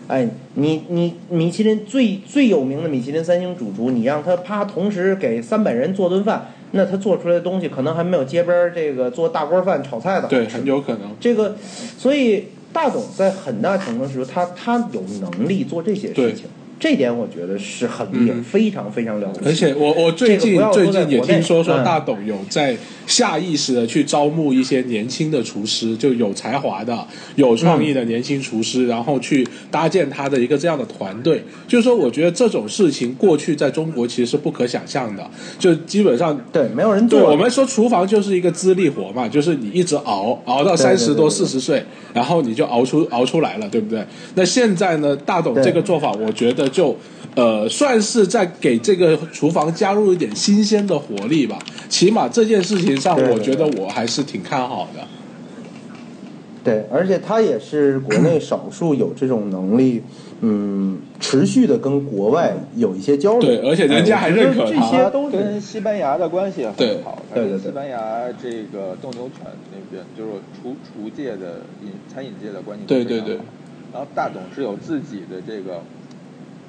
Speaker 3: 哎，你你米其林最最有名的米其林三星主厨，你让他啪同时给三百人做顿饭，那他做出来的东西可能还没有街边儿这个做大锅饭炒菜的好
Speaker 2: 对，
Speaker 3: 吃
Speaker 2: 很有可能。
Speaker 3: 这个，所以大董在很大程度上说，他他有能力做这些
Speaker 2: 对
Speaker 3: 事情，这点我觉得是很厉害，
Speaker 2: 嗯
Speaker 3: 非常非常了不起。
Speaker 2: 而且我我最
Speaker 3: 这
Speaker 2: 近
Speaker 3: 个不要
Speaker 2: 最
Speaker 3: 说在
Speaker 2: 近也
Speaker 3: 国内
Speaker 2: 听说说
Speaker 3: 嗯
Speaker 2: 大董有在下意识的去招募一些年轻的厨师，就有才华的、有创
Speaker 3: 嗯
Speaker 2: 意的年轻厨师，然后去搭建他的一个这样的团队。就是说，我觉得这种事情过去在中国其实是不可想象的，就基本上
Speaker 3: 对，没有人做。
Speaker 2: 对，我们说厨房就是一个资历活嘛，就是你一直熬，熬到
Speaker 3: 对
Speaker 2: 三
Speaker 3: 对
Speaker 2: 十
Speaker 3: 对
Speaker 2: 多、
Speaker 3: 对
Speaker 2: 四十岁，然后你就熬出熬出来了，对不对？那现在呢，大董
Speaker 3: 对
Speaker 2: 这个做法，我觉得就呃，算是在给这个厨房加入一点新鲜的活力吧。起码这件事情上，
Speaker 3: 对对
Speaker 2: 我觉得我还是挺看好的。
Speaker 3: 对，而且他也是国内少数有这种
Speaker 1: *clears throat*
Speaker 3: 能力，嗯，持续的跟国外有一些交流。
Speaker 2: 对而且人家还认可他
Speaker 3: 哎我觉得这些都是
Speaker 1: 跟西班牙的关系
Speaker 2: 对
Speaker 1: 很好，它
Speaker 3: 对对
Speaker 1: 跟
Speaker 3: 对
Speaker 1: 西班牙这个斗牛犬那边就是厨厨界的饮餐饮界的关系都
Speaker 2: 对
Speaker 1: 非常
Speaker 2: 对对
Speaker 1: 好。然后大董是有自己的这个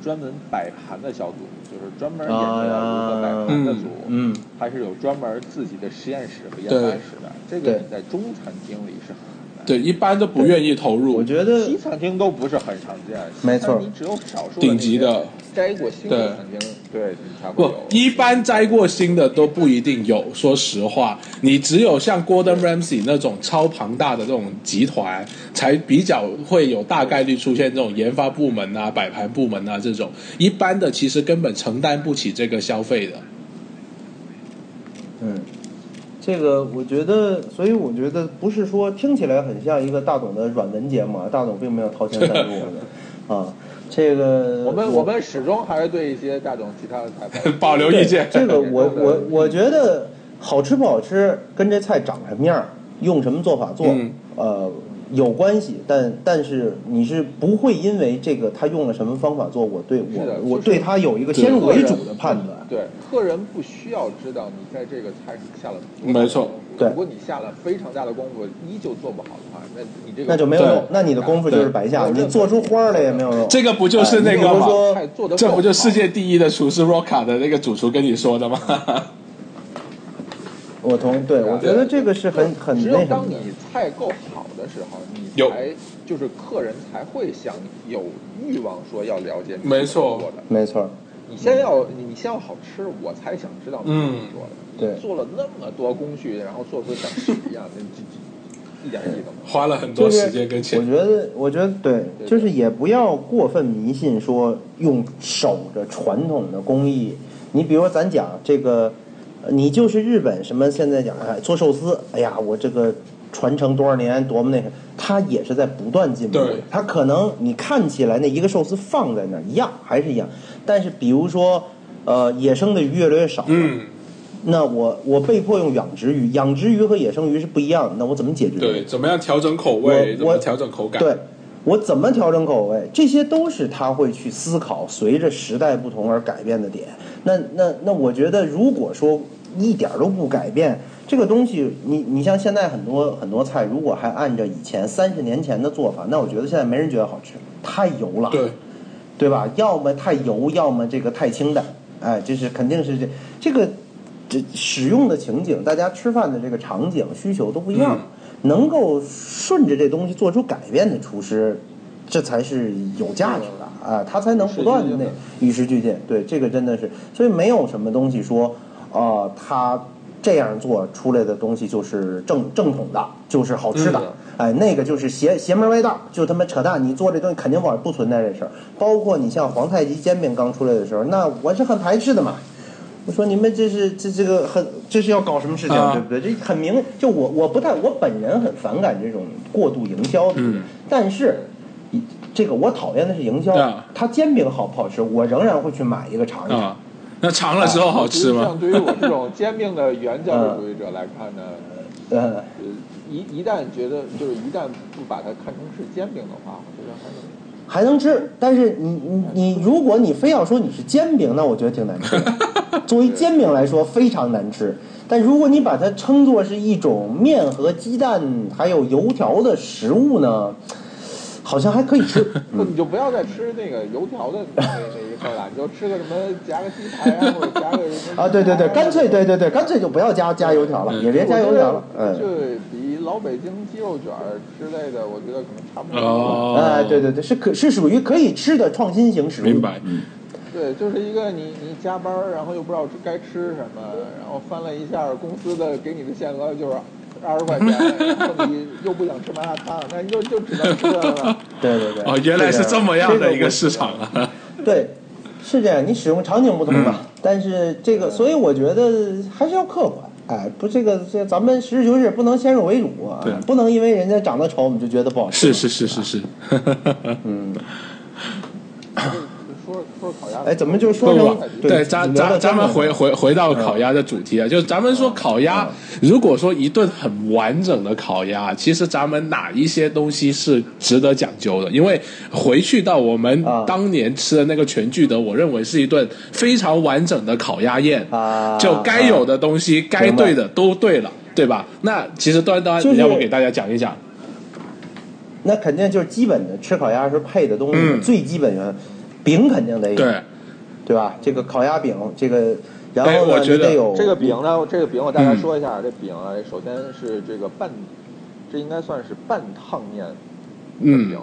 Speaker 1: 专门摆盘的小组，就是专门研究如何摆盘的组，
Speaker 3: 嗯，
Speaker 1: 还是有专门自己的实验室和研
Speaker 2: 对
Speaker 1: 发室的。这个
Speaker 3: 对
Speaker 1: 你在中餐厅里是很难。
Speaker 2: 对，一般都不
Speaker 3: 对
Speaker 2: 愿意投入
Speaker 3: 我。觉
Speaker 1: 西
Speaker 3: 得
Speaker 1: 餐厅都不是很常见，
Speaker 3: 没
Speaker 1: 西
Speaker 3: 错
Speaker 1: 餐你只有少数
Speaker 2: 顶级的
Speaker 1: 的那些摘过星的餐厅，对你才会
Speaker 2: 不
Speaker 1: 有。，
Speaker 2: 一般摘过星的都不一定有。说实话，你只有像 Gordon Ramsay 那种超庞大的这种集团，才比较会有大概率出现这种研发部门啊、摆盘部门啊这种。一般的其实根本承担不起这个消费的。
Speaker 3: 嗯，这个我觉得，所以我觉得不是说听起来很像一个大董的软文节目，啊，大董并没有掏钱赞助
Speaker 2: *laughs*
Speaker 3: 我们啊。这个
Speaker 1: 我们我们始终还是对一些大众其他的菜品
Speaker 2: *laughs* *laughs* 保留
Speaker 1: *laughs*
Speaker 2: 意见。
Speaker 3: 这个我我
Speaker 1: 嗯
Speaker 3: 我觉得好吃不好吃跟这菜长什么样儿，用什么做法做，
Speaker 2: 嗯
Speaker 3: 呃，有关系，但但是你是不会因为这个他用了什么方法做，我对我
Speaker 1: 是的
Speaker 3: 我
Speaker 1: 就是
Speaker 3: 对他有一个先入为主的判断。
Speaker 1: 对，客人不需要知道你在这个菜上下了多大的功夫
Speaker 2: 没错
Speaker 3: 对
Speaker 1: 如果你下了非常大的功夫，依旧做不好的话，那你这个
Speaker 3: 那就没有用
Speaker 2: 对，
Speaker 3: 那你的功夫就是白下，
Speaker 1: 对
Speaker 3: 你做出花儿来也没有用。
Speaker 2: 这个不就是那个
Speaker 3: 哎你比如
Speaker 2: 吗？
Speaker 3: 说
Speaker 1: 菜做的
Speaker 2: 这不就世界第一的厨师 Roca 的那个主厨跟你说的吗？ *laughs*
Speaker 3: 我同对，我觉得这个是很很
Speaker 1: 只有
Speaker 3: 那什么
Speaker 1: 当
Speaker 3: 的。
Speaker 1: 你菜够好的时候，你
Speaker 2: 有
Speaker 1: 才就是客人才会想有欲望说要了解你
Speaker 2: 没
Speaker 1: 怎么
Speaker 2: 错
Speaker 1: 做的。
Speaker 3: 没错儿，
Speaker 1: 你先要你你先要好吃，我才想知道你
Speaker 2: 嗯
Speaker 1: 怎么做的。
Speaker 3: 对
Speaker 1: 你做了那么多工序，然后做出像屎一样，那这这一点意义都没有。
Speaker 2: 花了很
Speaker 3: 就
Speaker 2: 多
Speaker 3: 是
Speaker 2: 时间跟
Speaker 3: 我
Speaker 2: 钱，
Speaker 3: 觉得，我觉得对，
Speaker 1: 对
Speaker 3: 就是也不要过分迷信，说用守着传统的工艺。你比如说咱讲这个，呃你就是日本什么现在讲哎做寿司，哎呀，我这个传承多少年多么那个，它也是在不断进步的
Speaker 2: 对。
Speaker 3: 它可能你看起来那一个寿司放在那儿一样还是一样，但是比如说，呃，野生的鱼越来越少了，
Speaker 2: 嗯，
Speaker 3: 那我我被迫用养殖鱼，养殖鱼和野生鱼是不一样的，那我怎么解决？
Speaker 2: 对，怎么样调整口味，
Speaker 3: 我
Speaker 2: 怎么
Speaker 3: 我
Speaker 2: 调整口感，
Speaker 3: 对，我怎么调整口味，这些都是他会去思考，随着时代不同而改变的点。那那那，我觉得如果说一点儿都不改变这个东西，你你像现在很多很多菜，如果还按照以前三十年前的做法，那我觉得现在没人觉得好吃，太油了。
Speaker 2: 对，
Speaker 3: 对吧？要么太油，要么这个太清淡，哎，这是肯定是这这个这使用的情景，大家吃饭的这个场景需求都不一样，能够顺着这东西做出改变的厨师，这才是有价值的啊，他才能不断的那与时俱进。对，这个真的是，所以没有什么东西说，啊，他这样做出来的东西就是正正统的，就是好吃的。
Speaker 2: 嗯
Speaker 3: 哎，那个就是邪邪门歪道，就他妈扯淡！你做这东西肯定不不存在这事儿。包括你像皇太极煎饼刚出来的时候，那我是很排斥的嘛。我说你们这是这这个很这是要搞什么事情，
Speaker 2: 啊
Speaker 3: 对不对？这很明，就我我不太我本人很反感这种过度营销的，
Speaker 2: 嗯
Speaker 3: 但是。这个我讨厌的是营销
Speaker 2: 啊，
Speaker 3: 它煎饼好不好吃，我仍然会去买一个尝一尝。
Speaker 2: 啊，那尝了之后 *laughs* 好吃
Speaker 1: 像
Speaker 2: 吗？
Speaker 1: 对于我这种煎饼的原教
Speaker 3: 嗯
Speaker 1: 旨主义者来看呢，
Speaker 3: 呃，
Speaker 1: 呃一一旦觉得就是一旦不把它看成是煎饼的话，我觉得还能
Speaker 3: 还能吃，但是你你你，如果你非要说你是煎饼，那我觉得挺难吃的。
Speaker 2: *laughs*
Speaker 3: 作为煎饼来说，非常难吃。但如果你把它称作是一种面和鸡蛋还有油条的食物呢，好像还可以吃。 *laughs*
Speaker 1: 不，你就不要再吃那个油条的那那一份了，你就吃个什么夹个鸡排啊，或者夹个什么
Speaker 3: *laughs* 啊，对对对，
Speaker 1: 鸡排啊
Speaker 3: 干脆对对对，干脆就不要加加油条了，也别加油条了。嗯，
Speaker 1: 就比老北京鸡肉卷儿之类的，我觉得可能差不多。
Speaker 2: 哦，
Speaker 3: 哎，对，对对，是可是属于可以吃的创新型食物。
Speaker 2: 明白。
Speaker 1: 对，就是一个你你加班儿，然后又不知道该吃什么，然后翻了一下公司的给你的限额就是二十块钱，然后
Speaker 2: *laughs*
Speaker 1: 你又不想吃麻辣烫，那你就就只能吃这个了。
Speaker 3: 对对对。
Speaker 2: 哦，原来是这么样的一个市场啊！
Speaker 3: 对，是这样，你使用场景不同嘛，
Speaker 2: 嗯
Speaker 3: 但是这个，所以我觉得还是要客观。哎，不，这个这咱们实事求是，不能先入为主啊
Speaker 2: 对，
Speaker 3: 不能因为人家长得丑我们就觉得不好吃。
Speaker 2: *laughs* 是是是是是，
Speaker 3: 嗯，
Speaker 1: 说说烤鸭，
Speaker 3: 哎，怎么就
Speaker 2: 不
Speaker 3: 说
Speaker 2: 不
Speaker 3: 成
Speaker 2: 不，
Speaker 3: 对
Speaker 2: 咱
Speaker 3: 你聊
Speaker 2: 咱
Speaker 3: 到
Speaker 2: 咱们
Speaker 3: 这儿
Speaker 2: 回回回到
Speaker 3: 嗯
Speaker 2: 烤鸭的主题啊，就是咱们说烤鸭，如果说一顿很完整的烤鸭，其实咱们哪一些东西是值得讲究的？因为回去到我们
Speaker 3: 啊
Speaker 2: 当年吃的那个全聚德，我认为是一顿非常完整的烤鸭宴，
Speaker 3: 啊，
Speaker 2: 就该有的东西、该对的都对了，对吧？那其实端端，
Speaker 3: 就是
Speaker 2: 你要不给大家讲一讲？
Speaker 3: 那肯定就是基本的吃烤鸭时候配的东西，
Speaker 2: 嗯
Speaker 3: 最基本的饼肯定得有，
Speaker 2: 对，
Speaker 3: 对吧？这个烤鸭饼，这个然
Speaker 2: 哎
Speaker 3: 后呢，
Speaker 2: 我觉得
Speaker 3: 你得有
Speaker 1: 这个饼呢？这个饼我大
Speaker 3: 嗯
Speaker 1: 概说一下，这饼啊，首先是这个半，这应该算是半烫面的
Speaker 2: 嗯
Speaker 1: 饼，，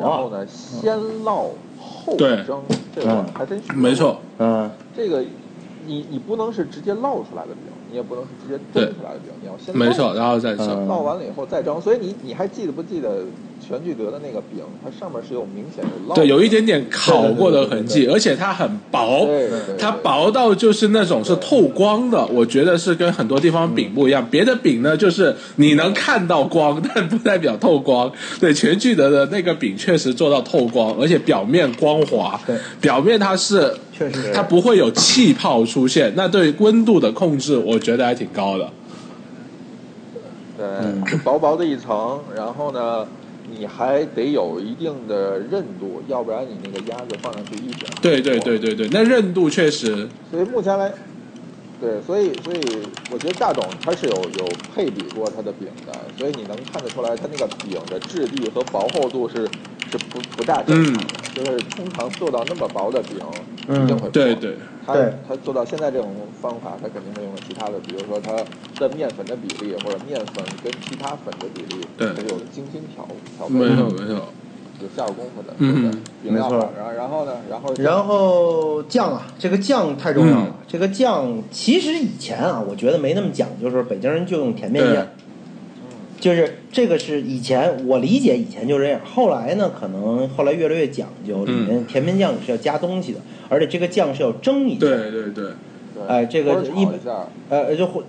Speaker 1: 然后
Speaker 3: 火，
Speaker 1: 呢，先烙后
Speaker 2: 对嗯
Speaker 1: 蒸，这个还真学
Speaker 2: 没
Speaker 1: 过
Speaker 2: 错，
Speaker 3: 嗯，
Speaker 1: 这个你你不能是直接烙出来的饼，你也不能是直接蒸出来的饼，你要先
Speaker 2: 没
Speaker 1: 烙
Speaker 2: 错，然后再说。
Speaker 3: 嗯
Speaker 1: 烙完了以后再蒸。所以你你还记得不记得全聚德的那个饼，它上面是有明显的烙，
Speaker 2: 对，有一点点烤过的痕迹，
Speaker 3: 对
Speaker 2: 而且它很薄
Speaker 1: 对对对，
Speaker 2: 它薄到就是那种是透光的，我觉得是跟很多地方饼不一样。别的饼呢，就是你能看到光，但不代表透光。 *laughs* 对，全聚德的那个饼确实做到透光，而且表面光滑
Speaker 3: 对，
Speaker 2: 表面它是
Speaker 3: 确实是
Speaker 2: 它不会有气泡出现，那对温度的控制，我觉得还挺高的。
Speaker 1: 对，就薄薄的一层，然后呢，你还得有一定的韧度，要不然你那个鸭子放上去一点儿。
Speaker 2: 对对对对对，那韧度确实，
Speaker 1: 所以目前来，对，所以所以我觉得大董他是有有配比过他的饼的，所以你能看得出来，他那个饼的质地和薄厚度是是不不大正常的，就是通常做到那么薄的饼一定会破。
Speaker 2: 嗯对对
Speaker 1: 他
Speaker 4: 对
Speaker 1: 他做到现在这种方法，他肯定是用了其他的，比如说他的面粉的比例或者面粉跟其他粉的比例，
Speaker 2: 对
Speaker 1: 他有精心调调配，
Speaker 2: 没错没错，
Speaker 3: 嗯
Speaker 1: 有下过功夫的，对
Speaker 2: 嗯
Speaker 1: 不对饼
Speaker 4: 没
Speaker 1: 料
Speaker 4: 错
Speaker 1: 好然后然后呢，然后
Speaker 4: 然后酱啊，这个酱太重要了。
Speaker 2: 嗯
Speaker 4: 这个酱其实以前啊，我觉得没那么讲究，就是北京人就用甜面酱，就是这个是以前我理解以前就这样，后来呢，可能后来越来越讲究，里
Speaker 2: 嗯
Speaker 4: 面甜面酱是要加东西的，而且这个酱是要蒸一下，
Speaker 2: 对对对。
Speaker 1: 对
Speaker 4: 哎这个
Speaker 1: 或者
Speaker 4: 一
Speaker 1: 炒一下，
Speaker 4: 呃，就会，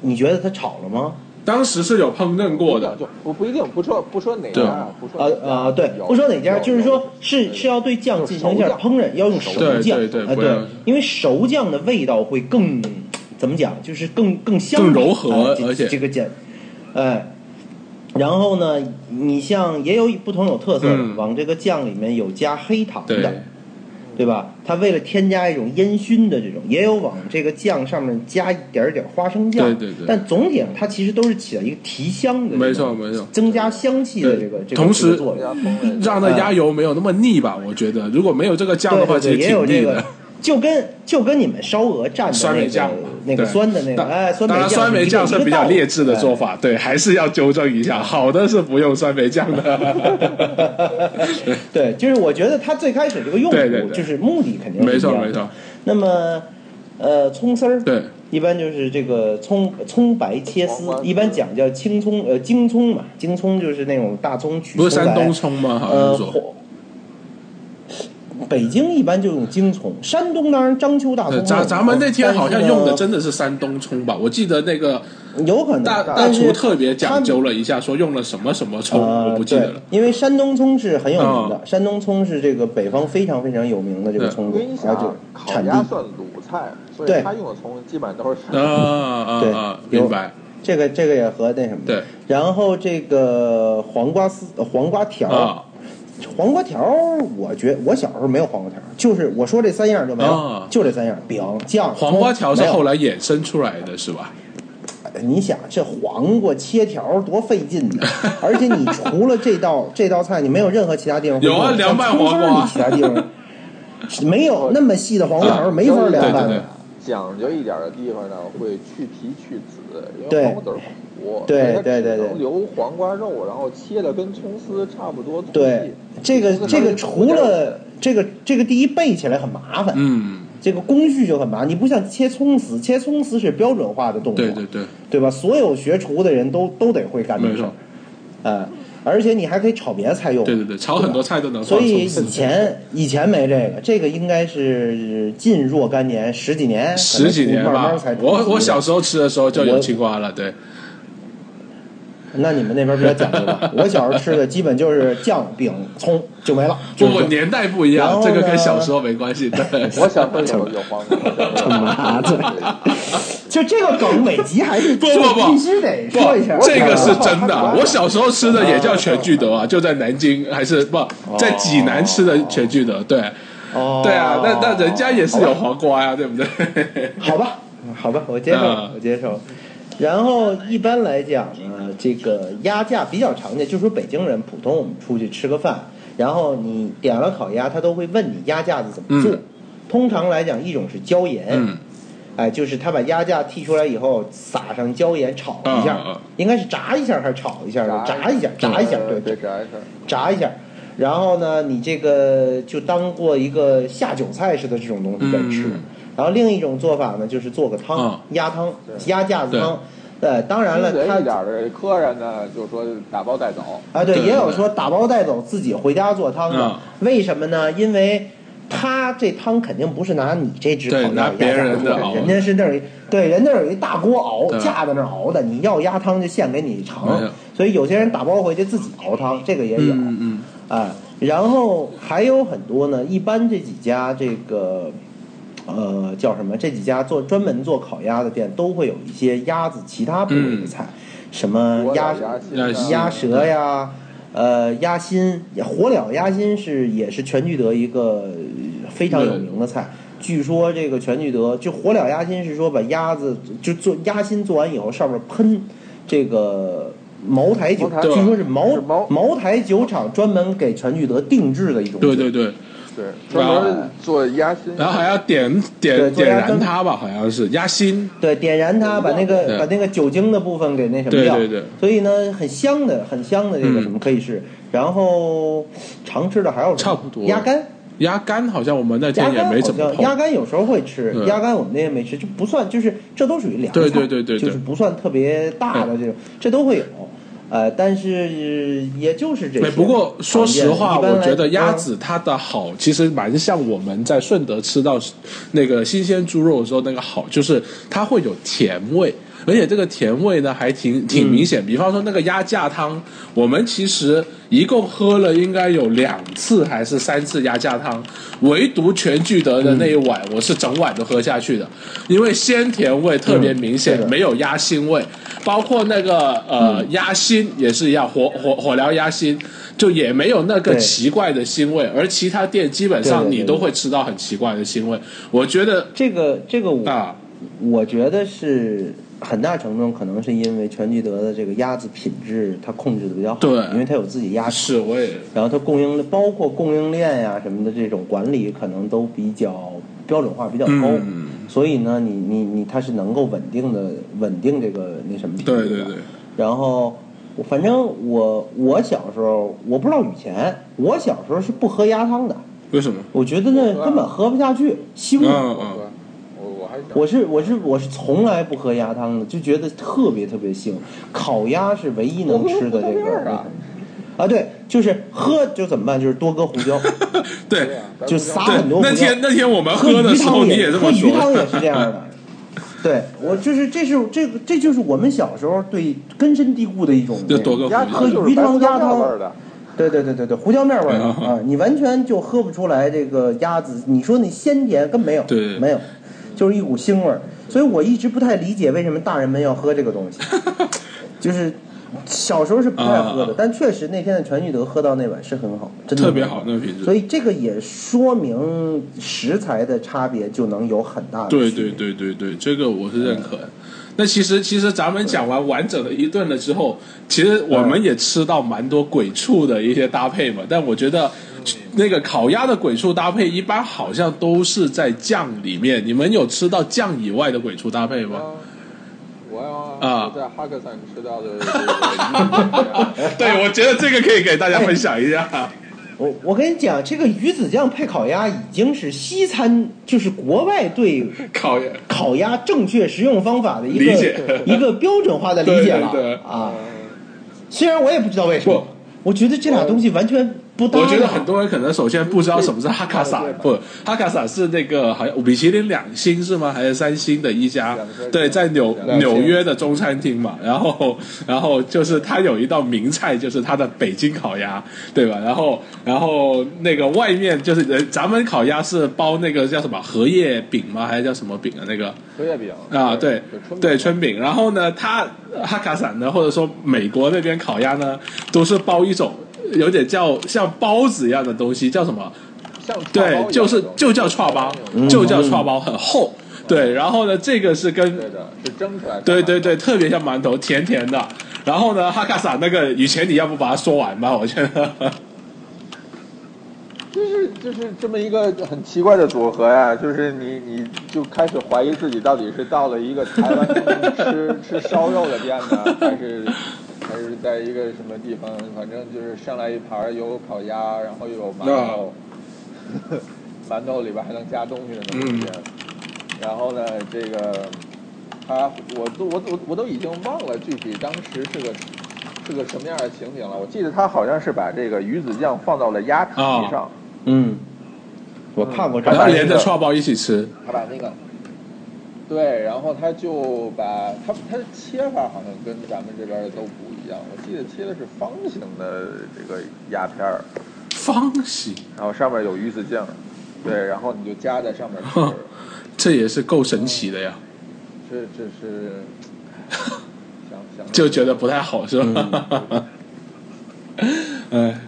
Speaker 4: 你觉得它炒了吗？
Speaker 2: 当时是有烹饪过的，
Speaker 1: 就不不一定，不说不说哪
Speaker 2: 对
Speaker 1: 家啊，不说
Speaker 4: 呃呃，对，不说哪家，就是说是是要对酱进行一下烹饪，要用熟
Speaker 2: 对
Speaker 4: 酱，
Speaker 2: 对对
Speaker 4: 呃
Speaker 2: 不要
Speaker 4: 对，因为熟酱的味道会更怎么讲，就是更更香
Speaker 2: 更
Speaker 4: 美
Speaker 2: 柔和
Speaker 4: 哎这
Speaker 2: 而且
Speaker 4: 这个酱，哎。然后呢，你像也有不同有特色的，
Speaker 2: 嗯
Speaker 4: 往这个酱里面有加黑糖的，
Speaker 2: 对
Speaker 4: 对吧？它为了添加一种烟熏的这种，也有往这个酱上面加一点儿点儿花生酱，
Speaker 2: 对对对
Speaker 4: 但总体上它其实都是起到一个提香的，
Speaker 2: 没错，没错，
Speaker 4: 增加香气的这个
Speaker 2: 对
Speaker 4: 这个
Speaker 2: 同时
Speaker 4: 这个作用。
Speaker 1: 人家烹饪
Speaker 2: 让那鸭油没有那么腻吧？我觉得如果没有这个酱的话，其
Speaker 4: 对对
Speaker 2: 实
Speaker 4: 对，也有
Speaker 2: 挺
Speaker 4: 这
Speaker 2: 腻
Speaker 4: 个
Speaker 2: 的。，
Speaker 4: 就跟就跟你们烧鹅蘸的
Speaker 2: 酸梅
Speaker 4: 那
Speaker 2: 酱
Speaker 4: 个那个
Speaker 2: 对
Speaker 4: 酸的那个，
Speaker 2: 当
Speaker 4: 哎，酸梅
Speaker 2: 当然，
Speaker 4: 酱
Speaker 2: 酸梅酱
Speaker 4: 是
Speaker 2: 是
Speaker 4: 一个
Speaker 2: 比较劣质的做。
Speaker 4: 一个道理哎
Speaker 2: 法，对，还是要纠正一下。好的是不用酸梅酱
Speaker 4: *laughs*
Speaker 2: 的，
Speaker 4: 哎对，就是我觉得它最开始这个用
Speaker 2: 对对
Speaker 4: 途，
Speaker 2: 对
Speaker 4: 就是目的肯定是
Speaker 2: 没
Speaker 4: 一
Speaker 2: 错
Speaker 4: 样的
Speaker 2: 没。错，
Speaker 4: 那么，呃，葱丝儿，
Speaker 2: 对，
Speaker 4: 一般就是这个葱葱白切丝
Speaker 1: 黄，瓜丝
Speaker 4: 一般讲叫青葱，呃，京葱嘛，京葱就是那种大葱取
Speaker 2: 不是
Speaker 4: 出来
Speaker 2: 山东葱吗？好
Speaker 4: 呃，
Speaker 2: 像说，
Speaker 4: 火北京一般就用京葱，山东当然章丘大葱
Speaker 2: 对
Speaker 4: 用。
Speaker 2: 咱咱们那天好像
Speaker 4: 但是呢
Speaker 2: 用的真的是山东葱吧？我记得那个
Speaker 4: 有可能
Speaker 2: 大大
Speaker 4: 嗯但是
Speaker 2: 厨特别讲究了一下，说用了什么什么葱，
Speaker 4: 呃，
Speaker 2: 我不记得了。啊
Speaker 4: 对，因为山东葱是很有名的，山东葱是这个北方非常非常有名的这个
Speaker 2: 对
Speaker 4: 葱
Speaker 1: 因为
Speaker 4: 种
Speaker 1: 你，
Speaker 4: 然后
Speaker 1: 想
Speaker 4: 就
Speaker 1: 烤
Speaker 4: 产
Speaker 1: 鸭
Speaker 4: 地。
Speaker 1: 算鲁菜，所
Speaker 4: 对
Speaker 1: 以他用的葱基本上都是
Speaker 2: 啊啊
Speaker 4: 对
Speaker 2: 啊！
Speaker 4: 有
Speaker 2: 明白，
Speaker 4: 这个这个也和那什么，
Speaker 2: 对。
Speaker 4: 然后这个黄瓜丝、呃黄瓜条、
Speaker 2: 啊
Speaker 4: 黄瓜条，我觉我小时候没有黄瓜条，就是我说这三样就没有，
Speaker 2: 啊
Speaker 4: 就这三样饼酱。
Speaker 2: 黄瓜条是
Speaker 4: 没有
Speaker 2: 后来衍生出来的是吧？
Speaker 4: 你想这黄瓜切条多费劲
Speaker 2: *laughs*
Speaker 4: 呢，而且你除了这道这道菜，你没有任何其他地方会
Speaker 2: 有啊
Speaker 4: 用
Speaker 2: 凉拌
Speaker 4: 像葱丝儿
Speaker 2: 黄瓜
Speaker 4: 你其他地方没有那么细的黄瓜条，
Speaker 2: 啊
Speaker 4: 没法凉
Speaker 2: 对
Speaker 4: 拌
Speaker 2: 对
Speaker 4: 的
Speaker 2: 对。
Speaker 1: 讲究一点的地方呢，会去皮去籽，因
Speaker 4: 对
Speaker 1: 为黄瓜籽儿苦，
Speaker 4: 对
Speaker 1: 所以它
Speaker 4: 对对
Speaker 1: 只
Speaker 4: 对
Speaker 1: 能留黄瓜肉，然后切的跟葱丝差不多粗细。
Speaker 4: 对，这个
Speaker 1: 葱丝
Speaker 4: 这
Speaker 1: 还
Speaker 4: 个
Speaker 1: 是
Speaker 4: 除了这个这个第一备起来很麻烦，
Speaker 2: 嗯，
Speaker 4: 这个工序就很麻烦。你不像切葱丝，切葱丝是标准化的动作，
Speaker 2: 对对对，
Speaker 4: 对吧？所有学厨的人都都得会干这
Speaker 2: 没
Speaker 4: 个事儿
Speaker 2: 错，，
Speaker 4: 嗯，而且你还可以炒别的菜用。
Speaker 2: 对对对，炒很多菜都能放
Speaker 4: 所以
Speaker 2: 葱丝
Speaker 4: 以。前以前没这个，这个应该是近若干年，十几年，
Speaker 2: 十几年
Speaker 4: 可能慢
Speaker 2: 吧
Speaker 4: 慢才。
Speaker 2: 我我小，时候吃的时候就有青瓜了，对，
Speaker 4: 那你们那边比较讲
Speaker 2: *laughs*
Speaker 4: 究吧？我小时候吃的基本就是酱、饼、葱就没了，就
Speaker 2: 不
Speaker 4: 是这样
Speaker 2: 年代不一
Speaker 4: 然
Speaker 2: 样，
Speaker 4: 后
Speaker 2: 这个跟
Speaker 4: 呢
Speaker 2: 小时候没关系， *laughs* 对。
Speaker 1: 我小时候有有黄瓜，
Speaker 4: 他妈的，就这个梗，每集还是
Speaker 2: 不
Speaker 4: 就
Speaker 2: 不不
Speaker 4: 必须得
Speaker 2: 不
Speaker 4: 说一下，，
Speaker 2: 这个是真的
Speaker 1: 啊。
Speaker 2: 我小时候吃的也叫全聚德
Speaker 4: *laughs*
Speaker 2: 啊，就在南京，还是不在济南吃的全聚德。对，*laughs*
Speaker 4: 哦，
Speaker 2: 对啊，那那人家也是有黄瓜呀，对不
Speaker 4: *laughs*
Speaker 2: 对？
Speaker 4: 好吧，好吧，我接受，
Speaker 2: 嗯
Speaker 4: 我接受。然后一般来讲呢，这个鸭架比较常见，就是说北京人普通我们出去吃个饭，然后你点了烤鸭，他都会问你鸭架子怎么做。
Speaker 2: 嗯
Speaker 4: 通常来讲，一种是椒盐，
Speaker 2: 嗯，
Speaker 4: 哎，就是他把鸭架剔出来以后，撒上椒盐炒一下，
Speaker 2: 嗯嗯嗯
Speaker 4: 应该是炸一下还是炒一下？ *laughs* 炸一下，炸一下，对，
Speaker 1: 对，炸一下。
Speaker 4: 炸一下，然后呢，你这个就当做一个下酒菜似的这种东西在吃。
Speaker 2: 嗯
Speaker 4: 然后另一种做法呢，就是做个汤，
Speaker 2: 嗯
Speaker 4: 鸭汤、
Speaker 1: 对
Speaker 4: 鸭架子汤。呃，当然了，
Speaker 1: 精
Speaker 4: 他
Speaker 1: 神一点的客人呢，就说打包带走。
Speaker 4: 啊，对，
Speaker 2: 对
Speaker 4: 也有说打包带走自己回家做汤的。
Speaker 2: 嗯
Speaker 4: 为什么呢？因为他这汤肯定不是拿你这只烤
Speaker 2: 对
Speaker 4: 鸭
Speaker 2: 拿
Speaker 4: 鸭
Speaker 2: 别
Speaker 4: 架
Speaker 2: 人
Speaker 4: 子
Speaker 2: 的
Speaker 4: 做
Speaker 2: 熬
Speaker 4: 人家是那儿一对，人那儿有一大锅熬
Speaker 2: 对
Speaker 4: 架在那儿熬的，你要鸭汤就现给你
Speaker 2: 没
Speaker 4: 尝
Speaker 2: 有。
Speaker 4: 所以有些人打包回去自己熬汤，这哎个也有。
Speaker 2: 嗯嗯
Speaker 4: 啊，然后还有很多呢，一般这几家这个，呃，叫什么？这几家做专门做烤鸭的店都会有一些鸭子其他部位的菜，什么嗯鸭
Speaker 2: 鸭
Speaker 1: 鸭啊
Speaker 4: 鸭舌呀，呃，鸭心，火燎鸭心是也是全聚德一个呃非常有名的菜。据说这个全聚德就火燎鸭心是说把鸭子就做鸭心做完以后上面喷这个茅台酒
Speaker 1: 茅，台
Speaker 4: 据说是茅
Speaker 1: 是茅
Speaker 4: 茅台酒厂专门给全聚德定制的一种
Speaker 2: 对
Speaker 4: 酒。
Speaker 2: 对对，
Speaker 1: 对，专门做鸭心，
Speaker 2: 然后还要点
Speaker 4: 对
Speaker 2: 点
Speaker 4: 做
Speaker 2: 点
Speaker 4: 鸭
Speaker 2: 燃
Speaker 4: 羹
Speaker 2: 它吧，好像是鸭心，
Speaker 4: 对，点燃它，把
Speaker 2: 对
Speaker 4: 那个把那个酒精的部分给那什么
Speaker 2: 对
Speaker 4: 掉。
Speaker 2: 对对
Speaker 4: 所以呢，很香的，很香的这个
Speaker 2: 嗯
Speaker 4: 什么可以试。然后常吃的还有什么
Speaker 2: 差不多
Speaker 4: 鸭肝，
Speaker 2: 鸭肝好像我们那
Speaker 4: 鸭
Speaker 2: 天也
Speaker 4: 肝好
Speaker 2: 没怎
Speaker 4: 像
Speaker 2: 么
Speaker 4: 鸭
Speaker 2: 碰。
Speaker 4: 肝有时候会吃
Speaker 2: 对，
Speaker 4: 鸭肝我们那天没吃，就不算，就是这都属于凉菜，
Speaker 2: 对对对对对
Speaker 4: 就是不算特别大的这种，这都会有。呃，但是呃也就是这些
Speaker 2: 对，哎不过说实话，
Speaker 4: 常见的
Speaker 2: 我觉得
Speaker 4: 一般来嗯
Speaker 2: 鸭子它的好其实蛮像我们在顺德吃到那个新鲜猪肉的时候那个好，就是它会有甜味，而且这个甜味呢还
Speaker 4: 嗯
Speaker 2: 挺挺明显。比方说那个鸭架汤，我们其实一共喝了应该有两次还是三次鸭架汤，唯独全聚德的那一碗，
Speaker 4: 嗯
Speaker 2: 我是整碗都喝下去的，因为鲜甜味特别明显，
Speaker 4: 嗯对的嗯
Speaker 2: 没有鸭腥味。包括那个呃、鸭心也是一样，火火火燎鸭心就也没有那个
Speaker 4: 对
Speaker 2: 奇怪的腥味，而其他店基本
Speaker 4: 对
Speaker 2: 上
Speaker 4: 对对
Speaker 2: 你都会吃到很奇怪的腥味。我觉得
Speaker 4: 这个这个我
Speaker 2: 啊，
Speaker 4: 我觉得是很大程度可能是因为全聚德的这个鸭子品质它控制的比较好，
Speaker 2: 对
Speaker 4: 因为它有自己鸭场，
Speaker 2: 是我也
Speaker 4: 然后它供应包括供应链呀、什么的这种管理可能都比较标准化比较高，
Speaker 2: 嗯
Speaker 4: 所以呢，你你你它是能够稳定的稳定这个那什么品质的
Speaker 2: 对对对，
Speaker 4: 然后。我反正我我小时候我不知道以前我小时候是不喝鸭汤的，
Speaker 2: 为什么？
Speaker 4: 我觉得
Speaker 1: 我喝
Speaker 4: 那
Speaker 1: 啊
Speaker 4: 根本喝不下去，腥
Speaker 2: 嗯
Speaker 4: 的。
Speaker 2: 嗯，
Speaker 1: 我我还想
Speaker 4: 我是我是我是从来不喝鸭汤的，就觉得特别特别腥。烤鸭是唯一能吃
Speaker 1: 我喝胡
Speaker 4: 的这
Speaker 1: 椒面
Speaker 4: 个
Speaker 1: 儿啊
Speaker 4: 啊，对，就是喝就怎么办？就是多搁胡椒，
Speaker 2: 对
Speaker 1: 对啊咱
Speaker 4: 就
Speaker 1: 们
Speaker 4: 撒
Speaker 2: 对 *laughs*
Speaker 4: 很多，胡椒
Speaker 2: 那天那天我们喝的
Speaker 4: 鱼
Speaker 2: 时候
Speaker 4: 汤
Speaker 2: 你
Speaker 4: 也
Speaker 2: 这
Speaker 4: 喝
Speaker 2: 么
Speaker 4: 鱼汤也
Speaker 2: *laughs* 说，
Speaker 4: 是这样的。对我就是这是这个这就是我们小时候对根深蒂固的一种
Speaker 2: 就多个
Speaker 1: 鸭
Speaker 2: 胡
Speaker 1: 汤
Speaker 2: 椒，
Speaker 1: 就是白胡椒面味儿的，
Speaker 4: 对对对对对胡椒面味儿的
Speaker 2: 嗯
Speaker 4: 啊，你完全就喝不出来这个鸭子，你说那鲜甜根本没有，
Speaker 2: 对
Speaker 4: 没有，就是一股腥味儿。所以我一直不太理解为什么大人们要喝这个
Speaker 2: *laughs*
Speaker 4: 东西，就是小时候是不太喝的
Speaker 2: 啊，
Speaker 4: 但确实那天的全聚德喝到那碗是很好，真的
Speaker 2: 特别好那个品质
Speaker 4: 所。以这个也说明食材的差别就能有很大的
Speaker 2: 对
Speaker 4: 区别
Speaker 2: 对对对对，这个我是认可的。那其实其实咱们讲完完整的一顿了之后，其实我们也吃到蛮多鬼畜的一些搭配嘛。但我觉得那个烤鸭的鬼畜搭配一般好像都是在酱里面。你们有吃到酱以外的鬼畜搭配吗？
Speaker 1: 我
Speaker 2: 啊
Speaker 1: 要在哈克散吃到的这个
Speaker 2: 对，我觉得这个可以给大家分享一下。
Speaker 4: 我我跟你讲，这个鱼子酱配烤鸭已经是西餐，就是国外对
Speaker 2: *laughs* 烤鸭，
Speaker 4: 烤鸭正确食用方法的一
Speaker 2: 理解
Speaker 4: 个一个标准化的理解了
Speaker 2: 对对对 *laughs*
Speaker 4: 啊。虽然我也不知道为什么
Speaker 2: 不，
Speaker 4: 我觉得这俩东西完全不搭。
Speaker 2: 我觉得很多人可能首先不知道什么是哈卡萨，不，哈卡萨是那个好像米其林两星是吗？还是三星的一家
Speaker 1: 两星？
Speaker 2: 对，在纽
Speaker 1: 两星
Speaker 2: 纽约的中餐厅嘛。然后，然后就是它有一道名菜，就是它的北京烤鸭，对吧？然后，然后那个外面就是人，咱们烤鸭是包那个叫什么荷叶饼吗？还是叫什么饼啊？那个
Speaker 1: 荷叶饼
Speaker 2: 啊，对
Speaker 1: 春
Speaker 2: 对
Speaker 1: 饼
Speaker 2: 春饼。然后呢，它哈卡散呢，或者说美国那边烤鸭呢，都是包一种有点叫像包子一样的东西，叫什么？
Speaker 1: 像串包一
Speaker 2: 对
Speaker 1: 样，
Speaker 2: 就是
Speaker 1: 那种
Speaker 2: 就叫串包，嗯就叫串包，很厚。对，然后呢，这个是跟
Speaker 1: 对的，是蒸出来的，
Speaker 2: 对对对，特别像馒头，甜甜的。然后呢，哈卡萨那个，以前你要不把它说完吧？我觉得，
Speaker 1: 就是就是这么一个很奇怪的组合呀，就是你你就开始怀疑自己到底是到了一个台湾吃吃烧肉的店呢，还是还是在一个什么地方，反正就是上来一盘儿有烤鸭，然后又有馒头， *laughs* 馒头里边还能加东西的东西，然后呢这个他我都我我我都已经忘了具体当时是个。是个什么样的情景了？我记得他好像是把这个鱼子酱放到了鸭皮
Speaker 2: 啊
Speaker 1: 上，
Speaker 4: 嗯，我看过这
Speaker 2: 把
Speaker 1: 然
Speaker 2: 它
Speaker 1: 后
Speaker 2: *laughs* 连着
Speaker 1: 那个
Speaker 2: 串包一起吃。
Speaker 1: 他把那个，对，然后他就把他他的切法好像跟咱们这边的都不一样，我记得切的是方形的这个鸦片儿，
Speaker 2: 方形，
Speaker 1: 然后上面有鱼子酱，对，然后你就夹在上面
Speaker 4: *laughs*
Speaker 1: 吃，
Speaker 2: 哼，这也是够神奇的呀。
Speaker 1: 这这是想想想
Speaker 2: 就觉得不太好，是吧？ *laughs* 哎，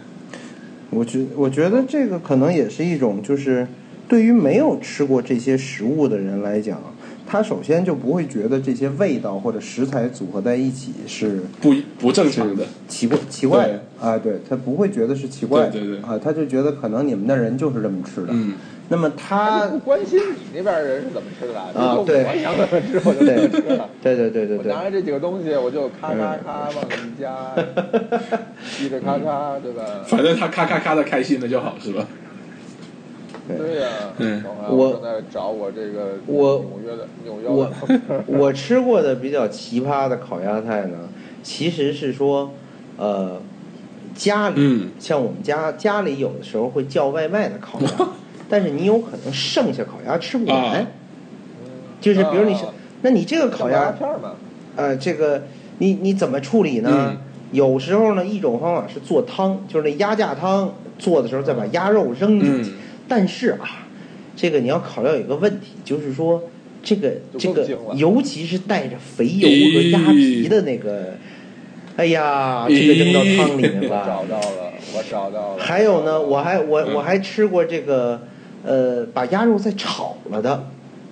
Speaker 4: 我觉我觉得这个可能也是一种，就是对于没有吃过这些食物的人来讲，他首先就不会觉得这些味道或者食材组合在一起是
Speaker 2: 不不正常的，
Speaker 4: 奇怪奇怪的啊，对他不会觉得是奇怪的
Speaker 2: 对对对
Speaker 4: 啊，他就觉得可能你们那人就是这么吃的。
Speaker 2: 嗯，
Speaker 4: 那么
Speaker 1: 他
Speaker 4: 他
Speaker 1: 就不关心你那边人是怎么吃的，就
Speaker 4: 啊
Speaker 1: 说
Speaker 4: 对
Speaker 1: 我想怎么吃我就怎么吃了。
Speaker 4: 对对对对
Speaker 1: 我
Speaker 4: 对
Speaker 1: 拿着这几个东西，我就咔咔咔往里一加，
Speaker 4: *laughs*
Speaker 1: 嘁着咔咔，对吧？
Speaker 2: 反正他咔咔咔的开心的就好，是吧？
Speaker 1: 对呀、
Speaker 2: 嗯
Speaker 1: 懂啊
Speaker 4: 我
Speaker 1: 正在找我这个
Speaker 4: 我
Speaker 1: 纽约的纽约
Speaker 4: 我
Speaker 1: 的
Speaker 4: *laughs* 我吃过的比较奇葩的烤鸭菜呢，其实是说，呃，家里、
Speaker 2: 嗯
Speaker 4: 像我们家家里有的时候会叫外卖的烤
Speaker 2: *laughs*
Speaker 4: 鸭，但是你有可能剩下烤鸭吃不完，
Speaker 2: 啊
Speaker 4: *laughs* 就是比如你是，
Speaker 1: 啊
Speaker 4: 那你这个
Speaker 1: *laughs*
Speaker 4: 烤鸭
Speaker 1: 片儿嘛，
Speaker 4: 呃，这个你你怎么处理呢？
Speaker 2: 嗯
Speaker 4: 有时候呢，一种方法是做汤，就是那鸭架汤做的时候再把鸭肉扔进去。
Speaker 2: 嗯
Speaker 4: 但是啊，这个你要考虑到有一个问题，就是说这个
Speaker 1: 就
Speaker 4: 这
Speaker 1: 更
Speaker 4: 个
Speaker 1: 精了，
Speaker 4: 尤其是带着肥油和鸭
Speaker 2: 哎
Speaker 4: 皮的那个，哎呀，这个扔到汤里面
Speaker 1: 我
Speaker 4: 吧
Speaker 1: 找。到了，我找到了。
Speaker 4: *laughs* 还有呢，我还我
Speaker 2: 哎嗯
Speaker 4: 我还吃过这个，呃，把鸭肉再炒了的，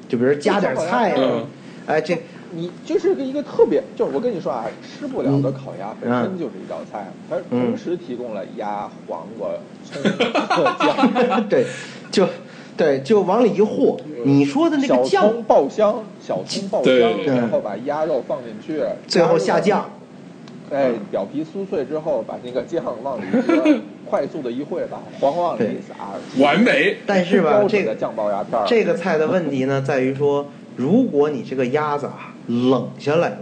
Speaker 4: 就比如加点菜啊，
Speaker 2: 嗯
Speaker 4: 哎，这
Speaker 1: 你就是一个特别，就是我跟你说啊，吃不了的烤鸭本
Speaker 4: 嗯
Speaker 1: 身就是一道菜，它同时提供了鸭、黄
Speaker 4: *laughs*
Speaker 1: 瓜、葱、剁酱、
Speaker 4: 对，就对，就往里一和，你说的那
Speaker 1: 嗯小
Speaker 4: 个酱
Speaker 1: 葱爆香、小葱爆
Speaker 2: 对
Speaker 1: 香，然后把鸭肉放进去，
Speaker 4: 最后下降，
Speaker 1: 哎，表皮酥脆之后，把那个酱往里
Speaker 4: *laughs*
Speaker 1: 搁，快速的一烩，把黄瓜往里一撒，
Speaker 2: 完美，
Speaker 4: 但是吧
Speaker 1: 标，
Speaker 4: 这
Speaker 1: 准的啊
Speaker 4: 个
Speaker 1: 酱爆鸭片儿。
Speaker 4: 这个菜的问题呢，在于说，如果你这个鸭子啊冷下来了，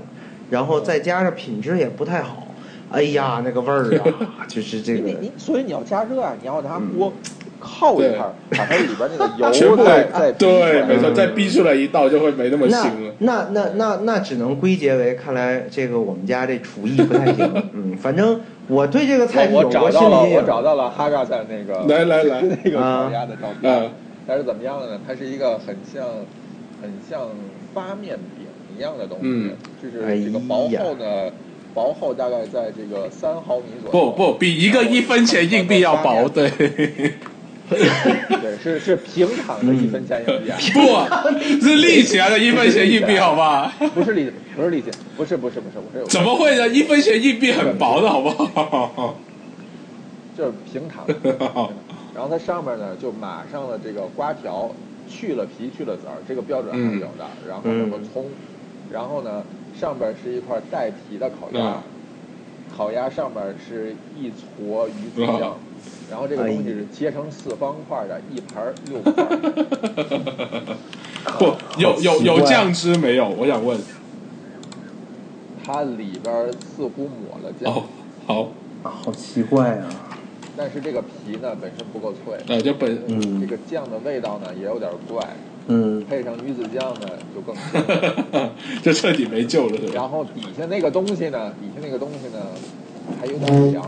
Speaker 4: 然后再加上品质也不太好，哎呀，那个味儿
Speaker 1: *laughs*
Speaker 4: 啊，就是这
Speaker 1: 你
Speaker 4: 个
Speaker 1: 你你，所以你要加热啊，你要拿
Speaker 4: 嗯
Speaker 1: 锅靠一下，把它里边那
Speaker 4: *laughs*
Speaker 1: 个
Speaker 2: 全
Speaker 1: 油
Speaker 2: 部嗯
Speaker 1: 再再逼出
Speaker 2: 对，
Speaker 1: 来哎
Speaker 2: 没
Speaker 4: 嗯
Speaker 2: 错，再逼出来一道就会没那么
Speaker 4: 那
Speaker 2: 腥了。
Speaker 4: 那那那那只能归结为，看来这个我们家这厨艺不
Speaker 1: *laughs*
Speaker 4: 太行。嗯，反正我对这个啊菜是
Speaker 1: 我
Speaker 4: 有
Speaker 1: 我找
Speaker 4: 过
Speaker 1: 到
Speaker 4: 心
Speaker 1: 了，
Speaker 4: 理阴
Speaker 1: 我
Speaker 4: 影。
Speaker 1: 找到了哈嘎在那个
Speaker 2: 来来来，
Speaker 1: *laughs* 那个
Speaker 4: 嗯
Speaker 1: 烤鸭的照片，
Speaker 2: 啊
Speaker 1: 但是怎么样呢？它是一个很像很像发面饼一样的东西，
Speaker 2: 嗯
Speaker 1: 就是
Speaker 4: 哎
Speaker 1: 这个薄
Speaker 4: 呀
Speaker 1: 厚呢，薄厚大概在这个三毫米左
Speaker 2: 不
Speaker 1: 右。
Speaker 2: 不，比一个一分钱硬币要 *laughs* 薄，对，
Speaker 1: 对，是是平躺的一分钱硬币啊，
Speaker 2: 不是立起来的一分钱硬币，好吧？
Speaker 1: 不是李，不是李姐，不是不是不是，我是
Speaker 2: 怎么会呢？一分钱硬币很薄的，好不好？ *laughs*
Speaker 1: 就是平躺的，然后它上面呢就码上了这个瓜条，去了皮去了籽儿，这个标准还是有的。然后呢
Speaker 4: 嗯
Speaker 1: 有葱，然后呢上边是一块带皮的烤鸭，
Speaker 2: 嗯
Speaker 1: 烤鸭上面是一撮鱼子酱，
Speaker 2: 哇
Speaker 1: 然后这个东西是切成四方块的，一盘儿六块
Speaker 4: 哎
Speaker 1: 儿。
Speaker 2: 不，有有有酱汁没有？我想问。
Speaker 1: *laughs* 它里边儿似乎抹了酱，
Speaker 2: 哦，好，
Speaker 4: 啊好奇怪啊！
Speaker 1: 但是这个皮呢本身不够脆，
Speaker 2: 呃，就本 *laughs*
Speaker 4: 嗯
Speaker 1: 这个酱的味道呢也有点怪，
Speaker 4: 嗯，
Speaker 1: 配上鱼子酱呢就
Speaker 4: *laughs*
Speaker 1: 更香了。
Speaker 2: 就彻底没救了，是吧？
Speaker 1: 然后底下那个东西呢，底下那个东西呢，还有点凉，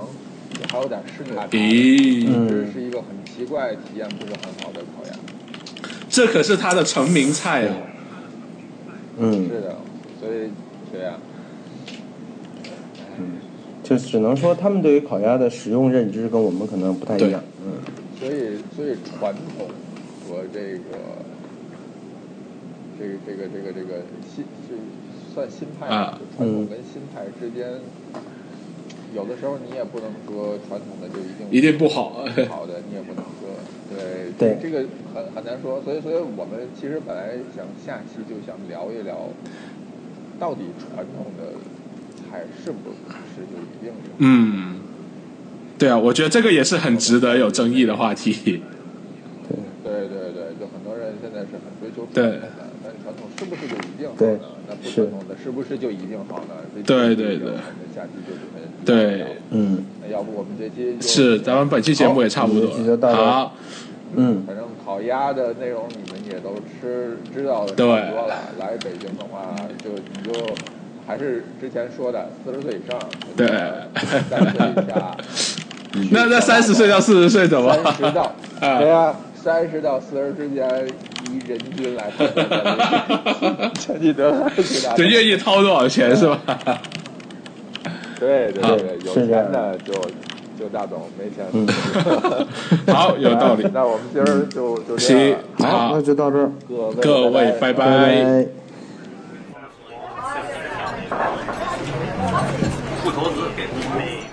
Speaker 1: 也还有点湿塌塌的，
Speaker 2: 咦，
Speaker 4: 嗯
Speaker 1: 这是一个很奇怪、体验不是很好的烤鸭。
Speaker 2: 这可是他的成名菜啊！
Speaker 4: 嗯，
Speaker 1: 是的，所以对呀、
Speaker 4: 就只能说他们对于烤鸭的食用认知跟我们可能不太一样。嗯，
Speaker 1: 所以所以传统和这个这个这个这个这个新这算新派吧
Speaker 2: 啊
Speaker 1: 就传统跟新派之间。有的时候你也不能说传统的就一定
Speaker 2: 一定不好， *laughs*
Speaker 1: 好的，你也不能说对
Speaker 4: 对
Speaker 1: 这个很很难说。所以，所以我们其实本来想下期就想聊一聊，到底传统的菜是不是就一定是
Speaker 2: 嗯，对啊，我觉得这个也是很值得有争议的话题。
Speaker 1: 对对对，就很多人现在是很追求传
Speaker 2: 对
Speaker 1: 统的，但传统是不是就一定好
Speaker 4: 对
Speaker 1: 呢？那不
Speaker 4: 是
Speaker 1: 传统的是不是就一定好呢？所以
Speaker 2: 对
Speaker 1: 这个
Speaker 2: 对
Speaker 1: 就
Speaker 2: 对
Speaker 1: 我们下期就准备聊
Speaker 2: 对，，
Speaker 4: 嗯
Speaker 1: 那要不我们这期就是
Speaker 2: 咱们本期节目也差不
Speaker 4: 好我们这期就
Speaker 2: 多
Speaker 4: 到
Speaker 2: 了。
Speaker 4: 这儿
Speaker 2: 好，
Speaker 4: 嗯，
Speaker 1: 反正烤鸭的内容你们也都吃知道的差
Speaker 2: 对
Speaker 1: 不多了。来北京的话，就你就还是之前说的，四十岁以上，
Speaker 2: 对
Speaker 1: 三十岁以
Speaker 2: *laughs*
Speaker 1: 下，
Speaker 2: 那那三十岁到四十岁怎么？
Speaker 1: 三十
Speaker 2: *laughs*
Speaker 1: 到
Speaker 2: 啊
Speaker 1: 对啊，三十到四十之间，以人均来判 *laughs* 断的，记得记得，
Speaker 2: 就愿意掏多少钱是吧？
Speaker 1: 对对
Speaker 2: 好
Speaker 1: 对，有
Speaker 4: 是这
Speaker 1: 钱
Speaker 4: 样
Speaker 1: 的就就大董，没钱
Speaker 4: 嗯
Speaker 1: 的。。
Speaker 2: 好，有 *laughs* 道理
Speaker 1: *laughs* 那我们今儿就就这
Speaker 2: 行
Speaker 1: 样，，
Speaker 4: 好，
Speaker 2: 好
Speaker 4: 那，就到这儿，
Speaker 1: 各位
Speaker 2: 各位，拜拜。
Speaker 4: 拜
Speaker 5: 不投资给不投资。